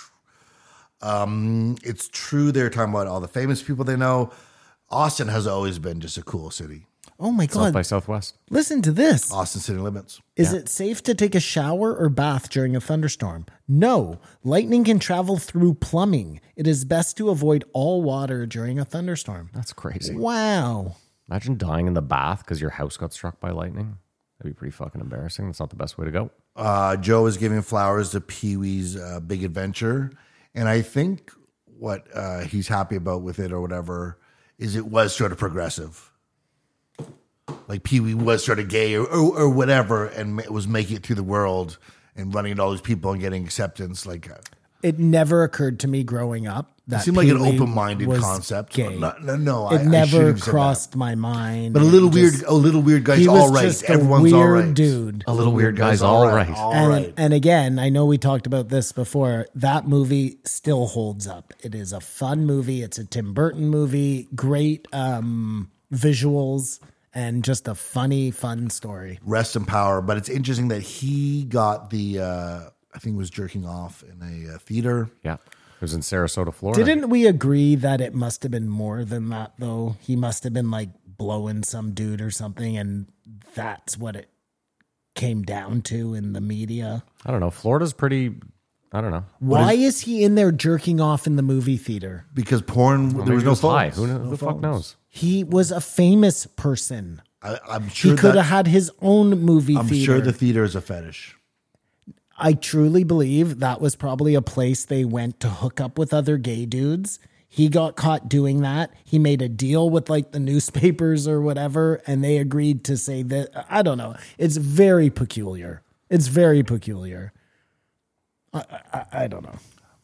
E: It's true. They're talking about all the famous people they know. Austin has always been just a cool city.
G: Oh my
F: South
G: God.
F: by Southwest.
G: Listen to this.
E: Austin city limits.
G: Is it safe to take a shower or bath during a thunderstorm? No. Lightning can travel through plumbing. It is best to avoid all water during a thunderstorm.
F: That's crazy.
G: Wow.
F: Imagine dying in the bath because your house got struck by lightning. That'd be pretty fucking embarrassing. That's not the best way to go.
E: Uh, Joe is giving flowers to Pee Wee's uh, Big Adventure, and I think what uh, he's happy about with it or whatever is it was sort of progressive. Like Pee Wee was sort of gay or, or, or whatever, and ma- was making it through the world and running into all these people and getting acceptance. Like uh,
G: It never occurred to me growing up that
E: seemed like an
G: Pee Wee
E: open-minded
G: was
E: concept.
G: gay.
E: No, no, no, I-
G: it
E: I shouldn't
G: never
E: have said that.
G: crossed my mind.
E: but a little
G: It
E: weird,
G: just-
E: a little weird guy's
G: he was
E: all right.
G: just a
E: Everyone's all
G: weird
E: right,
G: dude.
F: A little weird guy's all right.
E: All
G: and,
E: right.
G: and again, I know we talked about this before. That movie still holds up. It is a fun movie. It's a Tim Burton movie. Great um, visuals and just a funny, fun story.
E: rest in power. But it's interesting that he got the uh, I think he was jerking off in a uh, theater.
F: Yeah. It was in Sarasota, Florida.
G: Didn't we agree that it must have been more than that, though? He must have been like blowing some dude or something, and that's what it came down to in the media.
F: I don't know. Florida's pretty. I don't know.
G: Why is, he in there jerking off in the movie theater?
E: because porn
F: Well,
E: there
F: maybe
E: was
F: it
E: no
F: high.
E: phones.
F: Who knows? the fuck knows?
G: He was a famous person.
E: I, I'm
G: He
E: sure
G: could have
E: that,
G: had his own movie
E: I'm
G: theater.
E: sure the theater is a fetish.
G: I truly believe that was probably a place they went to hook up with other gay dudes. He got caught doing that. He made a deal with like the [laughs] newspapers or whatever, and they agreed to say that. I don't know. It's very peculiar. It's very peculiar. I, I, I don't know.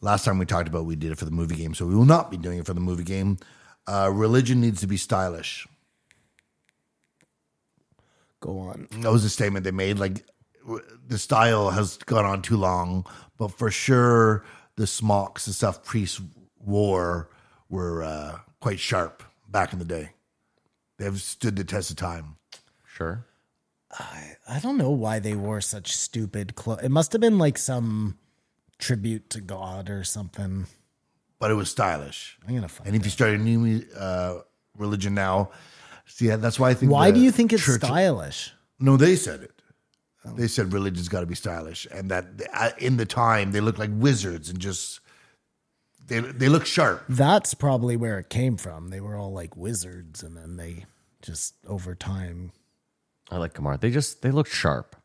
E: Last time we talked about we did it for the movie game, so we will not be doing it for the movie game. Uh, religion needs to be stylish.
G: Go on.
E: That was a statement they made. Like w- the style has gone on too long, but for sure the smocks and stuff priests wore were uh, quite sharp back in the day. They've stood the test of time.
F: Sure.
G: I don't know why they wore such stupid clothes. It must have been like some tribute to God or something.
E: but it was stylish.
G: I'm gonna find.
E: And if you start a new uh, religion now, see yeah, that's why I think.
G: Why
E: the
G: do you think Oh. it's
E: church-
G: stylish?
E: No, they said it. They said religion's got to be stylish, and that uh, in the time they look like wizards and just they they look sharp.
G: That's probably where it came from. They were all like wizards, and then they just over time.
F: I like Kamar. They just they look sharp.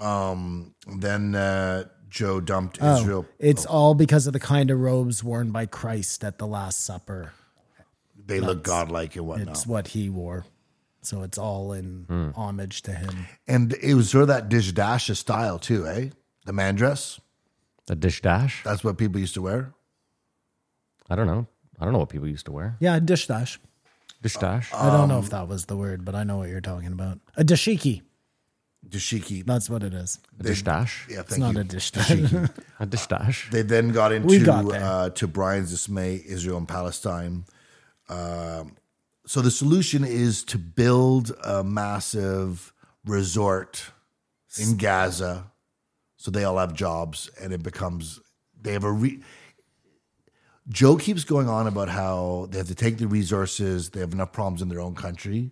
E: Um, then uh, Joe dumped
G: Oh,
E: Israel.
G: it's all because of the kind of robes worn by Christ at the Last Supper.
E: They look godlike and whatnot.
G: It's what he wore, so it's all in
E: Hmm.
G: homage to him.
E: and it was sort of that dish dash style too, eh? The man dress.
F: The dish dash.
E: That's what people used to wear.
F: I don't know. I don't know what people used to wear.
G: Yeah, dish dash.
F: Dish dash.
G: I don't know if that was the word, but I know what you're talking about. A dashiki.
E: Dashiki.
G: That's what it is.
F: a dish dash.
E: Yeah, thank
G: It's not
E: you.
G: a dish dash.
F: A dish dash.
E: They then got
G: We
E: into
G: got there.
E: uh, to Brian's dismay, Israel and Palestine. Um, so the solution is to build a massive resort in Gaza, so they all have jobs, and it becomes they have a. Re- Joe keeps going on about how they have to take the resources. They have enough problems in their own country.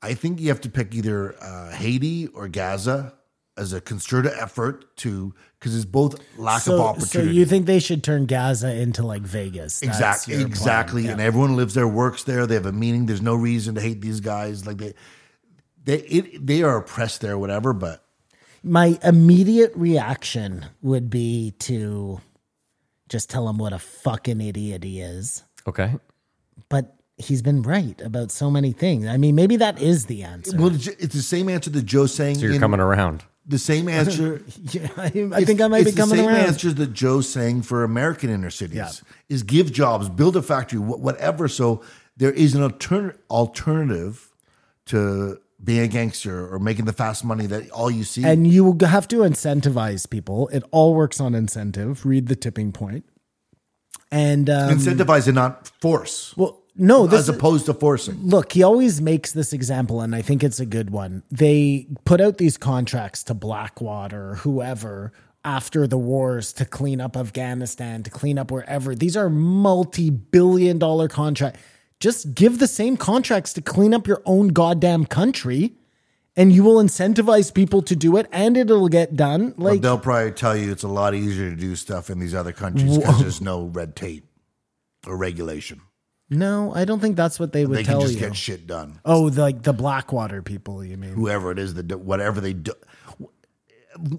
E: I think you have to pick either uh, Haiti or Gaza as a concerted effort to because it's both lack of
G: so, so
E: opportunity.
G: you think they should turn Gaza into like Vegas? That's
E: Exactly.
G: your plan.
E: Exactly. And everyone lives there, works there. They have a meaning. There's no reason to hate these guys. Like they, they, it, they are oppressed there, whatever. But
G: My immediate reaction would be to just tell him what a fucking idiot he is.
F: Okay.
G: But he's been right about so many things. I mean, maybe that is the answer. [laughs]
E: well, it's the same answer that Joe saying.
F: So you're
E: in-
F: coming around.
E: The
F: [laughs]
E: same answer.
G: yeah, I, I think I might
E: it's
G: be coming
E: the same
G: around.
E: answers that Joe's saying for American inner cities
G: Yeah.
E: is give jobs, build a factory, wh- whatever. So there is an altern- alternative to being a gangster or making the fast money that all you see.
G: And you will have to incentivize people. It all works on incentive. Read the tipping point. And um,
E: Incentivize and not force,
G: well, no, this
E: as
G: is-
E: opposed to forcing.
G: look, he always makes this example, and I think it's a good one. They put out these contracts to Blackwater, whoever, after the wars to clean up Afghanistan, to clean up wherever. These are multi billion dollar contracts. Just give the same contracts to clean up your own goddamn country, and you will incentivize people to do it, and it'll get done. Like,
E: They'll probably tell you it's a lot easier to do stuff in these other countries because there's no red tape or regulation.
G: no, I don't think that's what they would
E: They can
G: tell
E: just
G: you.
E: get shit done.
G: oh, the, like the Blackwater people, you mean?
E: Whoever it is that do, whatever they do.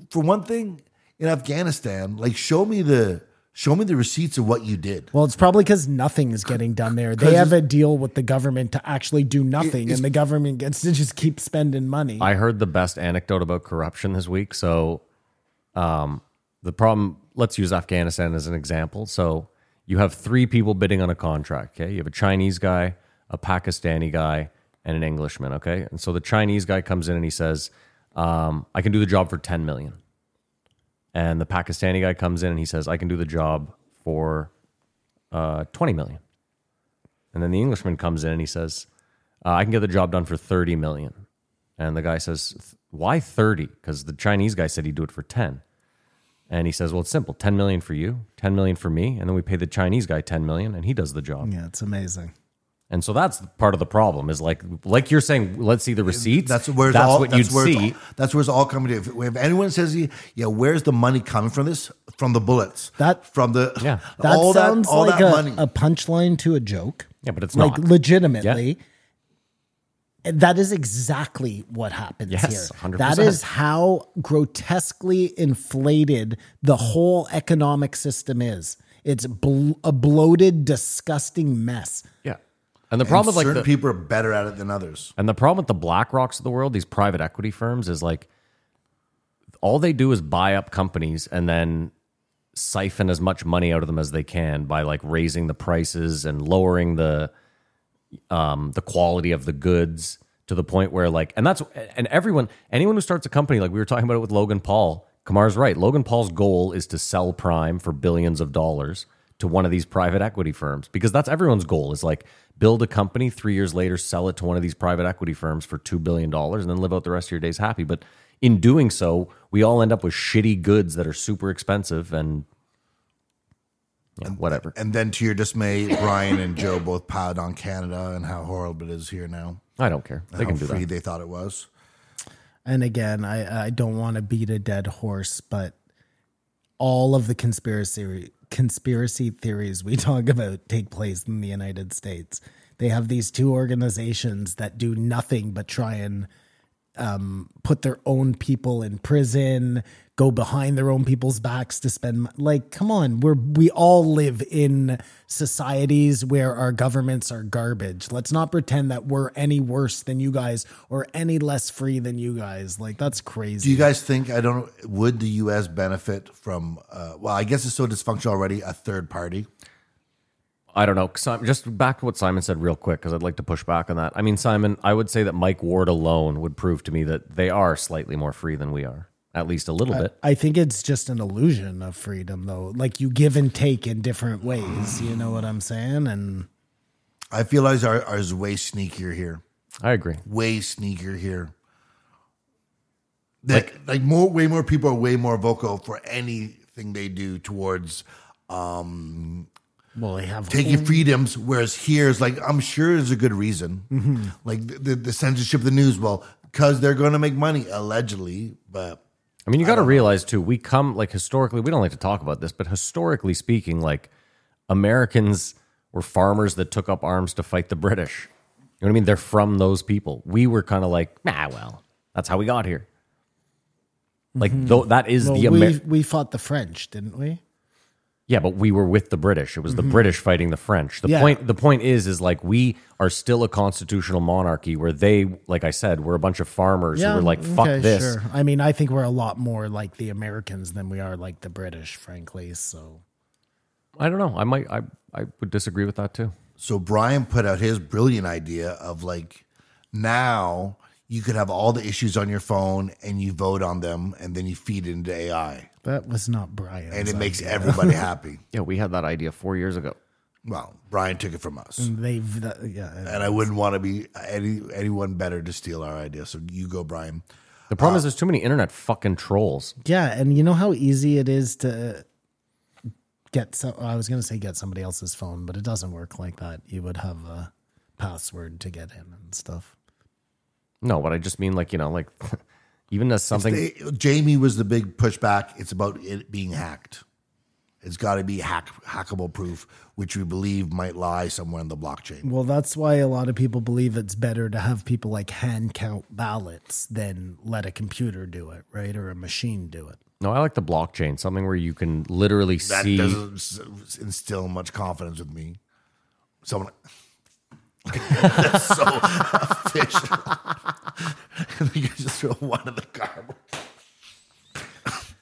E: For one thing, in Afghanistan, like show me the show me the receipts of what you did.
G: Well, it's probably because nothing is getting done there. They have a deal with the government to actually do nothing, and the government gets to just keep spending money.
F: I heard the best anecdote about corruption this week. So, um, the problem, let's use Afghanistan as an example. So, you have three people bidding on a contract. Okay. You have a Chinese guy, a Pakistani guy, and an Englishman. Okay. And so the Chinese guy comes in and he says, um, I can do the job for 10 million. And the Pakistani guy comes in and he says, I can do the job for uh, 20 million. And then the Englishman comes in and he says, uh, I can get the job done for 30 million. And the guy says, "Th- Why 30? Because the Chinese guy said he'd do it for 10. And he says, Well, it's simple 10 million for you, 10 million for me. And then we pay the Chinese guy 10 million and he does the job.
G: yeah, it's amazing.
F: And so that's part of the problem is like, like you're saying, let's see the receipts.
E: That's where it's
F: that's
E: all.
F: what
E: that's
F: you'd
E: where
F: see.
E: It's, all- that's where it's all coming to. If, if anyone says, "Yeah, where's the money coming from this? From the bullets?
G: That-
E: from the
F: [laughs]
E: [laughs]
F: Yeah.
G: That
E: all
G: sounds
E: that all
G: like
E: that
G: a,
E: money?
G: a punchline to a joke.
F: Yeah, but it's
G: like
F: not.
G: legitimately. And That is exactly what happens
F: Yes,
G: here.
F: 100%.
G: That is how grotesquely inflated the whole economic system is. It's bl- a bloated, disgusting mess.
F: yeah. And the problem with
E: certain
F: like the,
E: people are better at it than others.
F: And the problem with the Black Rocks of the world, these private equity firms, is like all they do is buy up companies and then siphon as much money out of them as they can by like raising the prices and lowering the um, the quality of the goods to the point where like and that's and everyone anyone who starts a company like we were talking about it with Logan Paul, Kamar's right. Logan Paul's goal is to sell Prime for billions of dollars to one of these private equity firms because that's everyone's goal is like build a company three years later sell it to one of these private equity firms for $2 billion and then live out the rest of your days happy but in doing so we all end up with shitty goods that are super expensive and yeah, whatever
E: And then to your dismay, Brian and Joe both piled on Canada and how horrible it is here now.
F: i don't care they
E: how
F: can do
E: free
F: that
E: they thought it was.
G: And again, I, I don't want to beat a dead horse, but all of the conspiracy conspiracy theories we [laughs] talk about take place in the United States. They have these two organizations that do nothing but try and um, put their own people in prison, go behind their own people's backs to spend. mon- Like, come on, we're we all live in societies where our governments are garbage. Let's not pretend that we're any worse than you guys or any less free than you guys. Like, that's
E: Do
G: crazy.
E: you guys think I don't? Would the U.S. benefit from? Uh, well, I guess it's so dysfunctional already. A third party.
F: I don't know. Simon, just back to what Simon said, real quick, because I'd like to push back on that. I mean, Simon, I would say that Mike Ward alone would prove to me that they are slightly more free than we are, at least a little bit.
G: I think it's just an illusion of freedom, though. Like you give and take in different ways. You know what I'm saying? And
E: I feel ours are ours way sneakier here.
F: I agree.
E: Way sneakier here. That, like, more, way more people are way more vocal for anything they do towards um,
G: well, they have
E: taking freedoms. Whereas here is like, I'm sure there's a good reason. Like the, the, the censorship of the news. Well, because they're going to make money allegedly, but
F: I mean, you got to realize too, we come like historically, we don't like to talk about this, but historically speaking, like Americans were farmers that took up arms to fight the British. You know what I mean? They're from those people. We were kind of like, nah, well, that's how we got here. Like, though, that is
G: Mm-hmm. Well,
F: the
G: we
F: Amer-
G: we fought the French, didn't we?
F: Yeah, but we were with the British. It was the British fighting the French. The
G: Mm-hmm. Yeah.
F: point the point is is like we are still a constitutional monarchy where they like I said, were a bunch of farmers who were like fuck
G: okay,
F: this.
G: Sure. I mean, I think we're a lot more like the Americans than we are like the British, frankly. So
F: I don't know. I might I I would disagree with that too.
E: So Brian put out his brilliant idea of like now you could have all the issues on your phone and you vote on them and then you feed it into AI
G: that was not uh, Brian.
E: and it makes everybody happy.
F: Yeah, we had that idea 4 years ago.
E: Well, Brian took it from
G: Mm.
E: us.
G: They've that, yeah.
E: And I wouldn't want to be any anyone better to steal our idea. So you go, Brian.
F: The
G: Uh,
F: problem is there's too many internet fucking trolls.
G: Yeah, and you know how easy it is to get so I was going to say get somebody else's phone, but it doesn't work like that. You would have a password to get in and stuff.
F: No, but I just mean like, you know, like [laughs] even as something
E: They- Jamie was the big pushback. It's about it being hacked. It's got to be hack, hackable proof, which we believe might lie somewhere in the blockchain.
G: Well, that's why a lot of people believe it's better to have people like hand count ballots than let a computer do it, right? Or a machine do it.
F: No, I like the blockchain, something where you can literally
E: that
F: see
E: doesn't s- instill much confidence with me. Someone [laughs] that's so [laughs] fish. and [laughs] you just throw one in the garbage.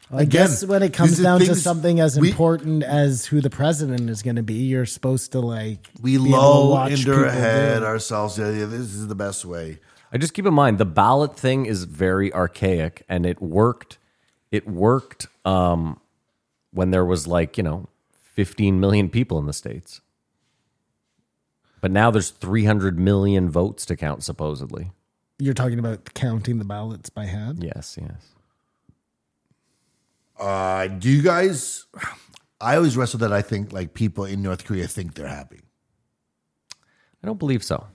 G: I guess when it comes
E: these are
G: down to
E: things
G: something as
E: we-
G: important as who the president is going to be, you're supposed to like
E: We
G: be able to
E: low
G: watch
E: into our
G: people do
E: head
G: it.
E: ourselves. Yeah, yeah, this is the best way.
F: I just keep in mind the ballot thing is very archaic, and it worked. It worked um, when there was like you know, fifteen million people in the states, but now there's three hundred million votes to count supposedly.
G: You're talking about counting the ballots by hand.
F: Yes, yes.
E: Uh, do you guys? I always wrestle that I think like people in North Korea think they're happy.
F: I don't believe so.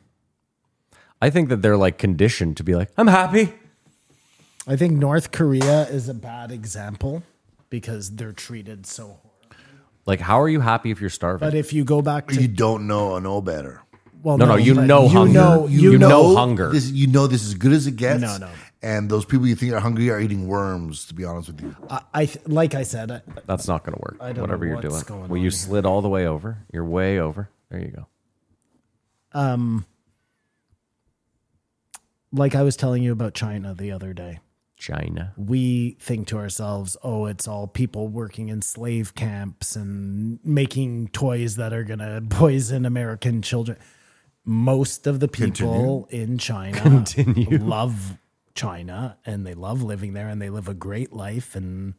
F: I think that they're like conditioned to be like, I'm happy.
G: I think North Korea is a bad example because they're treated so. horrible.
F: Like, how are you happy if you're starving?
G: But if you go back to
E: You don't know or know better.
G: well,
F: no, no, you
G: but
F: know
G: you
F: hunger.
G: know
F: You
G: you
F: know
G: know
F: hunger.
E: This, you know this is as good as it gets.
G: No, no.
E: And those people you think are hungry are eating worms. To be honest with you,
G: I, I th- like I said, I,
F: That's not going to work.
G: don't know
F: Whatever you're
G: what's
F: doing.
G: going
F: well,
G: on
F: you
G: here.
F: slid all the way over. You're way over. There you go.
G: like I was telling you about China the other day.
F: China.
G: we think to ourselves, oh, it's all people working in slave camps and making toys that are going to [laughs] poison American children. Most of the people in
E: [laughs]
G: China love China and they love living there and they live a great life. And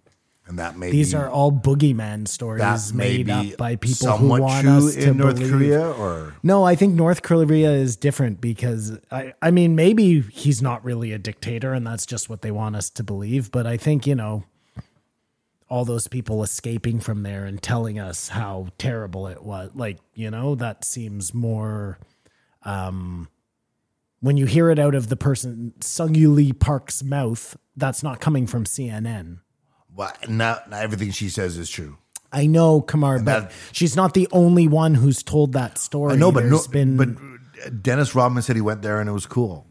E: and that may
G: These
E: be,
G: are all boogeyman
E: that
G: stories
E: may
G: made up
E: be
G: by people who
E: somewhat
G: want
E: true
G: us to
E: in North
G: believe-
E: Korea, or
G: No, I think North Korea is different because I, I mean, maybe he's not really a dictator and that's just what they want us to believe. But I think, you know, all those people escaping from there and telling us how terrible it was, like, you know, that seems more, um, when you hear it out of the person, Sung Yu Lee Park's mouth, that's not coming from CNN.
E: well, not, not everything she says is true.
G: I know Kamar, but
E: that-
G: she's not the only one who's told that story.
E: I know, but no,
G: There's been,
E: but Dennis Rodman said he went there and it was cool.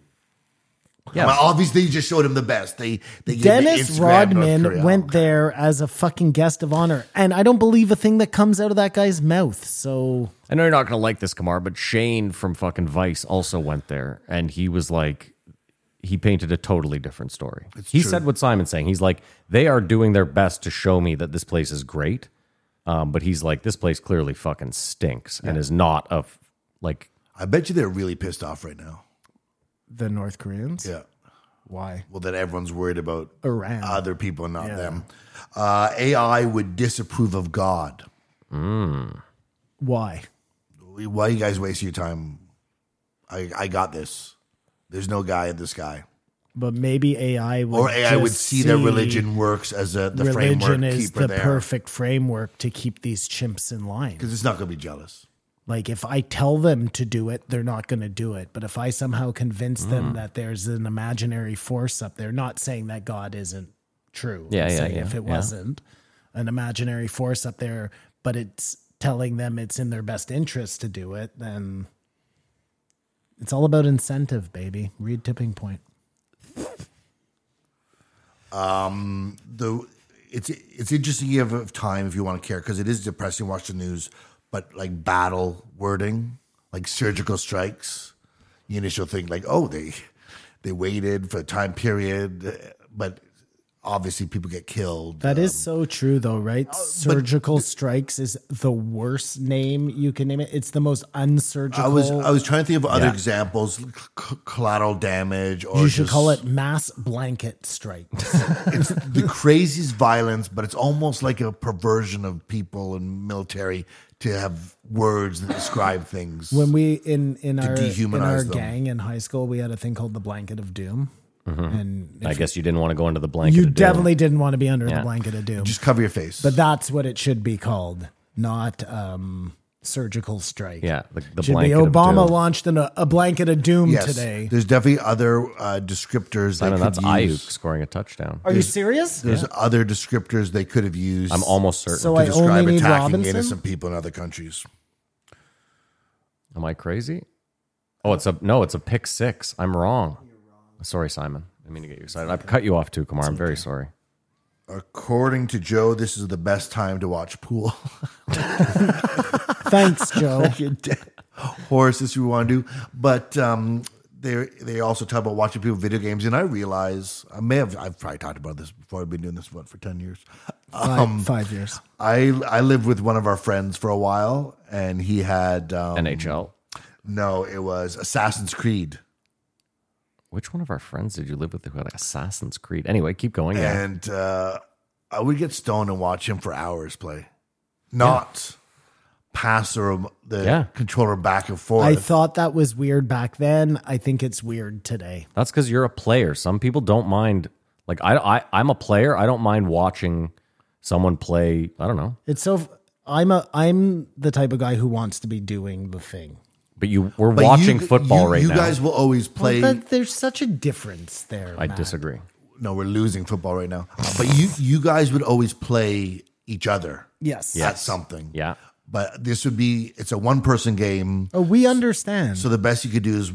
F: Yeah.
E: Well, obviously, you just showed him the best. They, they gave the
G: Dennis
E: Instagram North
G: Rodman
E: Korea.
G: went there as a fucking guest of honor, and I don't believe a thing that comes out of that guy's mouth. So
F: I know you're not going to like this, Kamar, but Shane from fucking Vice also went there, and he was like, he painted a totally different story. he said what Simon's saying. He's like, they are doing their best to show me that this place is great, um, but he's like, this place clearly fucking stinks and is not a f- like.
E: I bet you they're really pissed off right now.
G: the North Koreans,
E: Yeah.
G: why?
E: Well, that everyone's worried about
G: Iran.
E: other people, not them. Uh, AI would disapprove of God.
G: Why?
E: Why you guys waste your time? I, I got this. There's no guy in the sky.
G: But maybe AI would
E: Or AI would
G: just
E: see that religion works as a the
G: religion
E: framework
G: is
E: keeper
G: the
E: there.
G: perfect framework to keep these chimps in line.
E: Because it's not going to be jealous.
G: Like if I tell them to do it, they're not going to do it. But if I somehow convince
F: Hmm.
G: them that there's an imaginary force up there, not saying that God isn't true.
F: Yeah,
G: I'm
F: yeah,
G: saying
F: yeah,
G: If it
F: yeah.
G: wasn't an imaginary force up there, but it's telling them it's in their best interest to do it, then it's all about incentive, baby. Read tipping point.
E: the it's it's interesting you have of time if you want to care because it is depressing to watch the news, but like battle wording, like surgical strikes, the initial thing like oh they they waited for a time period, uh, but obviously people get killed.
G: That
F: Um,
G: is so true, though,
F: uh,
G: right? Surgical strikes is the worst name you can name it. It's the most unsurgical.
E: I was I was trying to think of other
F: Yeah.
E: examples, c- c- collateral damage, or
G: You should
E: just
G: call it mass blanket strikes.
F: [laughs]
E: the craziest violence, but it's almost like a perversion of people and military to have words that describe things.
G: when we in in our in
E: dehumanize
G: our
E: them.
G: gang in high school, we had a thing called the blanket of doom, and
F: I
G: if-
F: guess you didn't want to go under the blanket.
G: you
F: Mm-hmm. of doom.
G: definitely didn't want to be under the
F: Yeah.
G: blanket of doom.
E: just cover your face,
G: but that's what it should be called, not um, surgical strike.
F: yeah. The, the
G: should be
F: blanket. of
G: Obama
F: doom.
G: launched an, a blanket of doom today.
E: There's definitely other uh, descriptors
F: I
E: they
F: know,
E: could
F: that's Ayuk
E: use.
F: scoring a touchdown.
G: Are you
F: [laughs]
G: serious?
E: There's other descriptors they could have used.
F: I'm almost certain.
G: So
E: to
G: I only
E: describe
G: need
E: attacking
G: Robinson.
E: innocent people in other countries.
F: Am I crazy? Oh, it's a no. It's a pick six. I'm wrong. Sorry, Simon. I didn't mean to get you excited. I've cut you off too, Kamar. I'm very sorry.
E: According to Joe, this is the best time to watch pool. [laughs]
G: Thanks, Joe.
F: [laughs]
E: Horses you want to do, but um, they they also talk about watching people video games, and I realize I may have I've probably talked about this before. I've been doing this what for ten years.
G: Five,
F: Um,
G: five years.
E: I I lived with one of our friends for a while, and he had um,
F: NHL.
E: no, it was Assassin's Creed.
F: Which one of our friends did you live with who had Assassin's Creed? Anyway, keep going. Yeah.
E: and uh, I would get stoned and watch him for hours play, not pass the, rem- the
F: Yeah.
E: controller back and forth.
G: I thought that was weird back then. I think it's weird today.
F: That's because you're a player. Some people don't mind. Like I, I, I'm a player. I don't mind watching someone play. I don't know.
G: It's so I'm a I'm the type of guy who wants to be doing the thing.
F: But you, we're
E: But you-
F: watching
E: you-
F: football
E: you,
F: right now.
E: guys will always play.
G: But there's such a difference there.
F: I
G: Matt.
F: disagree.
E: no, we're losing football right now. Uh, But you, you guys would always play each other
G: Yes.
E: at something.
F: Yeah.
E: But this would be it's a one person game.
G: Oh, we understand.
E: So the best you could do is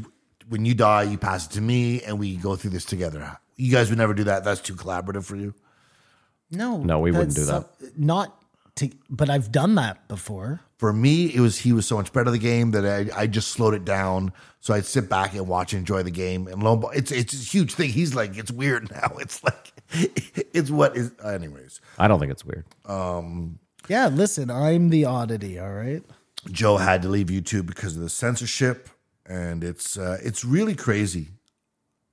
E: when you die, you pass it to me, and we go through this together. You guys would never do that. That's too collaborative for you.
G: no.
F: No, we wouldn't do
G: that's
F: that.
G: some- Not to but I've done that before.
E: for me, it was he was so much better at the game that I, I just slowed it down. So I'd sit back and watch, and enjoy the game. And lo and behold, it's it's a huge thing. He's like, it's weird [laughs] now. It's like, it's what is. Anyways,
F: I don't think it's weird.
G: Yeah, listen, I'm the oddity, all right?
E: Joe had to leave YouTube because of the censorship, and it's uh, it's really crazy.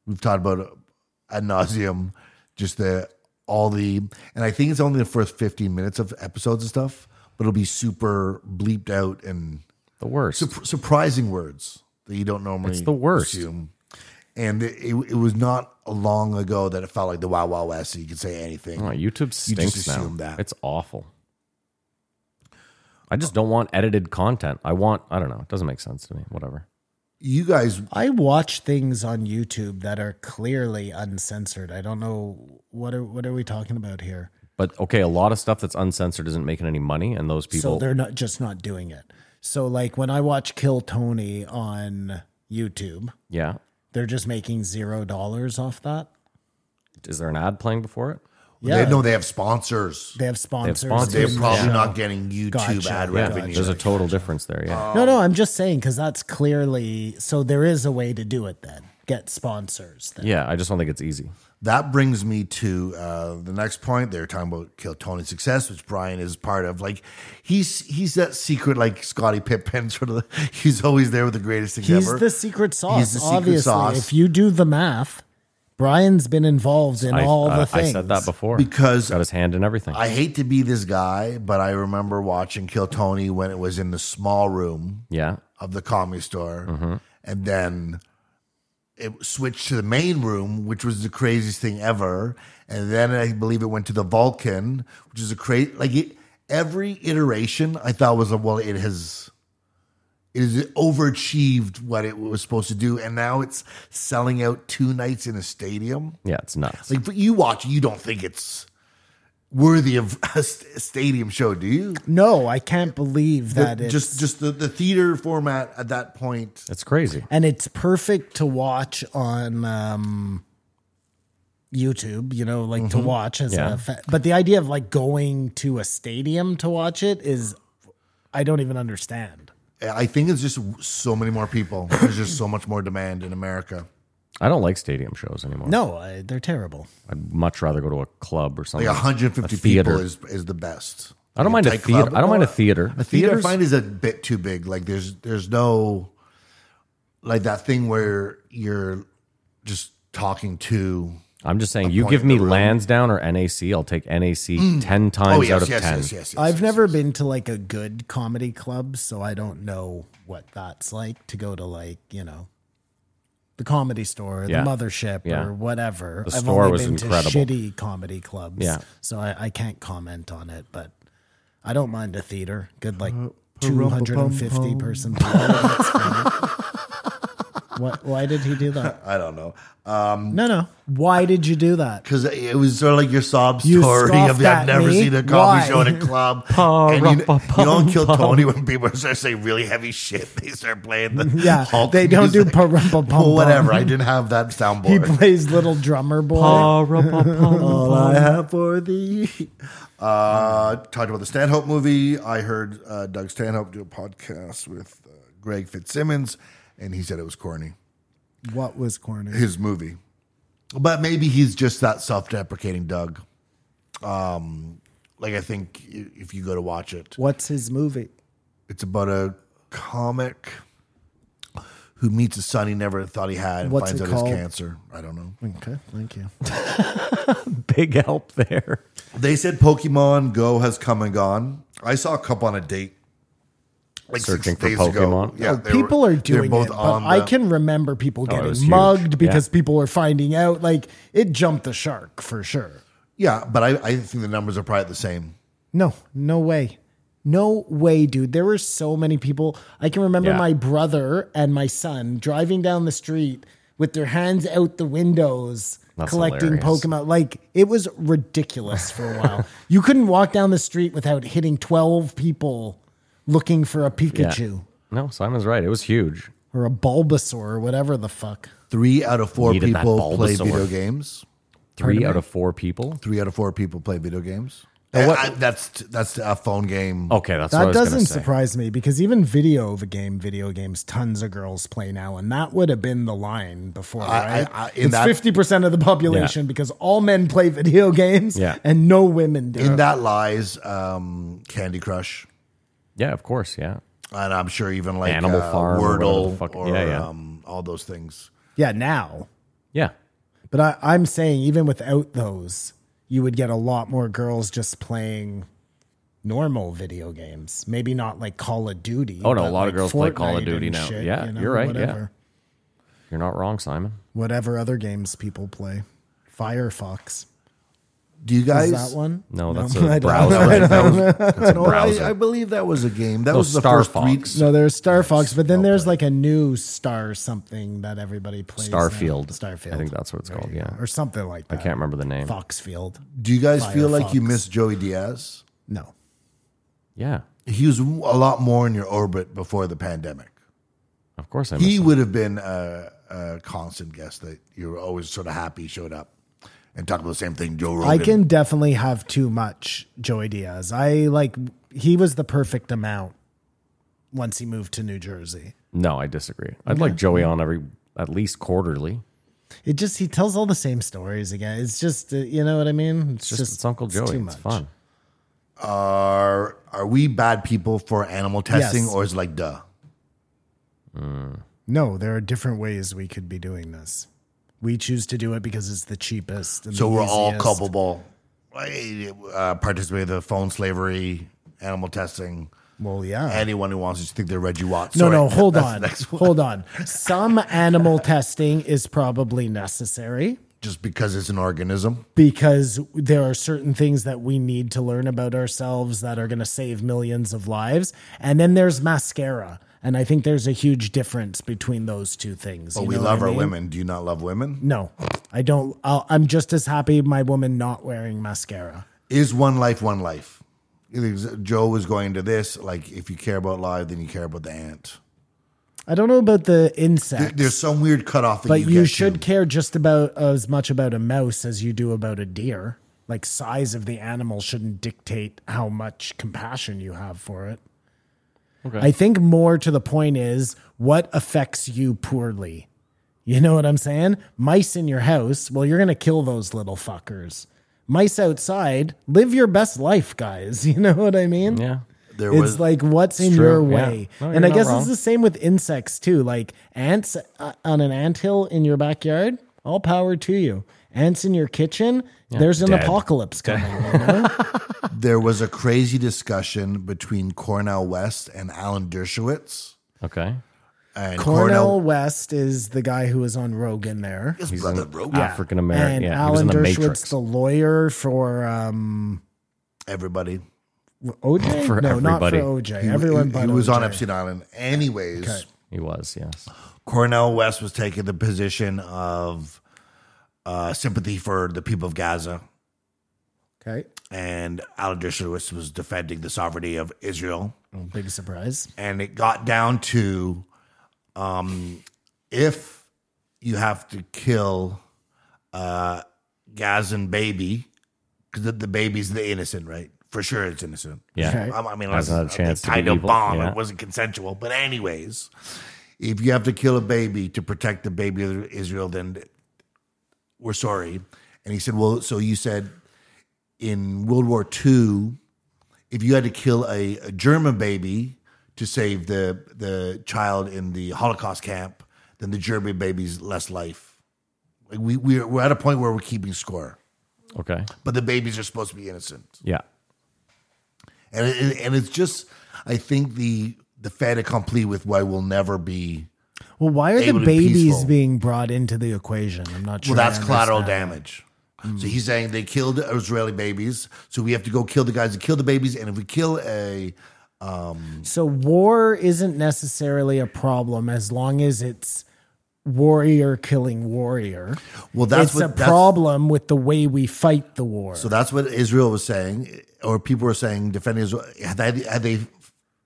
E: We've talked about it ad nauseum, uh, just the all the and I think it's only the first 15 minutes of episodes and stuff, but it'll be super bleeped out and
F: The worst.
E: sur- surprising words that you don't normally
F: It's the worst.
E: assume. And it, it, it was not long ago that it felt like the Wild Wild West, so you could say anything.
F: Oh, YouTube
E: You just
F: stinks now.
E: assume that.
F: It's awful. I just don't want edited content. I want I don't know. It doesn't make sense to me. Whatever.
E: You guys,
G: I watch things on YouTube that are clearly uncensored. I don't know what are what are we talking about here.
F: But okay, a lot of stuff that's uncensored isn't making any money, and those
G: So
F: people
G: they're not just not doing it. So like when I watch Kill Tony on YouTube,
F: yeah.
G: they're just making zero dollars off that.
F: Is there an ad playing before it?
G: Yeah,
E: they know they have sponsors.
G: they have sponsors.
F: sponsors.
E: They're
G: in the
E: probably
G: show.
E: not getting YouTube
G: Gotcha.
E: ad
G: Yeah,
E: revenue.
F: There's a total difference there. Yeah.
G: No,
E: Um,
G: no, I'm just saying because that's clearly so. There is a way to do it then. Get sponsors. Then.
F: Yeah. I just don't think it's easy.
E: that brings me to uh, the next point. They're talking about Kill Tony's success, which Brian is part of. Like he's he's that secret, like Scotty Pippen, [laughs] sort of. He's always there with the greatest thing
G: He's
E: ever.
G: the secret sauce.
E: He's the secret
G: obviously,
E: sauce.
G: if you do the math, Brian's been involved in
F: I,
G: all
F: I-
E: uh,
G: the things.
F: I said that before.
E: because
F: Got his hand in everything.
E: I hate to be this guy, but I remember watching Kill Tony when it was in the small room
F: yeah.
E: of the comedy store, and then it switched to the main room, which was the craziest thing ever. And then I believe it went to the Vulcan, which is a crazy like it, every iteration. I thought was a well, it has it has overachieved what it was supposed to do, and now it's selling out two nights in a stadium.
F: Yeah. It's nuts.
E: Like but you watch, you don't think it's worthy of a st- stadium show, do you?
G: No, I can't believe that.
E: The-
G: it's,
E: just just the, the theater format at that point.
F: it's crazy.
G: and it's perfect to watch on um, YouTube. You know, like
E: Mm-hmm.
G: to watch as
F: Yeah.
G: a. Fa- but the idea of like going to a stadium to watch it is, I don't even understand.
E: I think it's just so many more
F: [coughs]
E: people. There's just so much more demand in America.
F: I don't like stadium shows anymore.
G: No, I, they're terrible.
F: I'd much rather go to Mm. a club or something.
E: Like 150
F: A theater.
E: people is is the best.
F: I don't
E: Like
F: mind a
E: tight
F: theater.
E: club.
F: I don't mind a theater.
E: A theater I
F: Theaters-
E: find is a bit too big. Like there's there's no like that thing where you're just talking to
F: I'm just saying, you
E: point
F: give
E: in
F: me
E: the room.
F: Lansdowne or NAC, I'll take NAC
G: Mm.
F: 10 times
E: oh yes
F: out of
E: yes,
F: 10.
E: yes yes yes
G: I've
E: yes,
G: never
E: yes.
G: been to like a good comedy club, so I don't know what that's like to go to like, you know, the comedy store,
F: Yeah.
G: the mothership,
F: Yeah.
G: or whatever.
F: The
G: I've
F: store
G: only
F: was
G: been
F: incredible.
G: to shitty comedy clubs.
F: Yeah.
G: So I, I can't comment on it, but I don't mind a theater. Good like two hundred and fifty person theater. That's fine. What, why did he do that?
E: I don't know.
G: No, no. Why did you do that?
E: because it was sort of like your sob
G: You
E: story
G: scoffed
E: of I've
G: at
E: never
G: me?
E: seen a comedy
G: Why?
E: show in a
G: [laughs]
E: club. and you, know- you don't kill Tony when people start saying really heavy shit. They start playing the
G: Yeah,
E: Hulk
G: they don't do
E: music.
G: pa-rum-pa-pum-pum.
E: whatever. I didn't have that soundboard.
G: He plays little drummer boy. [laughs]
E: All I have for thee. Uh, talked about the Stanhope movie. I heard uh, Doug Stanhope do a podcast with uh, Greg Fitzsimmons, and he said it was corny.
G: what was corny?
E: his movie. But maybe he's just that self-deprecating Doug. Um, like I think i- if you go to watch it,
G: What's his movie?
E: it's about a comic who meets a son he never thought he had and
G: What's
E: finds
G: it
E: out
G: called?
E: it's cancer. I don't know.
G: Okay, thank you.
F: [laughs] Big help there.
E: They said Pokemon Go has come and gone. I saw a couple on a date. Like
F: Searching
E: six
F: for
E: days
F: Pokemon?
E: ago. Yeah,
G: Oh,
E: they were-
G: people are
E: they're
G: doing
E: both
G: it, but
E: on
G: I
E: the- Oh,
G: can remember people
F: it was
G: getting
F: huge.
G: mugged because
F: Yeah.
G: people were finding out. Like it jumped the shark for sure.
E: Yeah, but I, I think the numbers are probably the same.
G: No, no way. No way, dude. There were so many people. I can remember
F: Yeah.
G: my brother and my son driving down the street with their hands out the windows
F: That's
G: collecting
F: hilarious.
G: Pokemon. Like it was ridiculous for a
F: [laughs]
G: while. you couldn't walk down the street without hitting 12 people looking for a Pikachu
F: No, Simon's right. It was huge.
G: or a Bulbasaur or whatever the fuck.
E: Three out of four
F: Needed that
E: people play
F: Bulbasaur.
E: video games.
F: Three out of four people.
E: three out of four people play video games.
F: And what-
E: I- that's that's a phone game.
F: Okay, that's what I
G: That
F: was gonna
G: doesn't
F: say.
G: surprise me because even video of a game, video games, tons of girls play now, and that would have been the line before,
E: I-
G: right?
E: I- in
G: it's
E: that-
G: fifty percent of the population because all men play video games,
F: Yeah.
G: and no women do.
E: In that lies um, Candy Crush,
F: Yeah, of course. Yeah.
E: and I'm sure even like
F: Animal
E: uh,
F: Farm or whatever the
E: Wordle
F: fuck-
E: or
F: yeah, yeah.
E: Um, all those things.
G: yeah, now,
F: Yeah.
G: but I, I'm saying even without those, you would get a lot more girls just playing normal video games. Maybe not like Call of Duty.
F: Oh, no, a
G: but,
F: lot of
G: like,
F: girls play Call of
G: Fortnite
F: Duty
G: and
F: now. Yeah, you're right, yeah.
G: Whatever,
F: You're not wrong, Simon.
G: whatever other games people play. Firefox.
E: Do you
G: Is
E: guys?
G: that one?
F: No,
G: [laughs]
F: that's
G: I
F: a [laughs]
G: don't-
F: browser. That was-
E: [laughs]
F: That's a
E: No, I, I
F: browser.
E: believe that was a game. That
F: No,
E: was the
F: Star
E: first three-
F: Fox.
G: No, there's Star Fox, but then there's like a new Star something that everybody plays. now.
F: Starfield.
G: Starfield.
F: I think that's what it's called. Yeah.
G: or something like
F: I
G: that.
F: can't remember the name.
G: Foxfield.
E: Do you guys feel like you
G: Firefox.
E: miss Joey Diaz?
G: No.
F: Yeah.
E: He was a lot more in your orbit before the pandemic.
F: Of course I
E: He
F: missed.
E: would have been a, a constant guest that you were always sort of happy he showed up and talked about the same thing. Joe Rogan.
G: I can definitely have too much Joey Diaz. I like he was the perfect amount once he moved to New Jersey.
F: No, I disagree. I'd like Joey on every at least quarterly.
G: It just he tells all the same stories again. It's just uh, you know what I mean. It's
F: Just, it's Uncle Joey.
G: too
F: it's
G: much.
F: fun.
E: Are are we bad people for animal testing,
G: Yes.
E: or is it like duh?
G: No, there are different ways we could be doing this. We choose to do it because it's the cheapest. and
E: So
G: the
E: we're all
G: easiest.
E: culpable. Uh, participate in the phone slavery, animal testing.
G: Well, yeah.
E: Anyone who wants to think they're Reggie Watts.
G: no,
E: Sorry,
G: no, hold
E: that's the
G: on.
E: next one.
G: Hold on. Some animal testing is probably necessary.
E: Just because it's an organism.
G: because there are certain things that we need to learn about ourselves that are going to save millions of lives. And then there's mascara. And I think there's a huge difference between those two things.
E: But
G: you
E: we
G: know
E: love
G: what I
E: our
G: mean?
E: women. Do you not love women?
G: No, I don't. I'll, I'm just as happy my woman not wearing mascara.
E: Is one life one life? It is- Joe was going to this. Like, if you care about life, then you care about the ant.
G: I don't know about
E: There-
G: the insect,
E: There's some weird cutoff that
G: but
E: you,
G: you,
E: get
G: should
E: to.
G: care just about as much about a mouse as you do about a deer. Like size of the animal shouldn't dictate how much compassion you have for it.
F: Okay.
G: I think more to the point is what affects you poorly. You know what I'm saying? Mice in your house, well, you're going to kill those little fuckers. Mice outside, live your best life, guys. [laughs] You know what I mean?
F: yeah.
E: There
G: it's
E: was
G: like what's in
F: true,
G: your
F: yeah.
G: way.
F: No, you're
G: and I
F: not
G: guess
F: wrong.
G: it's the same with insects too. Like ants uh, on an anthill in your backyard, all power to you. Ants in your kitchen, there's an
F: dead.
G: apocalypse coming.
F: [laughs]
G: you know?
E: there was a crazy discussion between Cornell West and Alan Dershowitz.
F: Okay.
E: And
G: Cornell West is the guy who was on Rogan there.
E: his
F: He's
E: brother
F: an
E: broke
F: African American.
G: and
F: Yeah. he was in
G: Alan
F: the
G: Dershowitz,
F: Matrix.
G: the lawyer for um,
E: everybody.
F: [laughs]
G: OJ.
F: For
G: no, not for
F: everybody.
G: OJ.
E: He-
G: Everyone
E: he,
G: but
E: he was on
G: OJ.
E: Epstein Island. Anyways,
F: he was. Yes.
E: Cornell West was taking the position of uh, sympathy for the people of Gaza,
G: Okay,
E: and Alan Dershowitz was defending the sovereignty of Israel.
G: Oh, big surprise.
E: and it got down to um, if you have to kill uh, Gazan baby because the, the baby's the innocent, right? For sure, it's innocent.
F: Yeah.
G: Okay.
E: I, I mean, unless
F: Hasn't had a
E: it's
F: chance to
E: tied
F: be
E: to a
F: evil,
E: bomb,
F: yeah.
E: it wasn't consensual. But anyways, if you have to kill a baby to protect the baby of Israel, then we're sorry. And he said, well, so you said in World War II, if you had to kill a, a German baby to save the the child in the Holocaust camp, then the German baby's less life. Like we we're, we're at a point where we're keeping score,
F: Okay.
E: but the babies are supposed to be innocent,
F: Yeah.
E: and it, and it's just I think the the fait accompli with why we'll never be
G: Well, why are
E: Able
G: the
E: to be
G: babies
E: peaceful.
G: being brought into the equation? I'm not Mm. sure.
E: Well, that's
G: I
E: collateral
G: understand.
E: damage. So he's saying they killed Israeli babies, so we have to go kill the guys that kill the babies, and if we kill a
G: So war isn't necessarily a problem as long as it's warrior killing warrior.
E: well, that's
G: it's
E: what
G: a
E: that's-
G: problem with the way we fight the war.
E: So that's what Israel was saying, or people were saying defending Israel. Had they, had they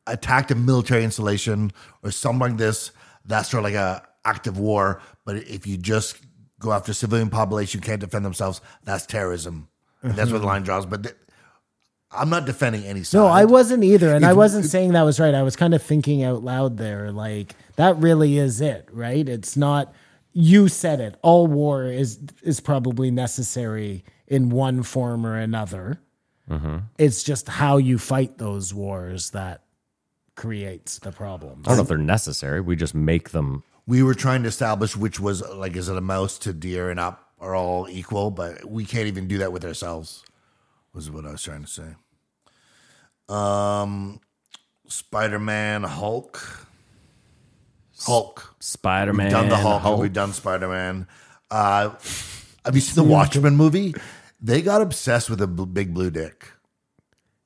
E: attacked a military installation or something like this, that's sort of like a act of war. But if you just go after civilian population who can't defend themselves, that's terrorism. And that's where the line draws. But th- I'm not defending any side.
G: No, I wasn't either, and I
E: If-
G: wasn't saying that was right. I was kind of thinking out loud there, like that really is it, right? It's not. You said it. All war is is probably necessary in one form or another.
E: Mm-hmm.
G: It's just how you fight those wars that creates the problem.
F: I don't know if they're necessary. We just make them.
E: We were trying to establish which was like, is it a mouse to deer and up are all equal, but we can't even do that with ourselves. Was what I was trying to say. Um, Spider Man, Hulk, Hulk.
F: Spider Man.
E: We've done the Hulk.
F: Hulk.
E: We've done Spider Man. Uh, have you seen the Watchmen movie? They got obsessed with a bl- big blue dick.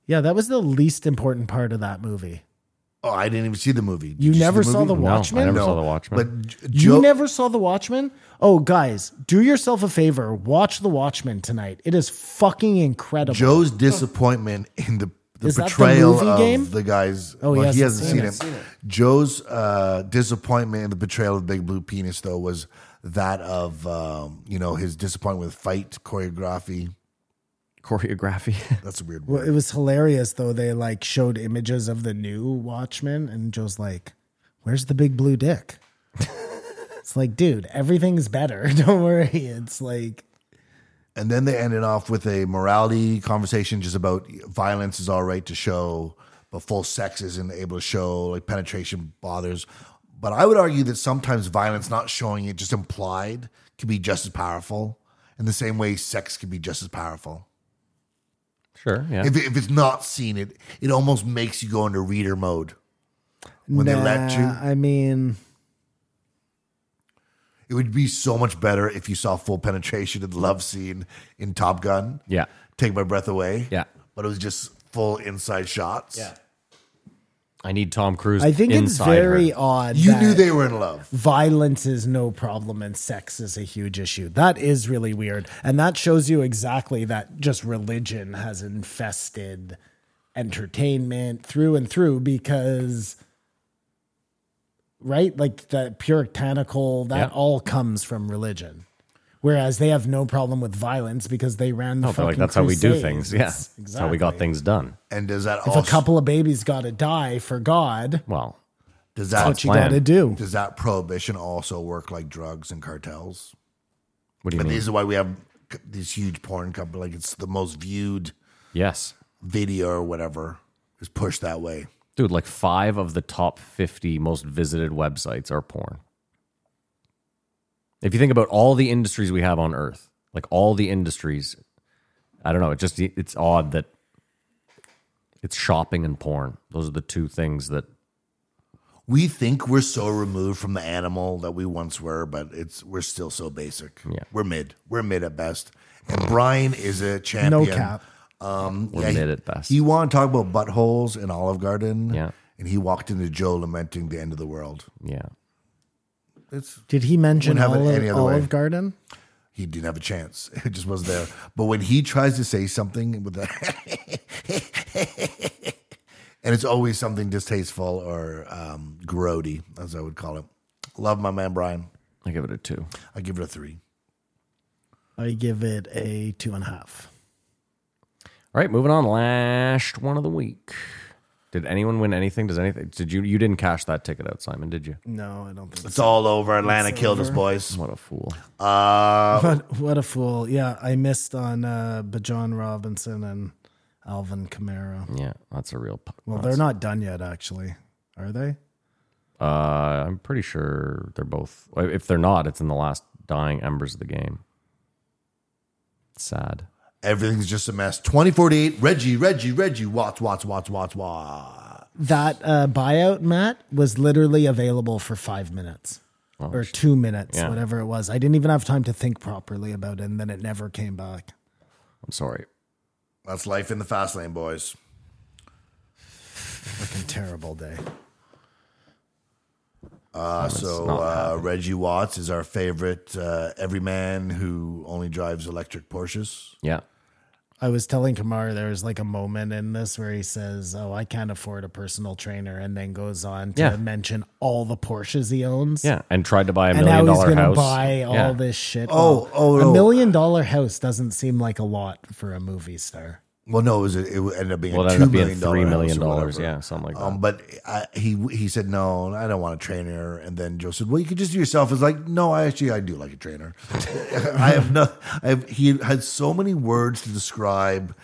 G: Yeah, that was the least important part of that movie.
E: Oh, I didn't even see the movie. Did
G: You
E: see
G: never saw
E: movie?
G: The
F: No, I
G: Watchmen?
F: never
E: No,
F: saw The Watchmen.
E: But J-
G: You
E: Joe-
G: never saw The Watchmen? Oh, guys, do yourself a favor. Watch The Watchmen tonight. It is fucking incredible.
E: Joe's disappointment in the, the
G: Is that the
E: portrayal
G: movie
E: of
G: game?
E: the guys.
G: Oh, he
E: well,
G: hasn't seen
E: seen,
G: it.
E: it. Joe's uh, disappointment in the portrayal of Big Blue Penis though was that of um, you know his disappointment with fight choreography.
F: Choreography. [laughs]
E: That's a weird
G: Well,
E: word.
G: it was hilarious though. They like showed images of the new Watchmen, and Joe's like, "Where's the big blue dick?" [laughs] it's like, dude, everything's better. [laughs] Don't worry. It's like,
E: And then they ended off with a morality conversation just about violence is all right to show, but full sex isn't able to show, like penetration bothers. But I would argue that sometimes violence not showing it, just implied, can be just as powerful in the same way sex can be just as powerful.
F: sure. Yeah.
E: If, if it's not seen, it, it almost makes you go into reader mode. When they let
G: nah,
E: you,
G: I mean,
E: it would be so much better if you saw full penetration in the love scene in Top Gun.
F: yeah.
E: Take my breath away.
F: Yeah.
E: But it was just full inside shots. Yeah.
F: I need Tom Cruise.
G: I think it's
F: inside
G: very
F: her.
G: odd.
E: You
G: that
E: knew they were in love.
G: Violence is no problem and sex is a huge issue. That is really weird. And that shows you exactly that just religion has infested entertainment through and through because right? Like that puritanical, that
F: Yeah.
G: all comes from religion. Whereas they have no problem with violence because they ran the
F: I feel
G: fucking
F: like that's how we do
G: crusades.
F: things. Yeah.
G: Exactly.
F: That's how we got things done.
E: And does that
G: If
E: also
G: a couple of babies got to die for God,
F: Well,
E: does
G: that's
E: that
G: what you
F: plan.
G: got to do.
E: does that prohibition also work like drugs and cartels?
F: what do you
E: And
F: mean?
E: these are why we have c- these huge porn company like it's the most viewed
F: Yes.
E: video or whatever is pushed that way.
F: Dude, like five of the top 50 most visited websites are porn. If you think about all the industries we have on earth, like all the industries, I don't know, it just it's odd that it's shopping and porn. Those are the two things that
E: We think we're so removed from the animal that we once were, but it's we're still so basic.
F: Yeah.
E: We're mid. We're mid at best. And Brian is a champion.
G: No cap.
E: Um,
F: We're
E: he-
F: mid at best.
E: He wanted to talk about buttholes in Olive Garden.
F: Yeah.
E: And he walked into Joe lamenting the end of the world.
F: yeah.
E: It's
G: Did he mention
E: Wouldn't have it
G: Olive,
E: any other way.
G: Olive Garden?
E: he didn't have a chance. [laughs] It just wasn't there. But when he tries to say something with that, [laughs] and it's always something distasteful or um, grody, as I would call it. Love my man Brian.
F: I give it a 2.
E: I give it a three.
G: I give it a two and a half.
F: All right, moving on. Last one of the week. Did anyone win anything? Does anything? Did you? You didn't cash that ticket out, Simon? Did you?
G: No, I don't think.
E: It's all over. Atlanta killed us, boys.
F: What a fool!
E: Uh,
G: [laughs] What, what a fool! Yeah, I missed on uh, Bajan Robinson and Alvin Kamara.
F: Yeah, that's a real. p-
G: Well, they're not done yet, actually, are they?
F: Uh, I'm pretty sure they're both. uh, If they're not, it's in the last dying embers of the game. Sad.
E: everything's just a mess. 2048, Reggie, Reggie, Reggie, Watts, Watts, Watts, Watts, Watts.
G: That uh, buyout, Matt, was literally available for five minutes or two minutes,
F: Yeah.
G: whatever it was. I didn't even have time to think properly about it, and then it never came back.
F: I'm sorry.
E: That's life in the fast lane, boys.
G: Fucking terrible day.
E: Uh, so
F: not
E: uh, Reggie Watts is our favorite uh, everyman who only drives electric Porsches.
F: Yeah.
G: I was telling Kamar there was like a moment in this where he says, "Oh, I can't afford a personal trainer," and then goes on to
F: Yeah.
G: mention all the Porsches he owns.
F: Yeah. And tried to buy a
G: and
F: million
G: now he's
F: dollar
G: going to
F: house.
G: buy all
F: Yeah.
G: this shit.
E: Oh, oh,
G: a
E: no.
G: million dollar house doesn't seem like a lot for a movie star.
E: Well, no, it was a, it ended up being
F: Well,
E: a
F: it
E: two
F: ended up being
E: million
F: three million
E: dollars,
F: dollars. Yeah, something like that.
G: Oh
E: Um, but I, he he said no, I don't want a trainer. And then Joe said, "Well, you could just do yourself." It's like, no, I actually I do like a trainer. [laughs] I have no. I have, he had so many words to describe,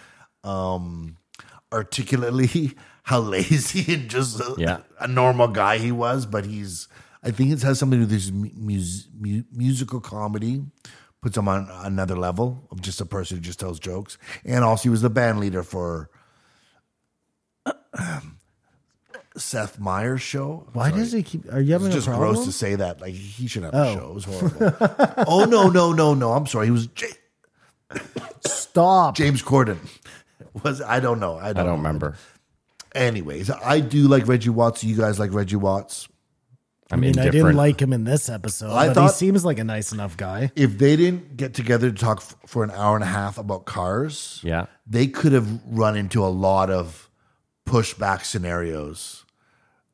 E: um, articulately [laughs] how lazy and just a,
F: Yeah.
E: a normal guy he was. But he's. I think it has something to do with his mu- mus- mu- musical comedy, puts him on another level of just a person who just tells jokes. And also, he was the band leader for Seth Meyers' show.
G: Why does he keep? Are you having
E: It's just
G: a problem? Oh.
E: gross to say that. Like he should have a show. It was horrible. oh no, no, no, no! I'm sorry. He was J-
G: Stop.
E: James Corden. [laughs] Was I don't know. I don't,
F: I don't
E: know.
F: remember.
E: Anyways, I do like Reggie Watts. You guys like Reggie Watts.
F: I'm
G: I mean, I
F: indifferent.
G: didn't like him in this episode,
E: I
G: but he
E: thought-
G: seems like a nice enough guy.
E: If they didn't get together to talk f- for an hour and a half about cars,
F: Yeah.
E: they could have run into a lot of pushback scenarios.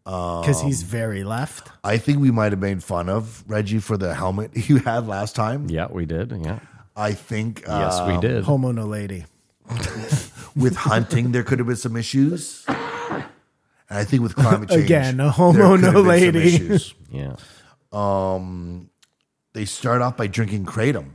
G: because he's very left.
E: I think we might have made fun of Reggie for the helmet [laughs] you had last time.
F: Yeah, we did. Yeah.
E: I think
F: Yes,
E: uh,
F: we did.
G: Homo no lady.
E: with hunting there could have been some issues, and I think with climate change
G: Again, a
E: there
G: homo
E: could have been
G: no
E: some
G: lady.
E: issues.
F: Yeah.
E: They start off by drinking kratom,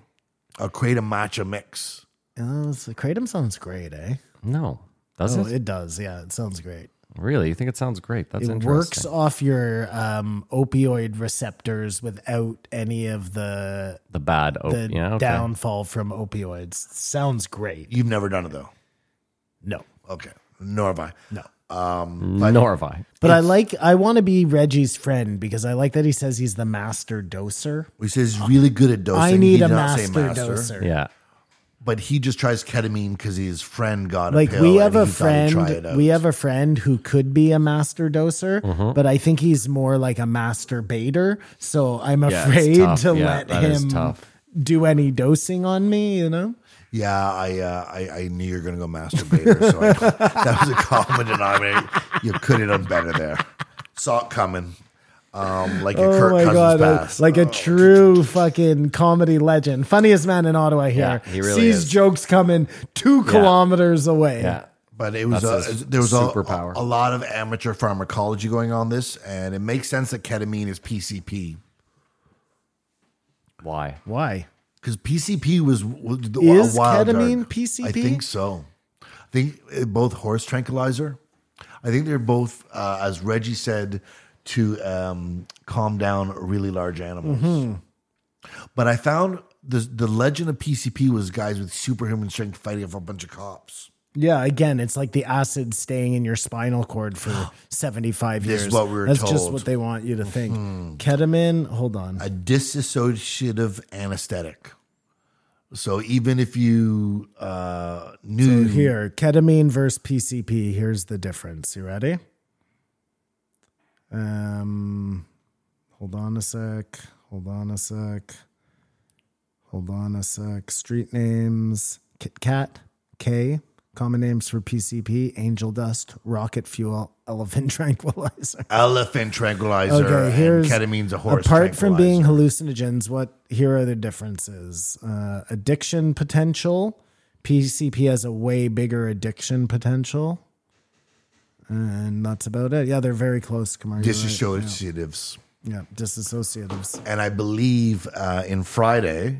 E: a kratom matcha mix.
G: Oh, so kratom sounds great, eh?
F: No. Does
G: Oh,
F: it?
G: it does. Yeah, it sounds great.
F: Really? You think it sounds great? That's
G: It
F: interesting.
G: works off your um, opioid receptors without any of the
F: The bad. Oh,
G: the
F: yeah. Okay.
G: downfall from opioids. Sounds great.
E: You've never done it though.
G: No,
E: Okay, nor have I.
G: no.
F: Nor have I.
G: But I like. I want to be Reggie's friend because I like that he says he's the master doser.
E: He says he's really good at dosing.
G: I
E: Oh, He
G: need
E: did
G: a
E: not say
G: master, doser.
F: Yeah.
E: but he just tries ketamine because his friend got a
G: like
E: pill
G: we have
E: and
G: a
E: he thought he'd try it
G: friend
E: out.
G: we have a friend who could be a master doser
F: Mm-hmm.
G: but i think he's more like a masturbator. so i'm
F: it's
G: afraid
F: tough.
G: to
F: Yeah,
G: let
F: that is
G: him
F: tough.
G: do any dosing on me you know
E: yeah, I, uh, I I knew you were gonna go masturbator, so I, that was a common denominator. You could have done better there. Saw it coming, um, like your Kirk Cousins
G: uh,
E: pass.
G: like
E: [laughs]
G: a true fucking comedy legend funniest man in ottawa here
F: Yeah, he really
G: sees
F: is.
G: jokes coming two kilometers away
F: Yeah.
E: but it was
F: That's
E: a,
F: his
E: there was a,
F: superpower.
E: a lot of amateur pharmacology going on this, and it makes sense that ketamine is PCP
F: Why?
G: why
E: because PCP was was the-
G: Is
E: a wild
G: ketamine
E: drug.
G: PCP?
E: I think so. I think uh, both horse tranquilizer. I think they're both, uh, as Reggie said, to um, calm down really large animals.
G: Mm-hmm.
E: But I found the the legend of PCP was guys with superhuman strength fighting off a bunch of cops.
G: yeah, again, it's like the acid staying in your spinal cord
E: [gasps]
G: for 75
E: This is
G: years.
E: what we were
G: That's just
E: told. Hmm.
G: what they want you to think. Ketamine, hold on.
E: a disassociative anesthetic. So even if you uh, knew
G: Here, ketamine versus PCP. Here's the difference. You ready? Um, hold on a sec. Hold on a sec. Hold on a sec. Street names: Kit Kat, K. Common names for PCP: Angel Dust, Rocket Fuel, Elephant [laughs] Tranquilizer.
E: elephant tranquilizer
G: Okay, here's
E: and ketamine's a horse.
G: Apart from being
E: tranquilizer.
G: hallucinogens, what here are the differences? Uh, addiction potential. PCP has a way bigger addiction potential, and that's about it. Yeah, they're very close. Kamar, you're right.
E: disassociatives,
G: Yeah, disassociatives.
E: and I believe uh, in Friday,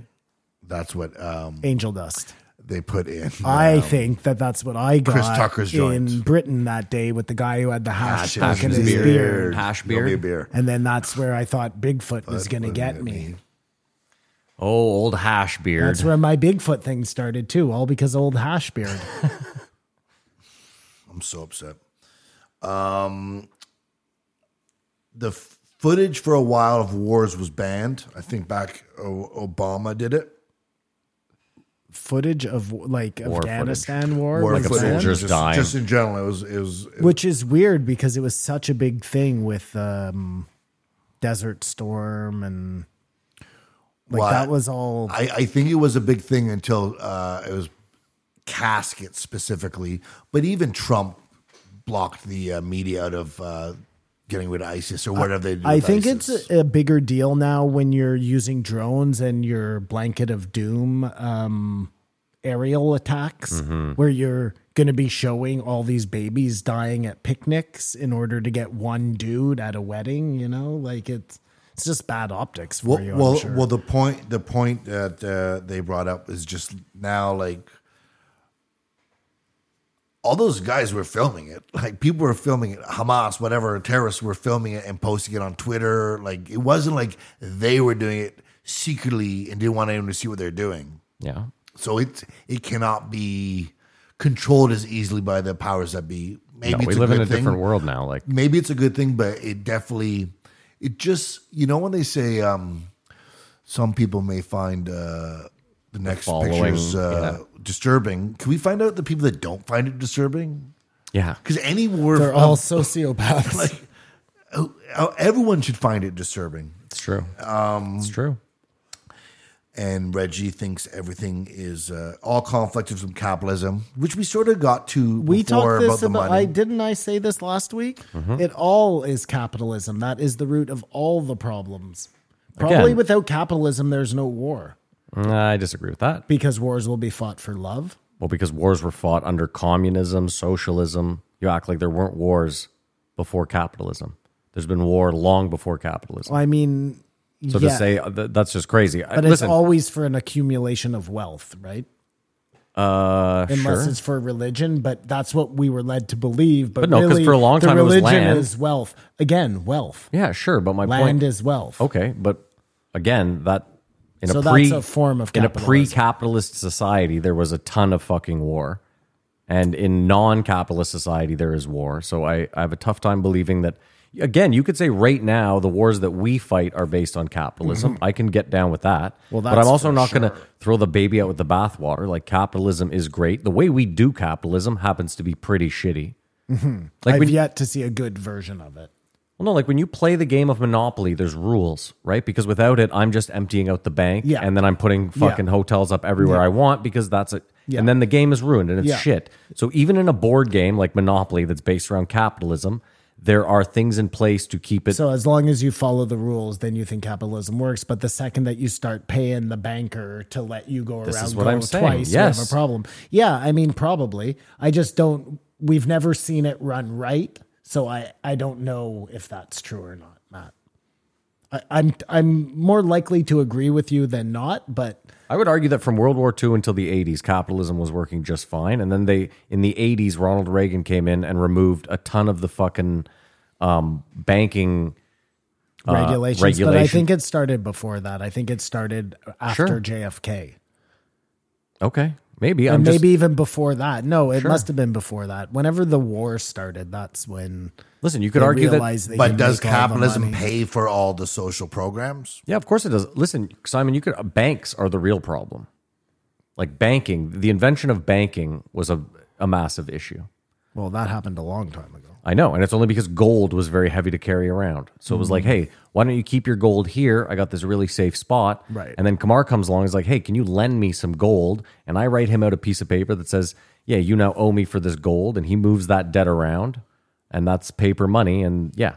E: that's what um,
G: Angel dust.
E: they put in.
G: [laughs] I think that that's what I got
E: Chris Tucker's
G: in
E: joint.
G: Britain that day with the guy who had the hash,
E: Hash
G: back in
E: is
G: his
E: beer.
G: beard.
F: Hash
E: Don't be a
F: beard.
E: beer.
G: And then that's where I thought Bigfoot was going to get me.
F: Oh, old hash beard.
G: That's where my Bigfoot thing started too, all because of old hash beard.
E: I'm so upset. Um, the f- footage for a while of wars was banned. I think back o- Obama did it.
G: footage of like
F: War
G: Afghanistan war,
E: War
G: was
E: footage,
G: banned,
F: soldiers
E: just,
F: dying.
E: just in general, it was it was
G: which is weird because it was such a big thing with um, Desert Storm and like
E: Well,
G: that was all
E: I, I think it was a big thing until uh, it was caskets specifically, but even Trump blocked the uh, media out of uh, getting rid of ISIS or whatever they do.
G: I
E: with
G: think
E: ISIS.
G: it's a, a bigger deal now when you're using drones and your blanket of doom um, aerial attacks, where you're going to be showing all these babies dying at picnics in order to get one dude at a wedding. You know, like it's it's just bad optics for
E: well,
G: you. I'm
E: well,
G: sure.
E: well, the point the point that uh, they brought up is just now like all those guys were filming it. [laughs] Like people were filming it. Hamas, whatever, terrorists were filming it and posting it on Twitter. Like it wasn't like they were doing it secretly and didn't want anyone to see what they're doing.
F: Yeah.
E: So it it cannot be controlled as easily by the powers that be. Maybe
F: No,
E: it's
F: we live in
E: good
F: a
E: thing.
F: different world now. Like,
E: Maybe it's a good thing, but it definitely it just you know when they say um, some people may find uh, the next
F: following,
E: pictures uh, disturbing. Can we find out the people that don't find it disturbing?
F: yeah.
E: Because any word,
G: They're
F: [laughs]
G: all sociopaths.
E: uh, everyone should find it disturbing.
F: It's true. Um, it's true.
E: and Reggie thinks everything is uh, all conflict is from capitalism, which we sort of got to
G: we
E: before
G: talked this
E: about the
G: about,
E: money.
G: I didn't I say this last week?
F: Mm-hmm.
G: It all is capitalism. That is the root of all the problems. Probably
F: Again.
G: without capitalism there's no war
F: Uh, I disagree with that.
G: because wars will be fought for love.
F: Well, because wars were fought under communism, socialism. You act like there weren't wars before capitalism. There's been war long before capitalism.
G: I mean
F: so
G: yeah,
F: to say uh, th- that's just crazy. I-
G: but it's
F: Listen,
G: always for an accumulation of wealth, right?
F: uh,
G: Unless
F: sure.
G: it's for religion, but that's what we were led to believe. But,
F: But no, 'cause
G: really,
F: for a long
G: the
F: time it was
G: religion
F: land.
G: is wealth. Again, wealth.
F: yeah, sure. But my
G: Land
F: point
G: is wealth.
F: Okay, but again, that in
G: So
F: a
G: that's
F: pre
G: a form of
F: in a
G: capitalism.
F: pre-capitalist society, there was a ton of fucking war, and in non-capitalist society, there is war. So I, I have a tough time believing that. Again, you could say right now the wars that we fight are based on capitalism. I can get down with that.
G: Mm-hmm. Well,
F: but I'm
G: that's
F: also
G: for
F: not going to throw the baby out with the bathwater. Like capitalism is great. The way we do capitalism happens to be pretty shitty. Like
G: Mm-hmm. I've
F: when you-
G: yet to see a good version of it.
F: well, no, like when you play the game of Monopoly, there's rules, right? Because without it, I'm just emptying out the bank,
G: Yeah.
F: and then I'm putting fucking hotels up everywhere I want because that's it.
G: Yeah.
F: And then the game is ruined and it's
G: Yeah.
F: shit. So even in a board game like Monopoly that's based around capitalism, there are things in place to keep it.
G: So as long as you follow the rules, then you think capitalism works. But the second that you start paying the banker to let you go
F: This
G: around
F: is what
G: go
F: I'm saying.
G: twice, you have
F: Yes.
G: a problem. Yeah, I mean probably. I just don't. We've never seen it run right, so I I don't know if that's true or not, Matt. I, I'm I'm more likely to agree with you than not, but
F: I would argue that from World War II until the 80s, capitalism was working just fine. And then they, in the 80s, Ronald Reagan came in and removed a ton of the fucking um, banking
G: regulations. But I
F: Uh, regulation.
G: think it started before that. I think it started after
F: Sure.
G: JFK.
F: Okay, maybe I'm
G: and
F: just-
G: maybe even before that. No, it
F: Sure.
G: must have been before that. Whenever the war started, that's when
F: listen. You
G: they
F: could argue that
G: realized they
E: but
G: could
E: does
G: make all the
E: capitalism
G: money.
E: pay for all the social programs?
F: Yeah, of course it does. Listen, Simon, you could uh, banks are the real problem. Like banking, the invention of banking was a a massive issue.
G: Well, that happened a long time ago.
F: I know, and it's only because gold was very heavy to carry around. So it was like, hey, why don't you keep your gold here? I got this really safe spot.
G: Right.
F: And then Kamar comes along. He's like, hey, can you lend me some gold? And I write him out a piece of paper that says, yeah, you now owe me for this gold. And he moves that debt around, and that's paper money. And yeah,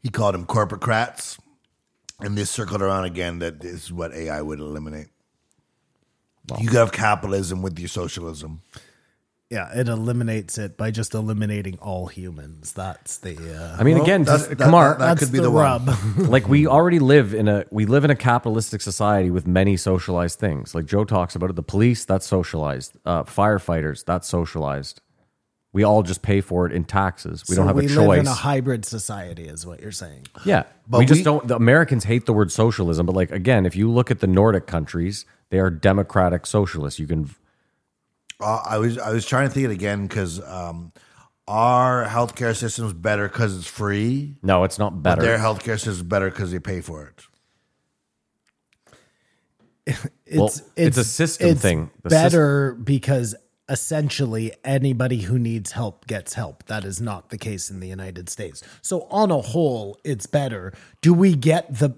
E: He called them corporatocrats, and this circled around again that this is what AI would eliminate. you could have capitalism with your socialism.
G: Yeah, it eliminates it by just eliminating all humans. That's the uh,
F: I mean, again,
E: that's-
F: just,
E: that-
F: Kamar,
E: that-
G: that's
E: could be
G: the,
E: the one.
G: rub.
F: [laughs]
G: [laughs]
F: like we already live in a we live in a capitalistic society with many socialized things like joe talks about it the police that's socialized uh, firefighters that's socialized we all just pay for it in taxes we
G: So
F: don't have
G: we
F: a
G: live
F: choice
G: in a hybrid society, is what you're saying.
F: yeah
E: But
F: we just
E: we-
F: don't the americans hate the word socialism but like again if you look at the nordic countries they are democratic socialists you can
E: Uh, I was I was trying to think it again because um, our healthcare system is better because it's free.
F: no it's not better
E: Their healthcare system is better because they pay for it.
G: It's
F: Well, it's a system
G: it's
F: thing. The sys-
G: better because essentially anybody who needs help gets help. That is not the case in the United States. So on a whole, it's better. Do we get the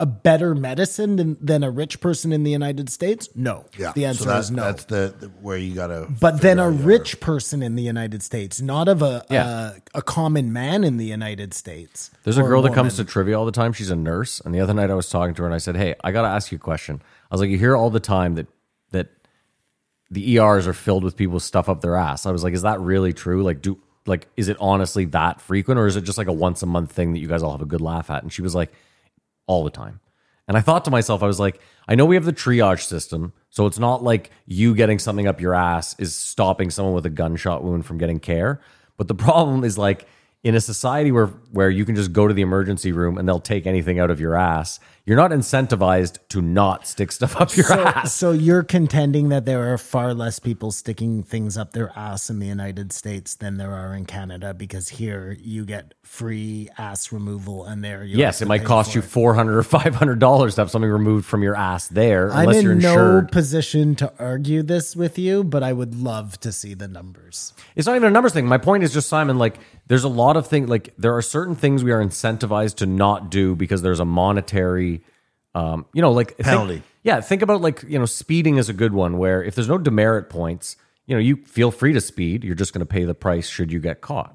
G: a better medicine than, than a rich person in the United States? No.
E: Yeah,
G: The answer
E: So that-
G: is no.
E: That's the, the- where you gotta.
G: But then
E: figure
G: a
E: out your-
G: rich person in the United States, not of a
F: Yeah.
G: a, a common man in the United States.
F: There's a
G: or
F: girl that comes to
G: woman.
F: trivia all the time. She's a nurse. And the other night I was talking to her and I said, Hey, I got to ask you a question. I was like, You hear all the time that, that the ERs are filled with people with stuff up their ass. I was like, Is that really true? Like, do, like, is it honestly that frequent or is it just like a once a month thing that you guys all have a good laugh at? And she was like, All the time. And I thought to myself, I was like, I know we have the triage system, so it's not like you getting something up your ass is stopping someone with a gunshot wound from getting care. But the problem is like in a society where where you can just go to the emergency room and they'll take anything out of your ass, you're not incentivized to not stick stuff up your [laughs]
G: So,
F: ass.
G: so you're contending that there are far less people sticking things up their ass in the United States than there are in Canada because here you get free ass removal and there you
F: Yes,
G: have
F: it
G: to
F: might
G: pay
F: cost
G: for
F: you
G: it.
F: four hundred or five hundred dollars to have something removed from your ass there,
G: I'm
F: unless you're
G: in no
F: insured.
G: position to argue this with you, but I would love to see the numbers.
F: It's not even a numbers thing. My point is just Simon. Like, there's a lot of things. Like, there are certain things we are incentivized to not do because there's a monetary, um, you know, like think-
E: Penalty.
F: yeah, think about like you know, speeding is a good one where if there's no demerit points, you know, you feel free to speed. You're just going to pay the price should you get caught.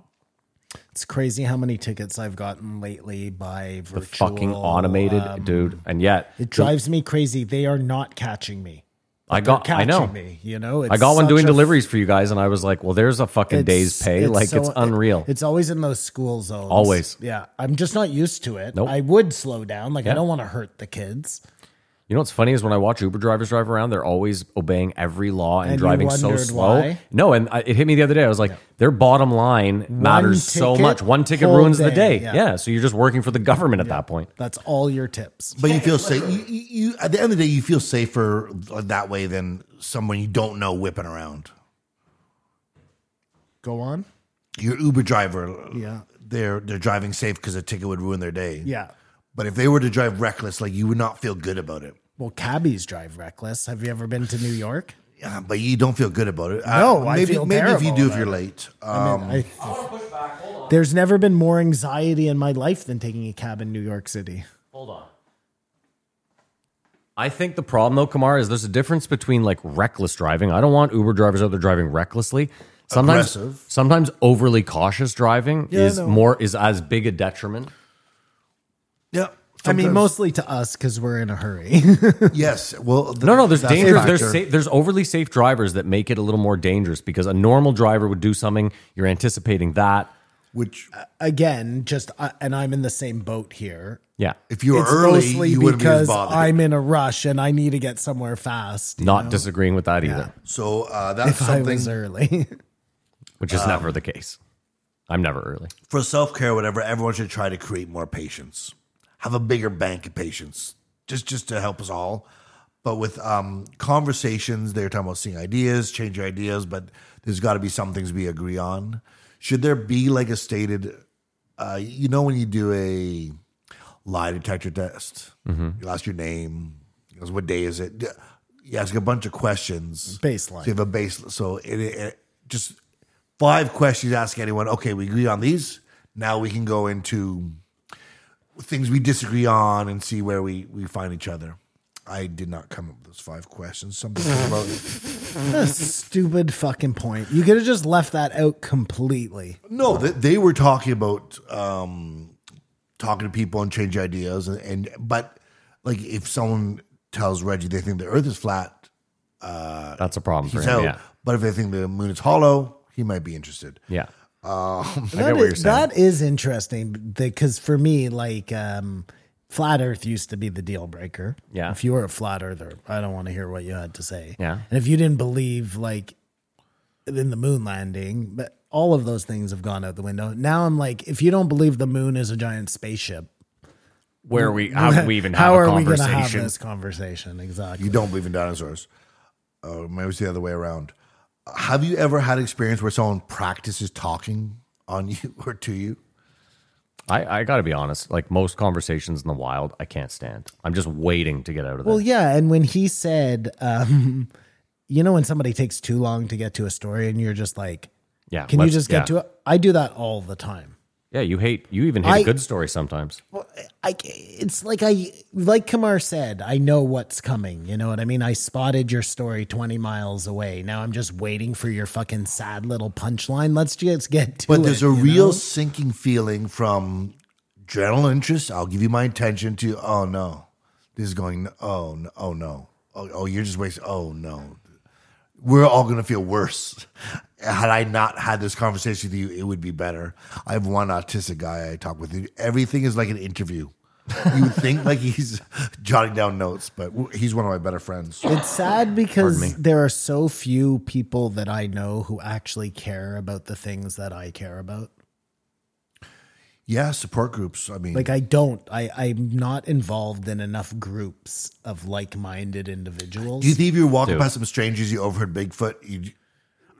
G: It's crazy how many tickets I've gotten lately by virtual. uh,
F: Fucking automated, dude. And yet,
G: Um, It drives me crazy. They are not catching me.
F: I got.
G: Catching
F: I know.
G: me. You know,
F: I got one
G: It's
F: doing
G: such a
F: deliveries for you guys, and I was like, well, there's a fucking day's
G: It's-
F: pay. like,
G: so-
F: it's unreal.
G: it- it's always in those school zones.
F: Always.
G: Yeah. I'm just not used to it.
F: Nope.
G: I would slow down. Like,
F: Yeah.
G: I don't want to hurt the kids.
F: You know what's funny is when I watch Uber drivers drive around, they're always obeying every law and,
G: And you
F: driving so
G: wondered
F: slow.
G: why?
F: No, and I, it hit me the other day. I was like, their bottom line matters so
G: ticket,
F: much. One ticket
G: whole
F: ruins the day.
G: day, yeah.
F: Yeah. so you're just working for the government at that point.
G: That's all your tips.
E: But you feel safe. You, you, you- at the end of the day, you feel safer that way than someone you don't know whipping around.
G: Go on.
E: Your Uber driver,
G: Yeah.
E: they're they're driving safe because a ticket would ruin their day.
G: Yeah.
E: But if they were to drive reckless, like you would not feel good about it.
G: Well, cabbies drive reckless. Have you ever been to New York?
E: Yeah, but you don't feel good about it. Uh,
G: No, I
E: maybe
G: feel
E: maybe if you
G: terrible
E: do if
G: about
E: you're
G: it.
E: late.
G: I
E: Um,
G: mean, I th- There's never been more anxiety in my life than taking a cab in New York City.
F: Hold on. I think the problem though, Kamara, is there's a difference between like reckless driving. I don't want Uber drivers out there driving recklessly. Sometimes,
E: Aggressive.
F: sometimes overly cautious driving
G: Yeah,
F: is
G: no.
F: more is as big a detriment.
E: yeah,
G: I mean,
E: sometimes-
G: mostly to us because we're in a hurry.
E: [laughs]
G: [laughs]
E: yes. Well, the,
F: No, no. There's
E: that's a
F: dangerous. There's
E: factor.
F: sa- there's overly safe drivers that make it a little more dangerous because a normal driver would do something. You're anticipating that.
E: which
G: Again, just, uh, and I'm in the same boat here.
F: Yeah,
E: if you were
G: it's
E: early,
G: mostly
E: you wouldn't be as
G: because
E: bothered.
G: I'm in a rush and I need to get somewhere fast.
F: not disagreeing with that either,
E: so uh, that's
G: [laughs] if I
E: something
F: [laughs]
G: was early.
F: which is
G: Um,
F: never the case. I'm never early.
E: for self care, whatever. Everyone should try to create more patience, have a bigger bank of patience, just just to help us all. But with um, conversations, they're talking about seeing ideas, change your ideas, but there's got to be some things we agree on. Should there be like a stated, uh, you know, when you do a lie detector test, you ask your name, you ask what day is it, you ask a bunch of questions,
G: Baseline.
E: So you have a base, so it, it just five questions ask anyone okay we agree on these now we can go into things we disagree on and see where we, we find each other i did not come up with those five questions something about
G: Stupid fucking point. You could have just left that out completely.
E: no they, they were talking about um, talking to people and change ideas and, and but like if someone tells reggie they think the earth is flat
G: uh,
F: That's a problem for
E: he's
F: him.
E: out
F: Yeah,
E: but if they think the moon is hollow he might be interested
F: yeah. I
G: That
F: get what
G: is-
F: you're saying.
G: that is interesting because for me, like, um, flat earth used to be the deal breaker.
F: Yeah.
G: If you were a flat earther, I don't want to hear what you had to say.
F: Yeah.
G: And if you didn't believe, like, in the moon landing, but all of those things have gone out the window. Now I'm like, if you don't believe the moon is a giant spaceship,
F: Where we
G: [laughs]
F: how do we even have
G: how
F: a
G: are we going to have
F: conversation?
G: this conversation? Exactly.
E: You don't believe in dinosaurs. Uh, maybe it's the other way around. Have you ever had experience where someone practices talking on [laughs] you or to you?
F: I I got to be honest. Like most conversations in the wild, I can't stand. I'm just waiting to get out of there.
G: Well, yeah, and when he said, um, you know, when somebody takes too long to get to a story, and you're just like,
F: yeah.
G: "Can you
F: let's-
G: just get
F: yeah.
G: to it?" I do that all the time.
F: Yeah, you hate. You even hate a
G: I-
F: good story sometimes.
G: I, it's like I, like Kamar said, I know what's coming. You know what I mean? I spotted your story twenty miles away. Now I'm just waiting for your fucking sad little punchline. Let's just get to it.
E: But there's a
G: you
E: real
G: know?
E: sinking feeling from general interest. I'll give you my attention to. Oh no, this is going. Oh no, oh no, oh, oh you're just wasting. Oh no, we're all gonna feel worse. [laughs] Had I not had this conversation with you, it would be better. I have one autistic guy I talk with. Everything is like an interview. You would think like he's [laughs] jotting down notes, but w- he's one of my better friends.
G: It's sad because there are so few people that I know who actually care about the things that I care about.
E: Yeah, support groups. I mean,
G: Like I don't. I I'm not involved in enough groups of like-minded individuals.
E: do you think if you were walking past some strangers, you overheard Bigfoot? You,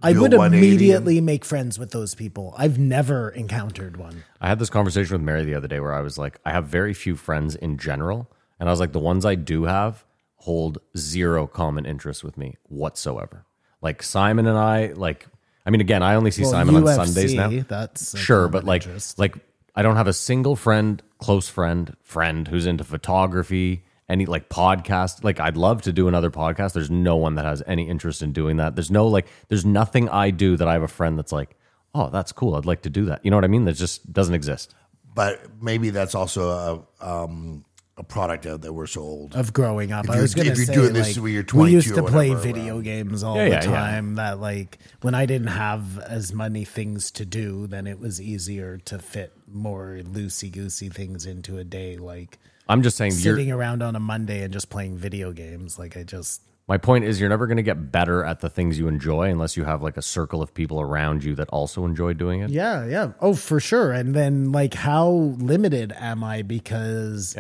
G: I
E: do a
G: would
E: 180 and-
G: immediately make friends with those people. I've never encountered one.
F: I had this conversation with Mary the other day where I was like, I have very few friends in general. And I was like, the ones I do have hold zero common interest with me whatsoever. Like Simon and I, like, I mean, again, I only see
G: Well,
F: Simon on
G: UFC,
F: Sundays now.
G: That's a
F: sure,
G: common
F: but like,
G: interest.
F: like I don't have a single friend, close friend, friend who's into photography, any like podcast. Like, I'd love to do another podcast. There's no one that has any interest in doing that. There's no like, there's nothing I do that I have a friend that's like, oh, that's cool. I'd like to do that. You know what I mean? That just doesn't exist.
E: but maybe that's also a um, a product of that we're so old.
G: of growing up. I
E: you're-
G: was going
E: if
G: to
E: you're
G: say
E: doing this
G: like,
E: when you're
G: we
E: 22
G: used
E: or
G: to play
E: whatever, um,
G: video games all
F: Yeah,
G: the
F: yeah, yeah.
G: time. That like when I didn't have as many things to do, then it was easier to fit more loosey goosey things into a day. Like
F: I'm just saying, you're,
G: sitting around on a Monday and just playing video games. Like I just
F: my point is, you're never going to get better at the things you enjoy unless you have like a circle of people around you that also enjoy doing it.
G: Yeah, yeah. Oh, for sure. And then like how limited am I because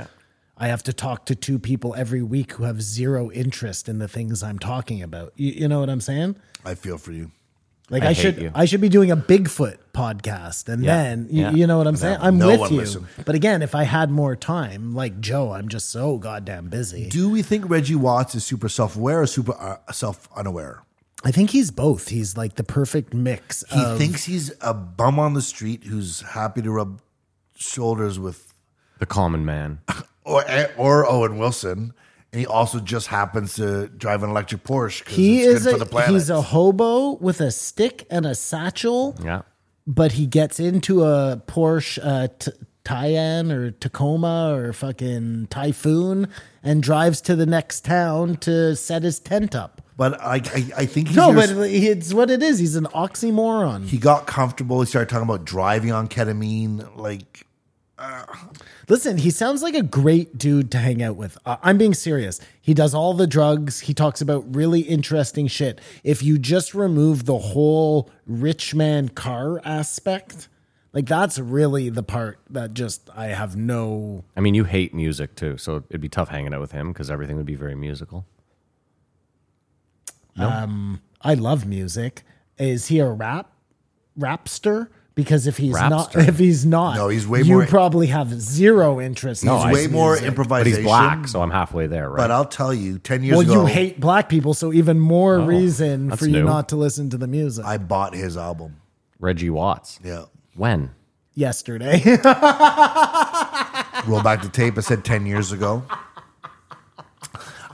G: I have to talk to two people every week who have zero interest in the things I'm talking about. You, you know what I'm saying?
E: I feel for you.
G: Like
F: I
G: I,
F: hate
G: should
F: you.
G: I should be doing a Bigfoot podcast and
F: Yeah,
G: then you,
F: yeah.
G: you know what I'm saying? I'm
E: no
G: with
E: one
G: you.
E: listen.
G: But again, if I had more time, like Joe, I'm just so goddamn busy.
E: Do we think Reggie Watts is super self aware or super uh, self unaware?
G: I think he's both. He's like the perfect mix
E: He
G: of
E: thinks he's a bum on the street who's happy to rub shoulders with
F: The common
G: [laughs]
F: man.
E: or eh, or Owen Wilson, and he also just happens to drive an electric Porsche. 'cause
G: he
E: it's
G: is
E: good
G: a,
E: for the planet.
G: he's a hobo with a stick and a satchel.
F: Yeah.
G: but he gets into a Porsche uh, t- Taycan or Tacoma or fucking Typhoon and drives to the next town to set his tent up.
E: but I, I I think he's
G: No,
E: your-
G: but it's what it is. He's an oxymoron.
E: he got comfortable. He started talking about driving on ketamine. Like
G: Listen, he sounds like a great dude to hang out with. Uh, I'm being serious. He does all the drugs. He talks about really interesting shit. If you just remove the whole rich man car aspect, like that's really the part that just I have no
F: I mean, you hate music too, so it'd be tough hanging out with him because everything would be very musical.
G: I love music. Is he a rap rapster? Because if he's not,
F: Rapster?
G: if he's not,
E: No, he's way
G: you
E: more-
G: probably have zero interest.
F: No,
G: in
F: I-
E: way
G: his
E: more
G: music.
F: But
E: improvisation.
F: he's black, so I'm halfway there, right?
E: But uh, I'll tell you, ten years
G: Well,
E: ago,
G: you hate black people, so even more reason
F: Oh, that's
G: for you
F: new.
G: not to listen to the music.
E: I bought his album.
F: Reggie Watts.
E: Yeah,
F: When?
G: Yesterday, [laughs]
E: roll back the tape. I said ten years ago.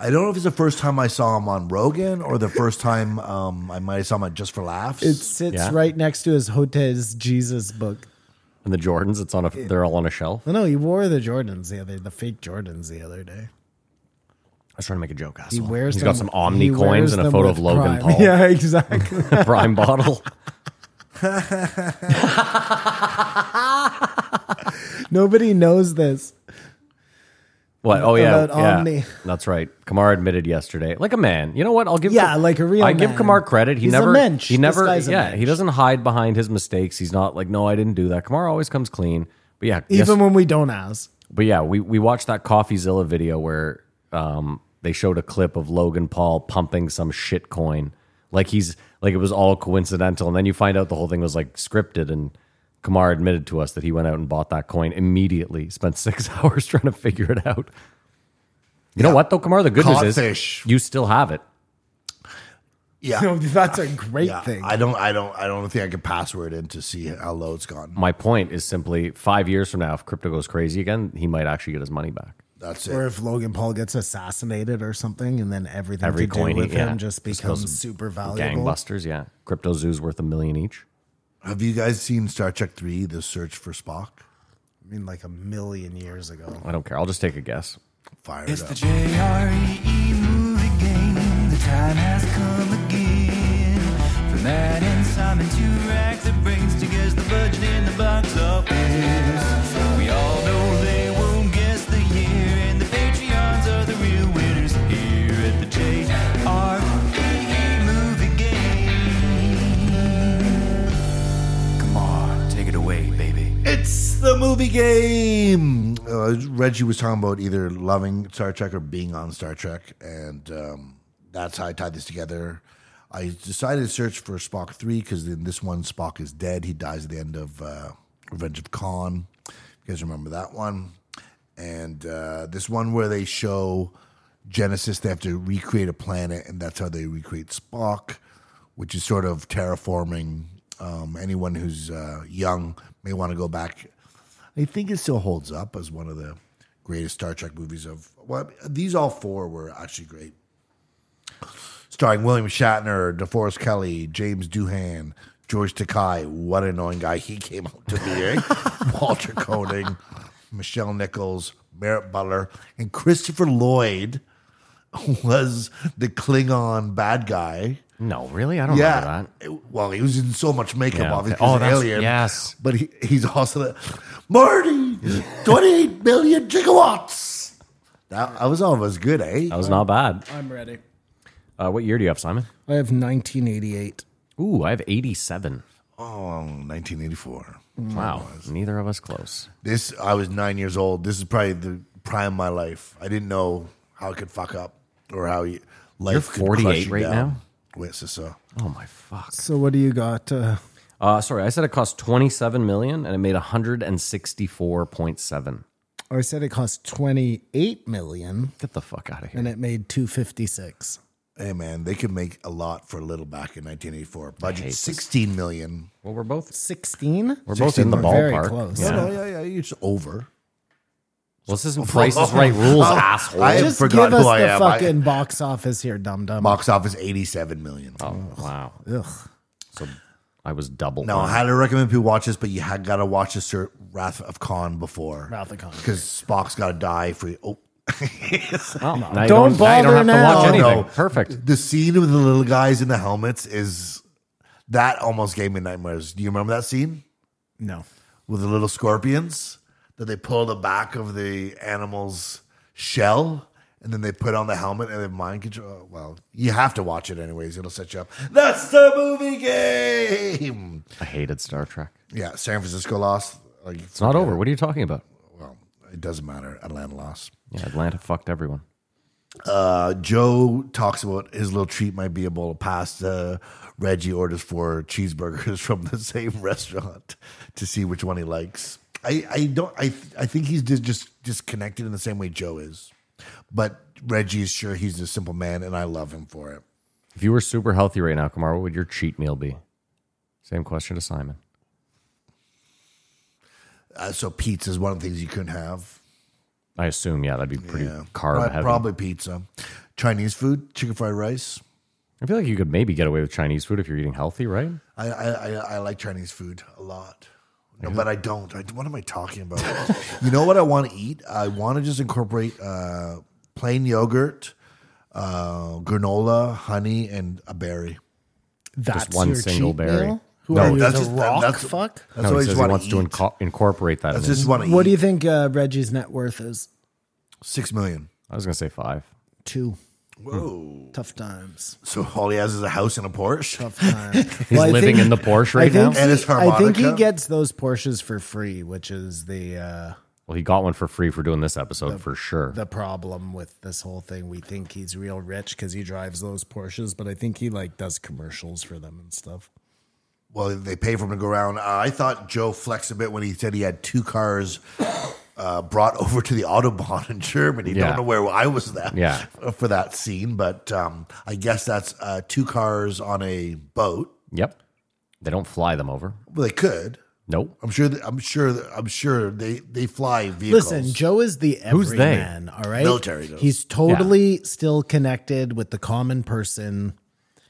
E: I don't know if it's the first time I saw him on Rogan or the first time um, I might have saw him at Just for Laughs.
G: it sits
F: Yeah.
G: right next to his Hotez Jesus book. Oh,
F: And the Jordans, it's on a, they're all on a shelf. I
G: No, no, he wore the Jordans the other, the fake Jordans the other day.
F: was trying to make a joke. Asshole.
G: He wears.
F: He's
G: them,
F: got some
G: he
F: Omni coins
G: wears
F: and a
G: them
F: photo
G: with
F: of Logan
G: crime. [laughs]
F: Paul.
G: Yeah,
F: [laughs]
G: exactly.
F: Prime bottle.
G: Nobody knows this.
F: What? Oh yeah,
G: About
F: yeah.
G: Omni.
F: That's right. Kamar admitted yesterday, like a man. You know what? I'll give
G: Yeah, like a real
F: I give
G: man.
F: Kamar credit. He
G: He's a
F: never.
G: mensch.
F: He
G: This
F: never.
G: guy's a
F: yeah, he
G: mensch.
F: doesn't hide behind his mistakes. He's not like, no, I didn't do that. Kamar always comes clean. But yeah, yes-
G: Even when we don't ask. [laughs]
F: but yeah, we we watched that CoffeeZilla video where um they showed a clip of Logan Paul pumping some shit coin, like he's like it was all coincidental, and then you find out the whole thing was like scripted and. Kamar admitted to us that he went out and bought that coin immediately. Spent [laughs] six hours trying to figure it out. You know what though, Kamar? The good news is
E: Codfish.
F: you still have it.
E: yeah,
G: that's a great
E: yeah.
G: thing.
E: I don't, I don't, I don't think I could password in to see how low it's gone.
F: My point is simply five years from now, if crypto goes crazy again, he might actually get his money back.
E: That's
G: or
E: it.
G: if Logan Paul gets assassinated or something, and then everything
F: Every
G: to
F: coin
G: do
F: he-
G: with
F: yeah,
G: him just
F: just
G: becomes
F: goes
G: super valuable.
F: Gangbusters, yeah. Crypto zoo's worth a million each.
E: Have you guys seen Star Trek Three: The Search for Spock?
G: I mean, like a million years ago.
F: I don't care. I'll just take a guess.
E: Fire it up.
H: JRE E movie game. The time has come again. For Matt and Simon to rack their brains to guess the budget in the box office. We all know they won't guess the E
E: movie game. Uh, Reggie was talking about either loving Star Trek or being on Star Trek, and um, that's how I tied this together. I decided to search for Spock three because in this one Spock is dead. He dies at the end of uh, Revenge of Khan. You guys remember that one? And uh, this one where they show Genesis, they have to recreate a planet, and that's how they recreate Spock which is sort of terraforming. Um, anyone who's uh, young may want to go back. I think it still holds up as one of the greatest Star Trek movies of. Well, these all four were actually great, starring William Shatner, DeForest Kelly, James Doohan, George Takei. What an annoying guy he came out to be! Eh? Walter Koenig, Michelle Nichols, Merritt Butler, and Christopher Lloyd was the Klingon bad guy.
F: No, really? I don't
E: Yeah.
F: remember that.
E: Well, he was in so much makeup,
F: Yeah,
E: obviously.
F: okay. Oh,
E: Oh,
F: that's-
E: alien.
F: yes.
E: But he, he's also the Marty, 28 million gigawatts. That, that was almost good, eh?
F: That was not bad.
G: I'm ready.
F: Uh, what year do you have, Simon?
G: I have 1988.
F: Ooh, I have 87.
E: Oh, 1984.
F: Wow. Neither of us close.
E: This, I was nine years old. This is probably the prime of my life. I didn't know how I could fuck up or how you, life could
F: 48
E: crush you
F: right
E: down.
F: now?
E: Wait, so, so.
F: Oh, my fuck.
G: So what do you got? Uh,
F: Uh, sorry, I said it cost 27 million and it made 164.7.
G: I said it cost 28 million
F: Get the fuck out of here.
G: and it made 256.
E: Hey, man, they could make a lot for little back in 1984. Budget
F: this.
E: 16 million.
F: Well, we're both
G: 16?
F: we're both in the
E: 16,
G: very
F: ballpark.
G: close.
F: Yeah.
E: No, no, yeah, yeah, it's over.
F: Well, this isn't Price is
E: [laughs]
F: Right rules,
E: Oh,
F: asshole.
E: I-
G: Just
E: forgot
G: give us
E: who I
G: the
E: am. I-
G: fucking box office here, dum dum.
E: Box office 87 million.
F: Oh, wow.
G: Ugh.
F: So I was double.
E: No, I
F: wrong.
E: highly recommend people watch this, but you had got to watch this Sir Wrath of Khan before.
G: Wrath of Khan.
E: Because Spock's got to die for you. Oh. [laughs]
F: Well, now you now you
G: Don't bother
F: don't have to watch
G: now.
F: anything.
E: No.
F: Perfect.
E: The scene with the little guys in the helmets is that almost gave me nightmares. Do you remember that scene
G: No.
E: with the little scorpions that they pull the back of the animal's shell? And then they put on the helmet and they mind control. Oh, Well, you have to watch it anyways. It'll set you up. That's the movie game.
F: I hated Star Trek.
E: Yeah, San Francisco lost. Like,
F: It's not over. What are you talking about?
E: well, it doesn't matter. Atlanta lost.
F: Yeah, Atlanta fucked everyone.
E: Uh, Joe talks about his little treat might be a bowl of pasta. Reggie orders four cheeseburgers [laughs] from the same restaurant to see which one he likes. I, I don't. I th- I think he's just, just disconnected in the same way Joe is, but Reggie is sure he's a simple man, and I love him for it.
F: If you were super healthy right now, Kamara, what would your cheat meal be? Same question to Simon.
E: Uh, so pizza is one of the things you couldn't have.
F: I assume, yeah, that'd be pretty
E: Yeah,
F: carb
E: Prob-
F: heavy.
E: probably pizza, Chinese food, chicken fried rice.
F: I feel like you could maybe get away with Chinese food if you're eating healthy, right?
E: I, I, I, I like Chinese food a lot. No, but I don't. I, what am I talking about? [laughs] you know what I want to eat? I want to just incorporate uh, plain yogurt, uh, granola, honey, and a berry.
G: That's
F: one
G: your
F: single
G: cheat
F: berry.
G: meal? Who
E: No,
G: are you,
E: that's
G: the
E: just- that-
G: rock
E: that's-
G: fuck?
E: That's what I
F: no, he says
E: just
F: he
E: want
F: wants
E: to
F: to
E: eat.
F: inco- incorporate that.
E: That's
F: in
E: just
F: his-
E: want to eat.
G: What do you think uh, Reggie's net worth is?
E: Six million.
F: I was gonna say five.
G: Two.
E: Whoa!
G: Tough times.
E: So all he has is a house and a Porsche.
G: Tough times.
F: He's
G: Well, I
F: living
G: think-
F: in
E: [laughs]
F: the Porsche
G: I
F: right now.
G: think,
E: And his
G: he, I think he
E: harmonica.
G: gets those Porsches for free, which is the uh,
F: Well, he got one for free for doing this episode for sure.
G: the problem with this whole thing. We think he's real rich because he drives those Porsches, but I think he like does commercials for them and stuff.
E: Well, they pay for him to go around. Uh, I thought Joe flexed a bit when he said he had two cars uh, brought [laughs] over to the autobahn in Germany.
F: Yeah.
E: Don't know where I was that
F: Yeah.
E: [laughs] for that scene, but um, I guess that's uh, two cars on a boat.
F: yep. They don't fly them over.
E: Well, they could.
F: Nope.
E: I'm sure. That, I'm sure. That, I'm sure they they fly vehicles.
G: Listen, Joe is the
F: Who's they?
G: everyman. All right,
E: Military does.
G: He's totally still connected with the common person.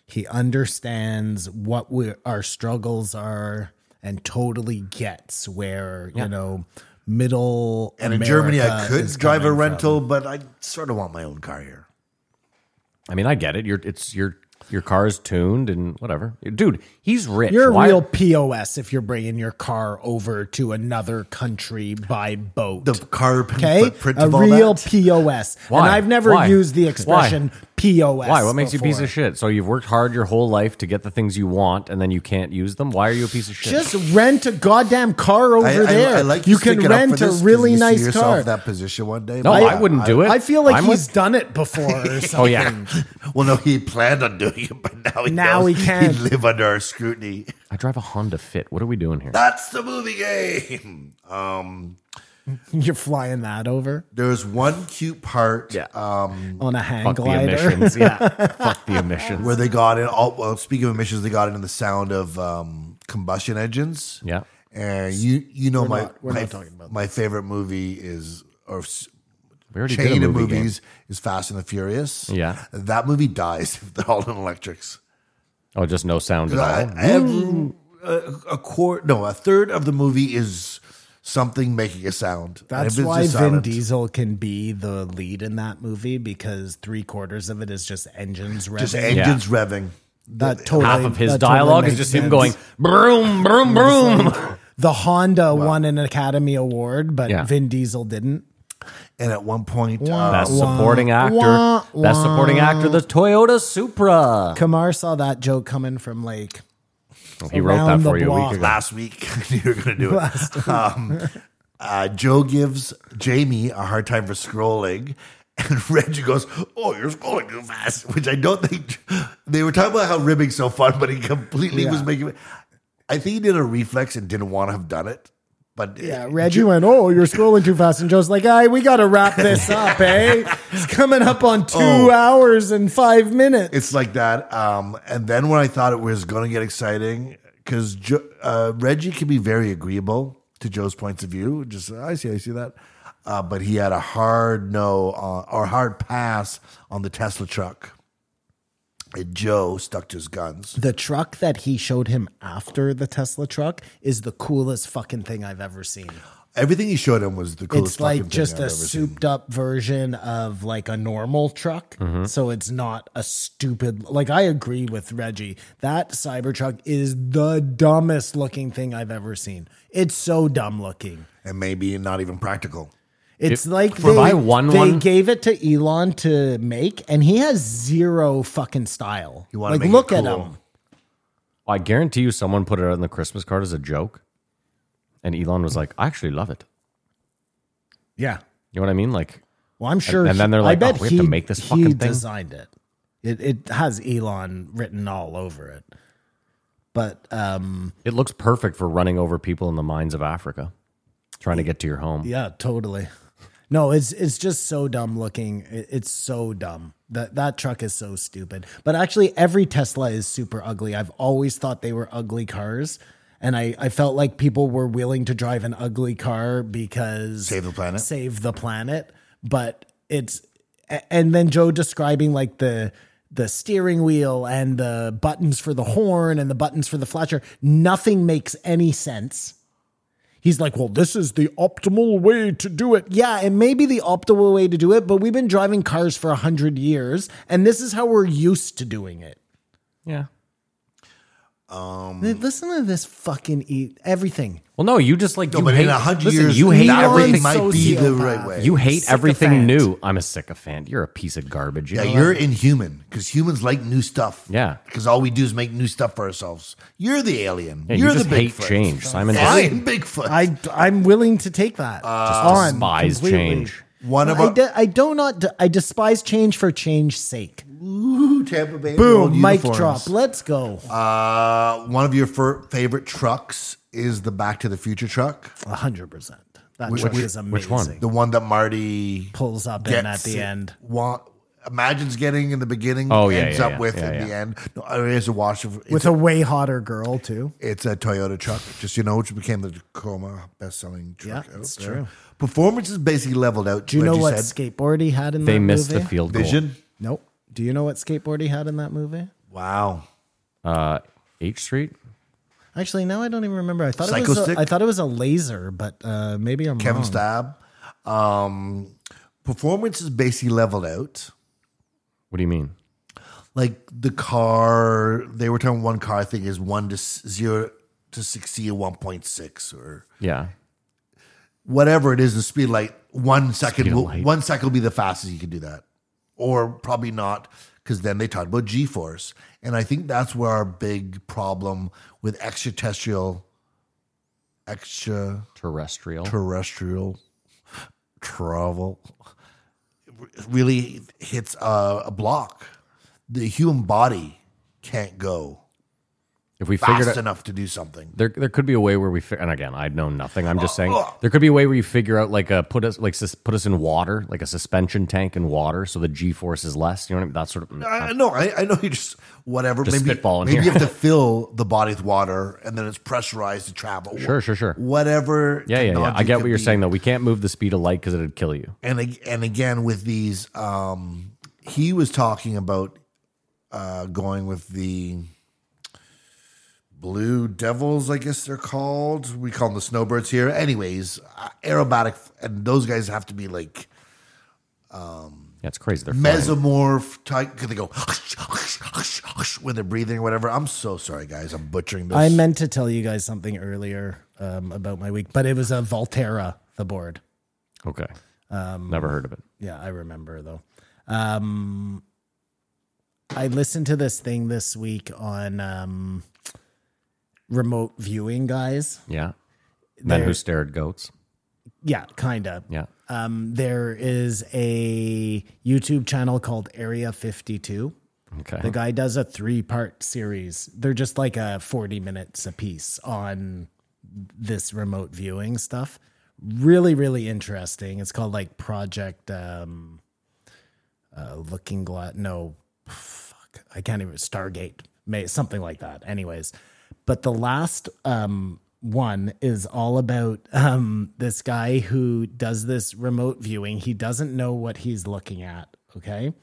G: He understands what we, our struggles are, and totally gets where
F: Yeah.
G: you know middle.
E: and in Germany, I
G: America
E: could
G: is
E: drive a
G: coming from.
E: rental, but I sort of want my own car here.
F: I mean, I get it. Your it's your your car's tuned and whatever, dude. He's rich.
G: You're a
F: Why-
G: real POS if you're bringing your car over to another country by boat.
E: The carbon
G: okay,
E: footprint
G: a
E: of all
G: real
E: that.
G: POS.
F: Why?
G: And I've never
F: Why?
G: used the
F: Why?
G: expression POS.
F: Why? What makes you a piece
G: before.
F: of shit? So you've worked hard your whole life to get the things you want, and then you can't use them. Why are you a piece of shit?
G: Just rent a goddamn car over
E: I, I-
G: there.
E: I like
G: you can
E: sticking up for
G: rent a
E: this 'cause
G: really
E: you see
G: nice
E: yourself
G: car.
E: That position one day.
F: no, I, wouldn't do it.
G: I feel like
F: I'm
G: he's
F: with-
G: done it before. Or something.
F: Oh yeah,
E: Well, no, he planned on doing it, but now he
G: Now
E: knows
G: he can't.
E: He'd live under our scrutiny.
F: I drive a Honda Fit. What are we doing here?
E: That's the movie game. Um,
G: You're flying that over
E: there's one cute part
F: Yeah.
E: um,
G: on a hang
F: Fuck the
G: glider.
F: emissions. Yeah, fuck the emissions.
E: where they got in. All, well, speaking of emissions, they got into the sound of um, combustion engines.
F: Yeah.
E: and you you know my
G: not- we're
E: my,
G: not talking about
E: my favorite movie is or s-
F: We already did a
E: chain of
F: movie game.
E: movies is Fast and the Furious.
F: Yeah.
E: that movie dies [laughs] if they're all in electrics.
F: Oh, just no sound at
E: I,
F: all.
E: I have a, uh, a quarter, no, a third of the movie is something making a sound. And if
G: [laughs] That's
E: it's
G: why Vin
E: just silent-
G: Diesel can be the lead in that movie because three quarters of it is just engines revving.
E: just engines revving.
G: that totally
F: Half of his
G: that totally
F: dialogue is
G: makes
F: just him
G: sense.
F: going broom, broom, broom.
G: The Honda won an Academy Award, but
F: Yeah.
G: Vin Diesel didn't.
E: And at one point, uh,
F: [laughs] Best supporting actor.
G: wah,
F: Best
G: wah.
F: supporting actor. The Toyota Supra.
G: Kamar saw that joke coming from like
F: He wrote that
G: Around the
F: for you a week
G: block.
F: ago.
E: last week [laughs] I knew you were going to do it. Um, uh, Joe gives Jamie a hard time for scrolling. And [laughs] Reggie goes, "Oh, you're scrolling too fast," which I don't think they were talking about how ribbing's so fun, but he completely was making. it. I think he did a reflex and didn't want to have done it, but
G: Yeah, Reggie went, Oh, you're scrolling too fast. And Joe's like, Hey, we got to wrap [laughs] this up, eh? It's coming up on two
E: Oh.
G: hours and five minutes.
E: It's like that. Um, and then when I thought it was going to get exciting, because jo- uh, Reggie can be very agreeable to Joe's points of view. Just "Oh, I see, I see that. Uh, but he had a hard no on, or hard pass on the Tesla truck. And Joe stuck to his guns.
G: The truck that he showed him after the Tesla truck is the coolest fucking thing I've ever seen.
E: Everything he showed him was the coolest.
G: It's like
E: fucking
G: just
E: thing
G: a
E: I've ever seen.
G: souped up version of like a normal truck.
E: Mm-hmm.
G: So it's not a stupid. Like, I agree with Reggie. That Cybertruck is the dumbest looking thing I've ever seen. It's so dumb looking.
E: and maybe not even practical.
G: It's like
F: For
G: they,
F: my one
G: they
F: one-
G: gave it to Elon to make, and he has zero fucking style.
E: You wanna
G: like,
E: make it
G: look at
E: cool.
G: him.
F: I guarantee you someone put it on the Christmas card as a joke. And Elon was like, I actually love it.
G: Yeah.
F: You know what I mean? Like,
G: Well, I'm sure.
F: and then
G: he-
F: they're
G: I
F: like,
G: bet
F: "Oh, we have to
G: he-
F: make this
G: he
F: fucking thing."
G: designed it. it. It has Elon written all over it. But um,
F: it looks perfect for running over people in the mines of Africa, trying to get to your home.
G: yeah, totally. No, it's it's just so dumb looking. It- It's so dumb. That that truck is so stupid. But actually, every Tesla is super ugly. I've always thought they were ugly cars, and I I felt like people were willing to drive an ugly car because
E: Save the planet.
G: save the planet. But it's a- and then Joe describing like the the steering wheel and the buttons for the horn and the buttons for the flasher. Nothing makes any sense. He's like, well, this is the optimal way to do it. Yeah, it may be the optimal way to do it, but we've been driving cars for a hundred years, and this is how we're used to doing it.
F: Yeah. Mm.
G: Listen to this fucking eat everything.
F: Well, no, you just like
E: No,
F: you
E: but
F: hate
E: in a hundred
F: listen,
E: years,
F: You hate
E: that way
F: everything.
E: might be the
G: sociopath.
E: right way.
F: You hate everything
G: Sycophant.
F: new. I'm a sycophant. You're a piece of garbage. You
E: Yeah,
F: know
E: you're inhuman because humans like new stuff.
F: Yeah.
E: because all we do is make new stuff for ourselves. You're the alien.
F: Yeah, you
E: you're
F: just
E: the
F: hate
E: Bigfoot. [laughs]
F: change. Simon
E: I
F: just
E: am Bigfoot.
G: I I'm willing to take that. on
F: Uh, despise
G: completely.
F: change.
E: One of
G: I,
E: our-
G: de- I do not. de- I despise change for change's sake.
E: Ooh, Tampa Bay.
G: Boom,
E: World
G: mic
E: uniforms.
G: drop. Let's go.
E: Uh, one of your fir- favorite trucks is the Back to the Future truck,
G: A hundred percent. That truck is amazing.
F: which one?
E: the one that Marty
G: Pulls up in at
E: gets
G: the end.
E: Wa- imagines getting in the beginning.
F: Oh, yeah,
E: ends
F: yeah,
E: up
F: yeah,
E: with
F: yeah,
E: in
F: yeah.
E: the end. No, I mean, it's a wash of it's,
G: With a way hotter girl too.
E: it's a Toyota truck. Just you know, which became the Tacoma best-selling truck.
G: Yeah,
E: out
G: it's
E: there.
G: true.
E: Performance is basically leveled out.
G: Do you know
E: Reggie
G: what
E: said.
G: skateboard he had in
F: They
G: that
F: missed
G: movie?
F: the field goal.
E: vision?
G: Nope. Do you know what skateboard he had in that movie?
E: Wow.
F: Uh, H Street.
G: Actually, now I don't even remember. I thought
E: Psycho
G: it was a,
E: stick?
G: I thought it was a laser, but uh, maybe I'm
E: Kevin
G: wrong.
E: Stab. Um, performance is basically leveled out.
F: What do you mean?
E: like the car they were telling one car thing is one to s- zero to sixty at one point six or
F: Yeah.
E: whatever it is the speed light one second
F: Speed of
E: will,
F: light.
E: one second will be the fastest you can do that or probably not because then they talked about G force. And I think that's where our big problem with extraterrestrial, extra
F: Terrestrial.
E: terrestrial travel really hits a, a block. The human body can't go
F: if we figured
E: fast
F: out,
E: enough to do something.
F: there, there could be a way where we. Fi- and again, I know nothing. I'm just
E: Uh,
F: saying there could be a way where you figure out like a put us like sus- put us in water, like a suspension tank in water, so the g force is less. You know what I mean? That sort of. uh,
E: I I know, I, I know. You just whatever.
F: Just
E: maybe
F: spitballing
E: maybe you
F: here. [laughs]
E: have to fill the body with water, and then it's pressurized to travel.
F: Sure, sure, sure.
E: Whatever.
F: yeah, yeah, yeah. I
E: technology
F: get
E: could
F: what you're
E: be.
F: saying though. We can't move the speed of light because it'd kill you.
E: and ag- and again with these um he was talking about uh going with the blue devils i guess they're called we call them the snowbirds here anyways uh, aerobatic and those guys have to be like
F: Yeah, it's crazy. They're flying.
E: mesomorph type 'cause they go when they're breathing or whatever i'm so sorry guys i'm butchering this
G: I meant to tell you guys something earlier um, about my week, but it was a Volterra, the board.
F: Okay.
E: Um,
F: Never heard of it.
G: Yeah, I remember though. Um, I listened to this thing this week on um, remote viewing, guys.
F: Yeah. Men who
G: There-
F: stare at goats.
G: Yeah, kind of.
F: Yeah.
G: Um, there is a YouTube channel called Area 52.
F: Okay.
G: The guy does a three part series. They're just like a 40 minutes a piece on this remote viewing stuff. Really, really interesting. It's called like Project um, uh, Looking Glass. No, fuck. I can't even. Stargate, may, something like that. Anyways. But the last um, one is all about um, this guy who does this remote viewing. He doesn't know what he's looking at. Okay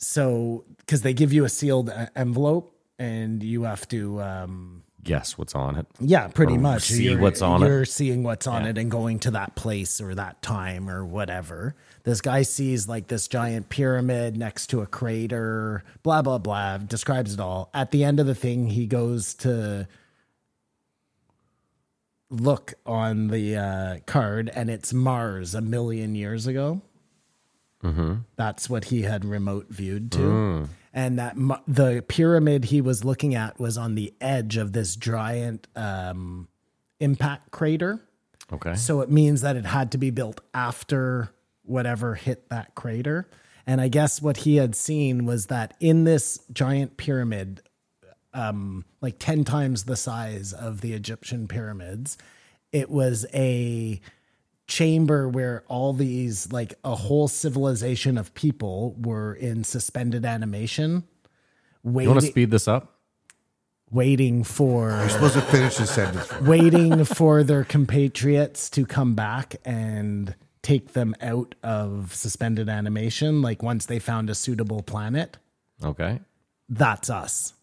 G: so because they give you a sealed uh, envelope and you have to um
F: Guess what's on it.
G: yeah pretty
F: Or
G: much
F: see what's on it.
G: you're seeing what's on it and going to that place or that time or whatever this guy sees like this giant pyramid next to a crater blah blah blah describes it all at the end of the thing he goes to look on the uh, card and it's mars a million years ago
F: Mm-hmm.
G: that's what he had remote viewed to.
F: Mm.
G: And that mu- the pyramid he was looking at was on the edge of this giant um, impact crater.
F: Okay.
G: So it means that it had to be built after whatever hit that crater. And I guess what he had seen was that in this giant pyramid, um, like 10 times the size of the Egyptian pyramids, it was a chamber where all these, like a whole civilization of people were in suspended animation.
F: you want to
G: Waiting,
F: speed this up?
G: waiting for
E: you're supposed to finish the sentence for me.
G: waiting for their compatriots to come back and take them out of suspended animation. Like once they found a suitable planet,
F: Okay.
G: that's us.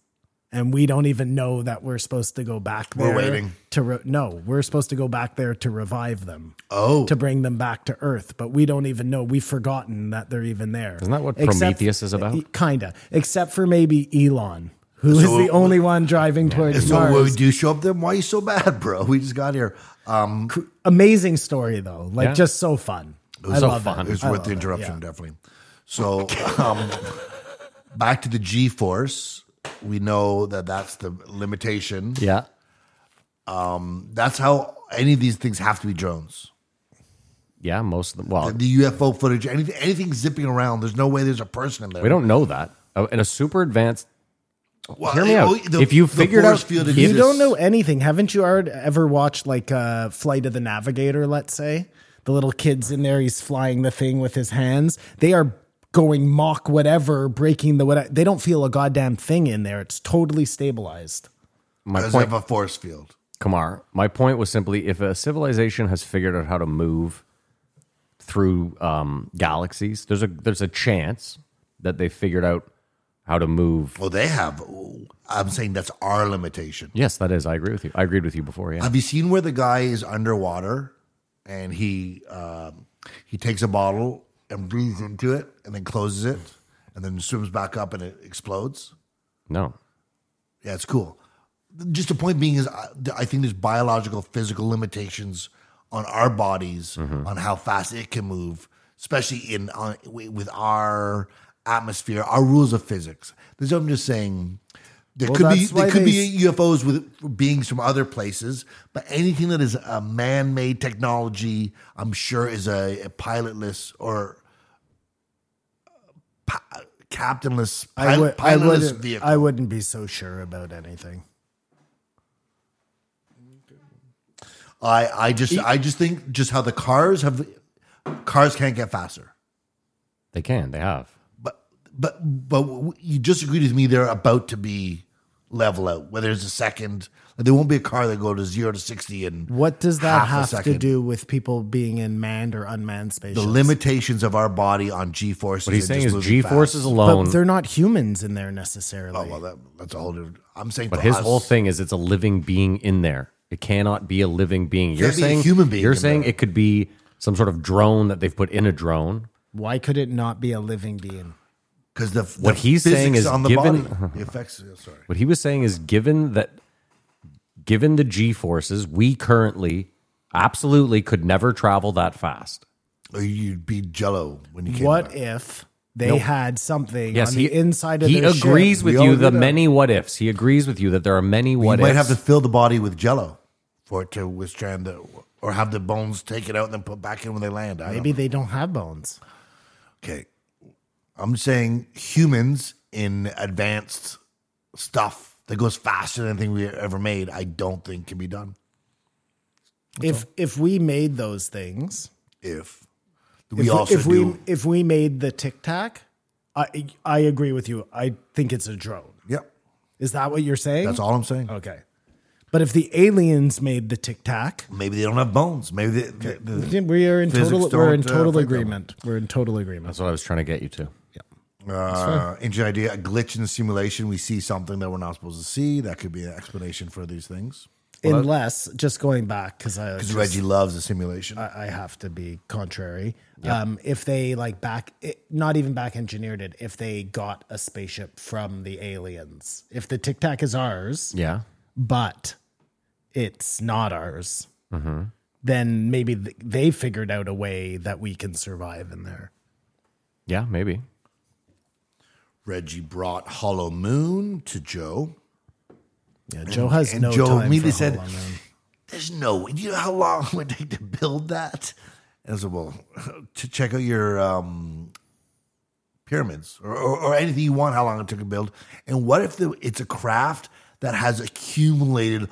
G: And we don't even know that we're supposed to go back there.
E: We're waiting.
G: To re- no, we're supposed to go back there to revive them,
E: oh
G: to bring them back to Earth. But we don't even know. We've forgotten that they're even there. e,
F: Isn't that what Prometheus is about?
G: Kinda. Except for maybe Elon, who is the only one driving towards
E: so when we
G: Mars.
E: do show up there why are you so bad bro we just got here um
G: amazing story though like
F: Yeah.
G: just so fun I
F: so
G: love
F: fun.
G: it.
E: It was
G: I
E: worth
G: love
E: the
G: it,
E: interruption,
G: yeah.
E: definitely. So, um, back to the G force. We know that that's the limitation.
F: Yeah.
E: That's how any of these things have to be drones.
F: Yeah. Most of them. Well,
E: The UFO footage, anything, anything zipping around. There's no way there's a person in there.
F: we don't know that. Oh, In a super advanced,
E: Well,
F: hear me
E: oh,
F: out. If you figured
E: force
F: out-
E: field
F: if
G: you
E: exists.
G: don't know anything haven't you already ever watched like uh flight of the navigator let's say the little kids in there he's flying the thing with his hands they are going mock whatever breaking the what they don't feel a goddamn thing in there it's totally stabilized
F: my
E: does
F: point,
E: have a force field.
F: Kamar, my point was simply if a civilization has figured out how to move through um, galaxies, there's a there's a chance that they figured out how to move.
E: Well, they have. I'm saying that's our limitation.
F: Yes, that is. I agree with you. I agreed with you before. Yeah.
E: Have you seen where the guy is underwater and he um, he takes a bottle and breathes into it and then closes it and then swims back up and it explodes?
F: No.
E: Yeah, it's cool. Just the point being is, I, I think there's biological, physical limitations on our
G: Mm-hmm.
E: bodies on how fast it can move, especially in on, with our atmosphere, our rules of physics. This is what I'm just saying. There
G: Well,
E: could be
G: that's why
E: there could
G: they-
E: be UFOs with beings from other places, but anything that is a man-made technology, I'm sure, is a, a pilotless or uh, pa- captainless
G: I,
E: pil-
G: would, I,
E: pilotless
G: wouldn't,
E: vehicle.
G: I wouldn't be so sure about anything.
E: I I just I just think just how the cars have cars can't get faster.
F: They can. They have.
E: But but but you just agreed with me. They're about to be level out. Whether it's a second, there won't be a car that go to zero to sixty in
G: What does that
E: half a
G: have to
E: second.
G: do with people being in manned or unmanned spaces?
E: The limitations of our body on G forces.
F: What he's
E: and
F: saying
E: just
F: is
E: moving
F: G forces
E: fast.
G: But
F: alone.
G: they're not humans in there necessarily.
E: Oh well, that, that's a whole different. I'm saying,
F: But
E: to
F: his
E: us,
F: whole thing is it's a living being in there. It cannot be a living being. You're
E: Can't be a
F: saying
E: human being
F: You're
E: in
F: saying
E: there.
F: it could be some sort of drone that they've put in a drone.
G: Why could it not be a living being?
E: because the, the
F: what he's saying
E: physics
F: is
E: on the
F: given- [laughs]
E: body, the effects. Sorry,
F: What he was saying is given that given the G forces, we currently absolutely could never travel that fast.
E: or you'd be Jello when you came.
G: What
E: back.
G: if they
F: Nope.
G: had something
F: Yes,
G: on
F: he
G: the inside of
F: he
G: their
F: agrees
G: ship?
F: with
E: We all
F: you
E: agree
F: the
E: that.
F: many what ifs. He agrees with you that there are many what
E: you might
F: ifs.
E: have to fill the body with Jello for it to withstand the, or have the bones taken out and then put back in when they land. I don't
G: Maybe they don't have bones.
E: Okay. I'm saying humans in advanced stuff that goes faster than anything we ever made, I don't think can be done.
G: if if we made those things,
E: If we
G: if,
E: also
G: if
E: do.
G: we if we made the Tic Tac, I I agree with you. I think it's a drone.
E: yep.
G: Is that what you're saying?
E: That's all I'm saying.
G: Okay. But if the aliens made the Tic Tac,
E: Maybe they don't have bones. Maybe they, they- they-
G: we are in
E: Physics
G: total we're in
E: don't, uh,
G: total
E: affect them.
G: agreement. We're in total agreement.
F: That's what I was trying to get you to.
E: uh, interesting idea. A glitch in the simulation. We see something that we're not supposed to see. That could be an explanation for these things.
G: Unless just going back because I
E: Because
G: just-
E: Reggie loves a simulation.
G: I I have to be contrary. Um, if they like back, it, not even back engineered it. If they got a spaceship from the aliens, if the Tic Tac is ours,
F: Yeah.
G: but it's not ours,
E: Mm-hmm.
G: then maybe th- they figured out a way that we can survive in there.
F: Yeah, maybe.
E: Reggie brought Hollow Moon to Joe.
G: Yeah, Joe has
E: and
G: no
E: Joe
G: time
E: immediately
G: for
E: said,
G: Hollow Moon.
E: there's no way. Do you know how long it would take to build that? And I said, well, to check out your um, pyramids or, or, or anything you want, how long it took to build. And what if the, it's a craft that has accumulated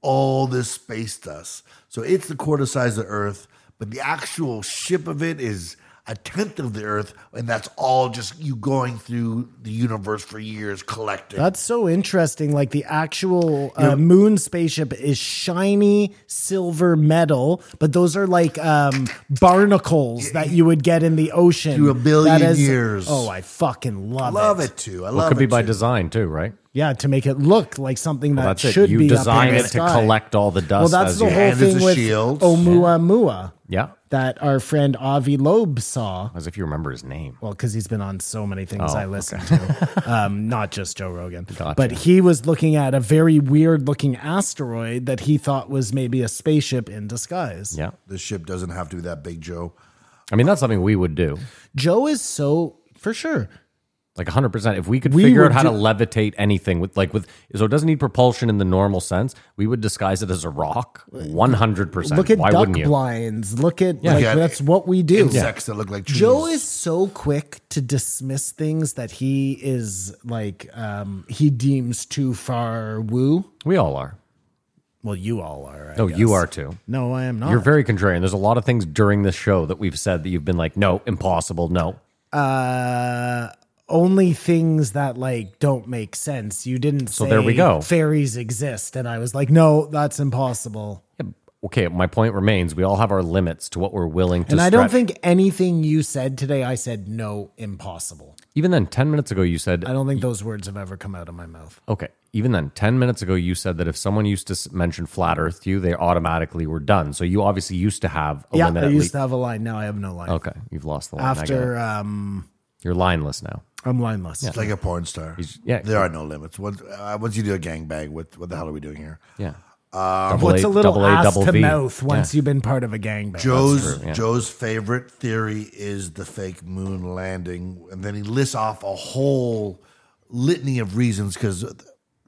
E: all this space dust? So it's the quarter size of the Earth, but the actual ship of it is a tenth of the Earth, and that's all just you going through the universe for years collecting.
G: That's so interesting. Like the actual uh, moon spaceship is shiny silver metal, but those are like um, barnacles that you would get in the ocean
E: Through a billion
G: That
E: years.
G: Oh, I fucking love,
E: love it too. I love
F: Well, it could
E: it
F: be by
E: too.
F: design too, right?
G: Yeah, to make it look like something
F: Well,
G: that
F: that's it.
G: should
F: You
G: be up
F: design
G: in the
F: it to
G: sky.
F: collect all the
G: Well,
F: dust.
G: that's
F: as
G: the
F: you-
G: whole
E: And there's
G: thing
E: a
G: with
E: shield.
G: Oumuamua
F: Yeah,
G: that our friend Avi Loeb saw.
F: as if you remember his name.
G: well, because he's been on so many things
F: Oh,
G: I listen to, um, not just Joe Rogan.
F: Gotcha.
G: But he was looking at a very weird looking asteroid that he thought was maybe a spaceship in disguise.
F: Yeah,
E: the ship doesn't have to be that big, Joe.
F: I mean that's something we would do.
G: Joe is so, for sure.
F: Like 100%. If we could
G: We
F: figure out
G: would
F: how to
G: do-
F: levitate anything with like with so it doesn't need propulsion in the normal sense, we would disguise it as a rock. 100%.
G: Look at
F: Why
G: duck
F: wouldn't you?
G: blinds. Look at, like,
E: Yeah.
G: that's what we do.
E: Insects that look like trees.
G: Joe is so quick to dismiss things that he is like, um, he deems too far woo.
F: We all are.
G: Well, you all are. I
F: No, you
G: guess.
F: are too.
G: No, I am not.
F: You're very contrarian. There's a lot of things during this show that we've said that you've been like, no, impossible, no.
G: uh only things that like don't make sense. You didn't
F: So
G: say
F: there we go.
G: fairies exist and I was like no, that's impossible.
F: Yeah, Okay, my point remains we all have our limits to what we're willing to
G: and I don't
F: stretch.
G: think anything you said today I said no impossible.
F: even then 10 minutes ago you said
G: I don't think those words have ever come out of my mouth.
F: Okay. Even then, 10 minutes ago, you said that if someone used to s- mention flat earth to you, they automatically were done. So you obviously used to have a
G: yeah,
F: limit.
G: I
F: at
G: used
F: lea-
G: to have a line. Now I have no line.
F: Okay. You've lost the line. I get
G: After
F: it.
G: um
F: You're lineless now.
G: I'm lineless.
E: It's like a porn star.
F: yeah.
E: There are no limits. Once, uh, once you do a gangbang, what what the hell are we doing here?
F: Yeah. Double
G: What's a little
F: double
G: ass
F: double
G: to
F: V.
G: mouth once
F: Yeah.
G: you've been part of a gangbang?
E: Joe's
F: true, yeah.
E: Joe's favorite theory is the fake moon landing, and then he lists off a whole litany of reasons because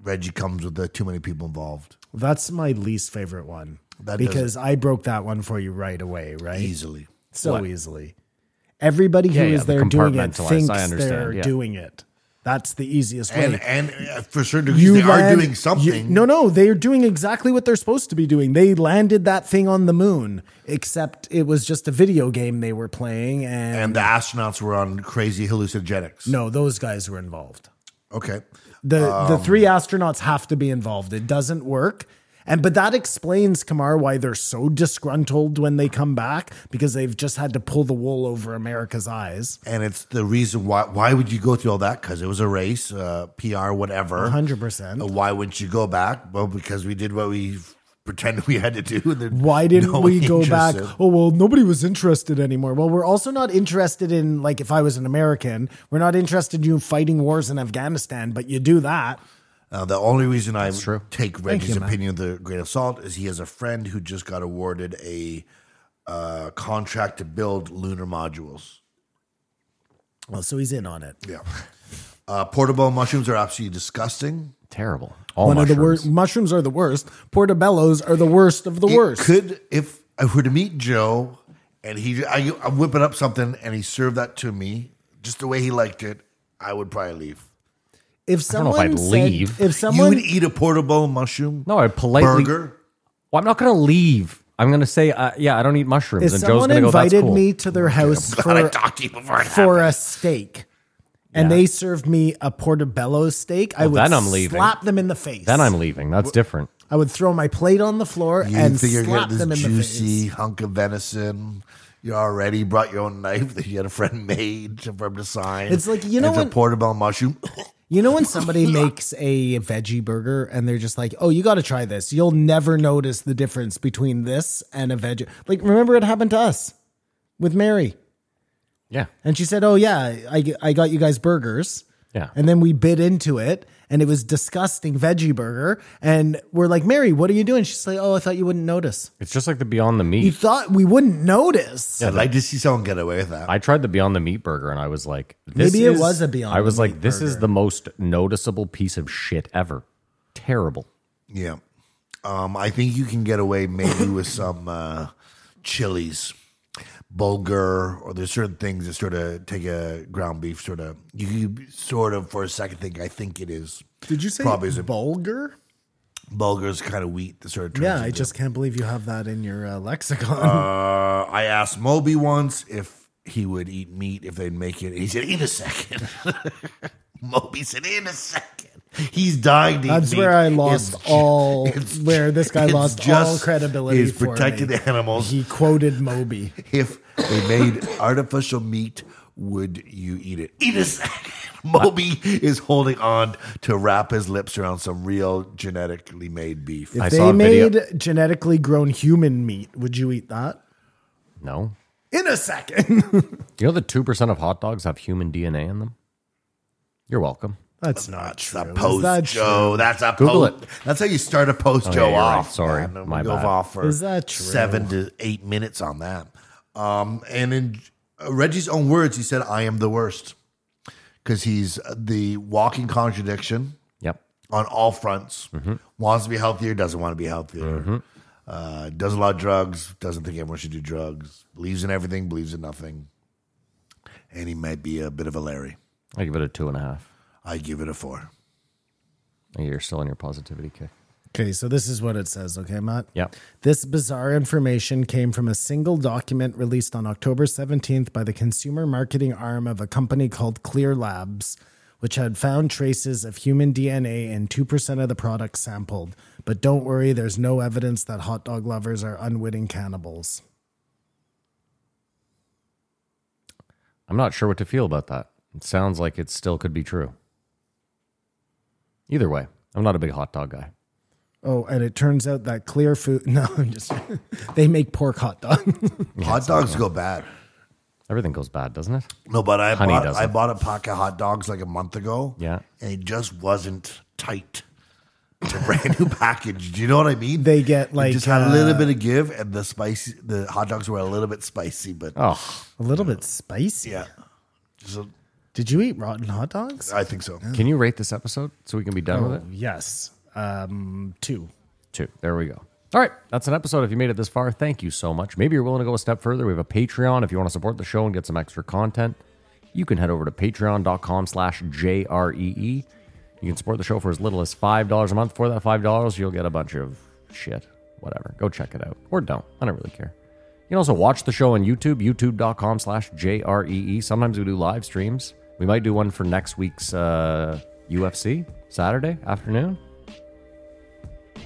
E: Reggie comes with the too many people involved
G: That's my least favorite one
E: That
G: because I broke that one for you right away, right?
E: easily.
G: So easily. Everybody who
F: Yeah,
G: is
F: yeah, the
G: there doing it
F: compartmentalized, I
G: thinks
F: understand,
G: they're
F: yeah.
G: doing it. That's the easiest way.
E: And and uh, for certain degrees, they are
G: land-
E: doing
G: you-
E: something.
G: no, no, they are doing exactly what they're supposed to be doing. They landed that thing on the moon, except it was just a video game they were playing, and,
E: and the astronauts were on crazy hallucinogenics.
G: no, those guys were involved.
E: Okay.
G: The
E: Um,
G: the three astronauts have to be involved. It doesn't work. And but that explains Kamar why they're so disgruntled when they come back because they've just had to pull the wool over America's eyes.
E: And it's the reason why. Why would you go through all that? Because it was a race, uh, PR, whatever.
G: 100%.
E: Uh, Why wouldn't you go back? Well, because we did what we pretended we had to do. and there's
G: Why didn't
E: no
F: [laughs]
G: we go
E: interest
G: back?
E: in-
G: Oh well, nobody was interested anymore. Well, we're also not interested in like if I was an American, we're not interested in you fighting wars in Afghanistan, but you do that.
E: Uh, the only reason I
F: true.
E: take Reggie's opinion with a great assault is he has a friend who just got awarded a uh, contract to build lunar modules.
G: Well, so he's in on it.
E: Yeah. Uh, portobello mushrooms are absolutely disgusting.
F: Terrible. All
G: One of the
F: mushrooms.
G: worst mushrooms are the worst. Portobellos are the worst of the
E: It
G: worst.
E: Could if I were to meet Joe and he, I, I'm whipping up something and he served that to me just the way he liked it, I would probably leave.
G: if
F: don't know
G: someone
F: if I'd
G: said-
F: leave.
G: if
E: you
G: someone
E: would eat a portobello mushroom?
F: No, I'd politely-
E: burger.
F: Well, I'm not going to leave. I'm going to say, uh, yeah, I don't eat mushrooms.
G: if
F: And Joe's
G: someone
F: going to go, that's
G: invited
F: cool.
G: me to their house
E: Glad I
G: for,
E: talked to you before it
G: for
E: happened.
G: a steak and
F: Yeah.
G: they served me a portobello steak, I
F: Well,
G: would
F: then I'm leaving.
G: slap them in the face.
F: Then I'm leaving. That's different.
G: I would throw my plate on the floor
E: You
G: and
E: think you're
G: slap
E: getting
G: them in
E: this
G: the
E: juicy
G: face.
E: hunk of venison? You already brought your own knife that you had a friend [laughs] made for him to sign.
G: It's like, you know
E: it's a
G: when-
E: portobello mushroom.
G: You know when
E: [laughs]
G: somebody makes a veggie burger and they're just like, "Oh, you got to try this. You'll never notice the difference between this and a veggie." Like remember it happened to us with Mary.
F: Yeah.
G: And she said, "Oh yeah, I, I got you guys burgers."
F: Yeah.
G: And then we bit into it, and it was disgusting veggie burger. And we're like, "Mary, what are you doing?" She's like, "Oh, I thought you wouldn't notice."
F: It's just like the Beyond the
G: You
F: Meat.
G: thought we wouldn't notice?
E: I'd like to see someone get away with that.
F: I tried the Beyond the Meat burger and I was like, this
G: Maybe it
F: is-
G: was a Beyond
F: I was
G: the
F: like,
G: Meat
F: this is
G: burger.
F: the most noticeable piece of shit ever. Terrible.
E: yeah. Um, I think you can get away maybe with some uh, chilies, bulgur, or there's certain things that sort of take a ground beef, sort of. You, you sort of, for a second, think, I think it is.
G: Did you say
E: Probably isn't.
G: bulgur?
E: Bulgur is kind of wheat that sort of turns
G: Yeah, I
E: into-
G: just can't believe you have that in your uh, lexicon.
E: Uh, I asked Moby once if he would eat meat if they'd make it. He said, "In a second. [laughs] Moby said, "In a second. He's dying to eat
G: [laughs] That's
E: meat.
G: where I lost
E: It's ju- [laughs]
G: all.
E: it's
G: [laughs] where
E: ju-
G: this guy
E: it's
G: lost all
E: just
G: credibility.
E: his
G: for
E: protected
G: me.
E: animals.
G: He quoted
E: [laughs]
G: Moby.
E: If they made artificial meat, would you eat it? In a second. [laughs] Moby is holding on to wrap his lips around some real genetically made beef.
G: If
F: I saw
G: they
F: a video-
G: made genetically grown human meat, would you eat that?
F: No.
G: In a second.
F: You know that 2% of hot dogs have human DNA in them? You're welcome.
G: That's not
E: That's
G: true.
E: a
G: Is
E: post,
G: that
E: Joe. That's a
F: Google
E: post. That's how you start a post,
F: Oh,
E: Joe.
F: yeah, you're right.
E: off.
F: Sorry.
E: man.
F: My
E: Go
F: bad.
E: off for
G: Is that true?
E: seven to eight minutes on that. Um, and in uh, Reggie's own words, he said, "I am the worst," because he's the walking contradiction
F: Yep.
E: on all fronts.
F: Mm-hmm.
E: Wants to be healthier, doesn't want to be healthier. Uh, does a lot of drugs, doesn't think everyone should do drugs. Believes in everything, believes in nothing. And he might be a bit of a Larry.
F: I give it a two and a half.
E: I give it a four.
F: You're still on your positivity kick.
G: Okay, so this is what it says, okay, Matt?
F: Yep.
G: This bizarre information came from a single document released on October 17th by the consumer marketing arm of a company called Clear Labs, which had found traces of human DNA in 2% of the products sampled. But don't worry, there's no evidence that hot dog lovers are unwitting cannibals.
F: I'm not sure what to feel about that. It sounds like it still could be true. Either way, I'm not a big hot dog guy.
G: Oh, and it turns out that Clear Food, [laughs] no, I'm just, they make pork hot dog.
E: Hot dogs go bad.
F: Everything goes bad, doesn't it?
E: No, but I
F: Honey
E: bought
F: doesn't.
E: I bought a pack of hot dogs like a month ago.
F: Yeah.
E: and it just wasn't tight. It's a brand new package. Do you know what I mean?
G: They get,
E: It
G: like,
E: just had a little
G: uh,
E: bit of give, and the spicy, the hot dogs were a little bit spicy, but
F: Oh,
G: [laughs] A little bit spicy.
E: yeah. So
G: Did you eat rotten hot dogs?
E: I think so.
F: can you rate this episode so we can be
G: Oh.
F: done with it?
G: yes. Um, two.
F: two. There we go. All right, that's an episode. If you made it this far, thank you so much. Maybe you're willing to go a step further. We have a Patreon. If you want to support the show and get some extra content, you can head over to patreon.com slash J-R-E-E. E. You can support the show for as little as $5 a month. For that $5, you'll get a bunch of shit. Whatever. Go check it out. Or don't. I don't really care. You can also watch the show on YouTube, youtube.com slash J-R-E-E. E. Sometimes we do live streams. We might do one for next week's uh, UFC, Saturday afternoon.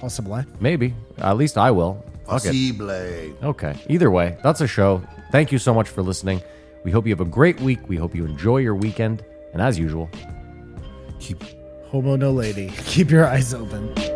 G: Possibly.
F: Maybe. At least I will. Fuck it.
E: Possible.
F: Okay. Either way, that's a show. Thank you so much for listening. We hope you have a great week. We hope you enjoy your weekend. And as usual,
E: Keep
G: [laughs] Homo no lady. Keep your eyes open.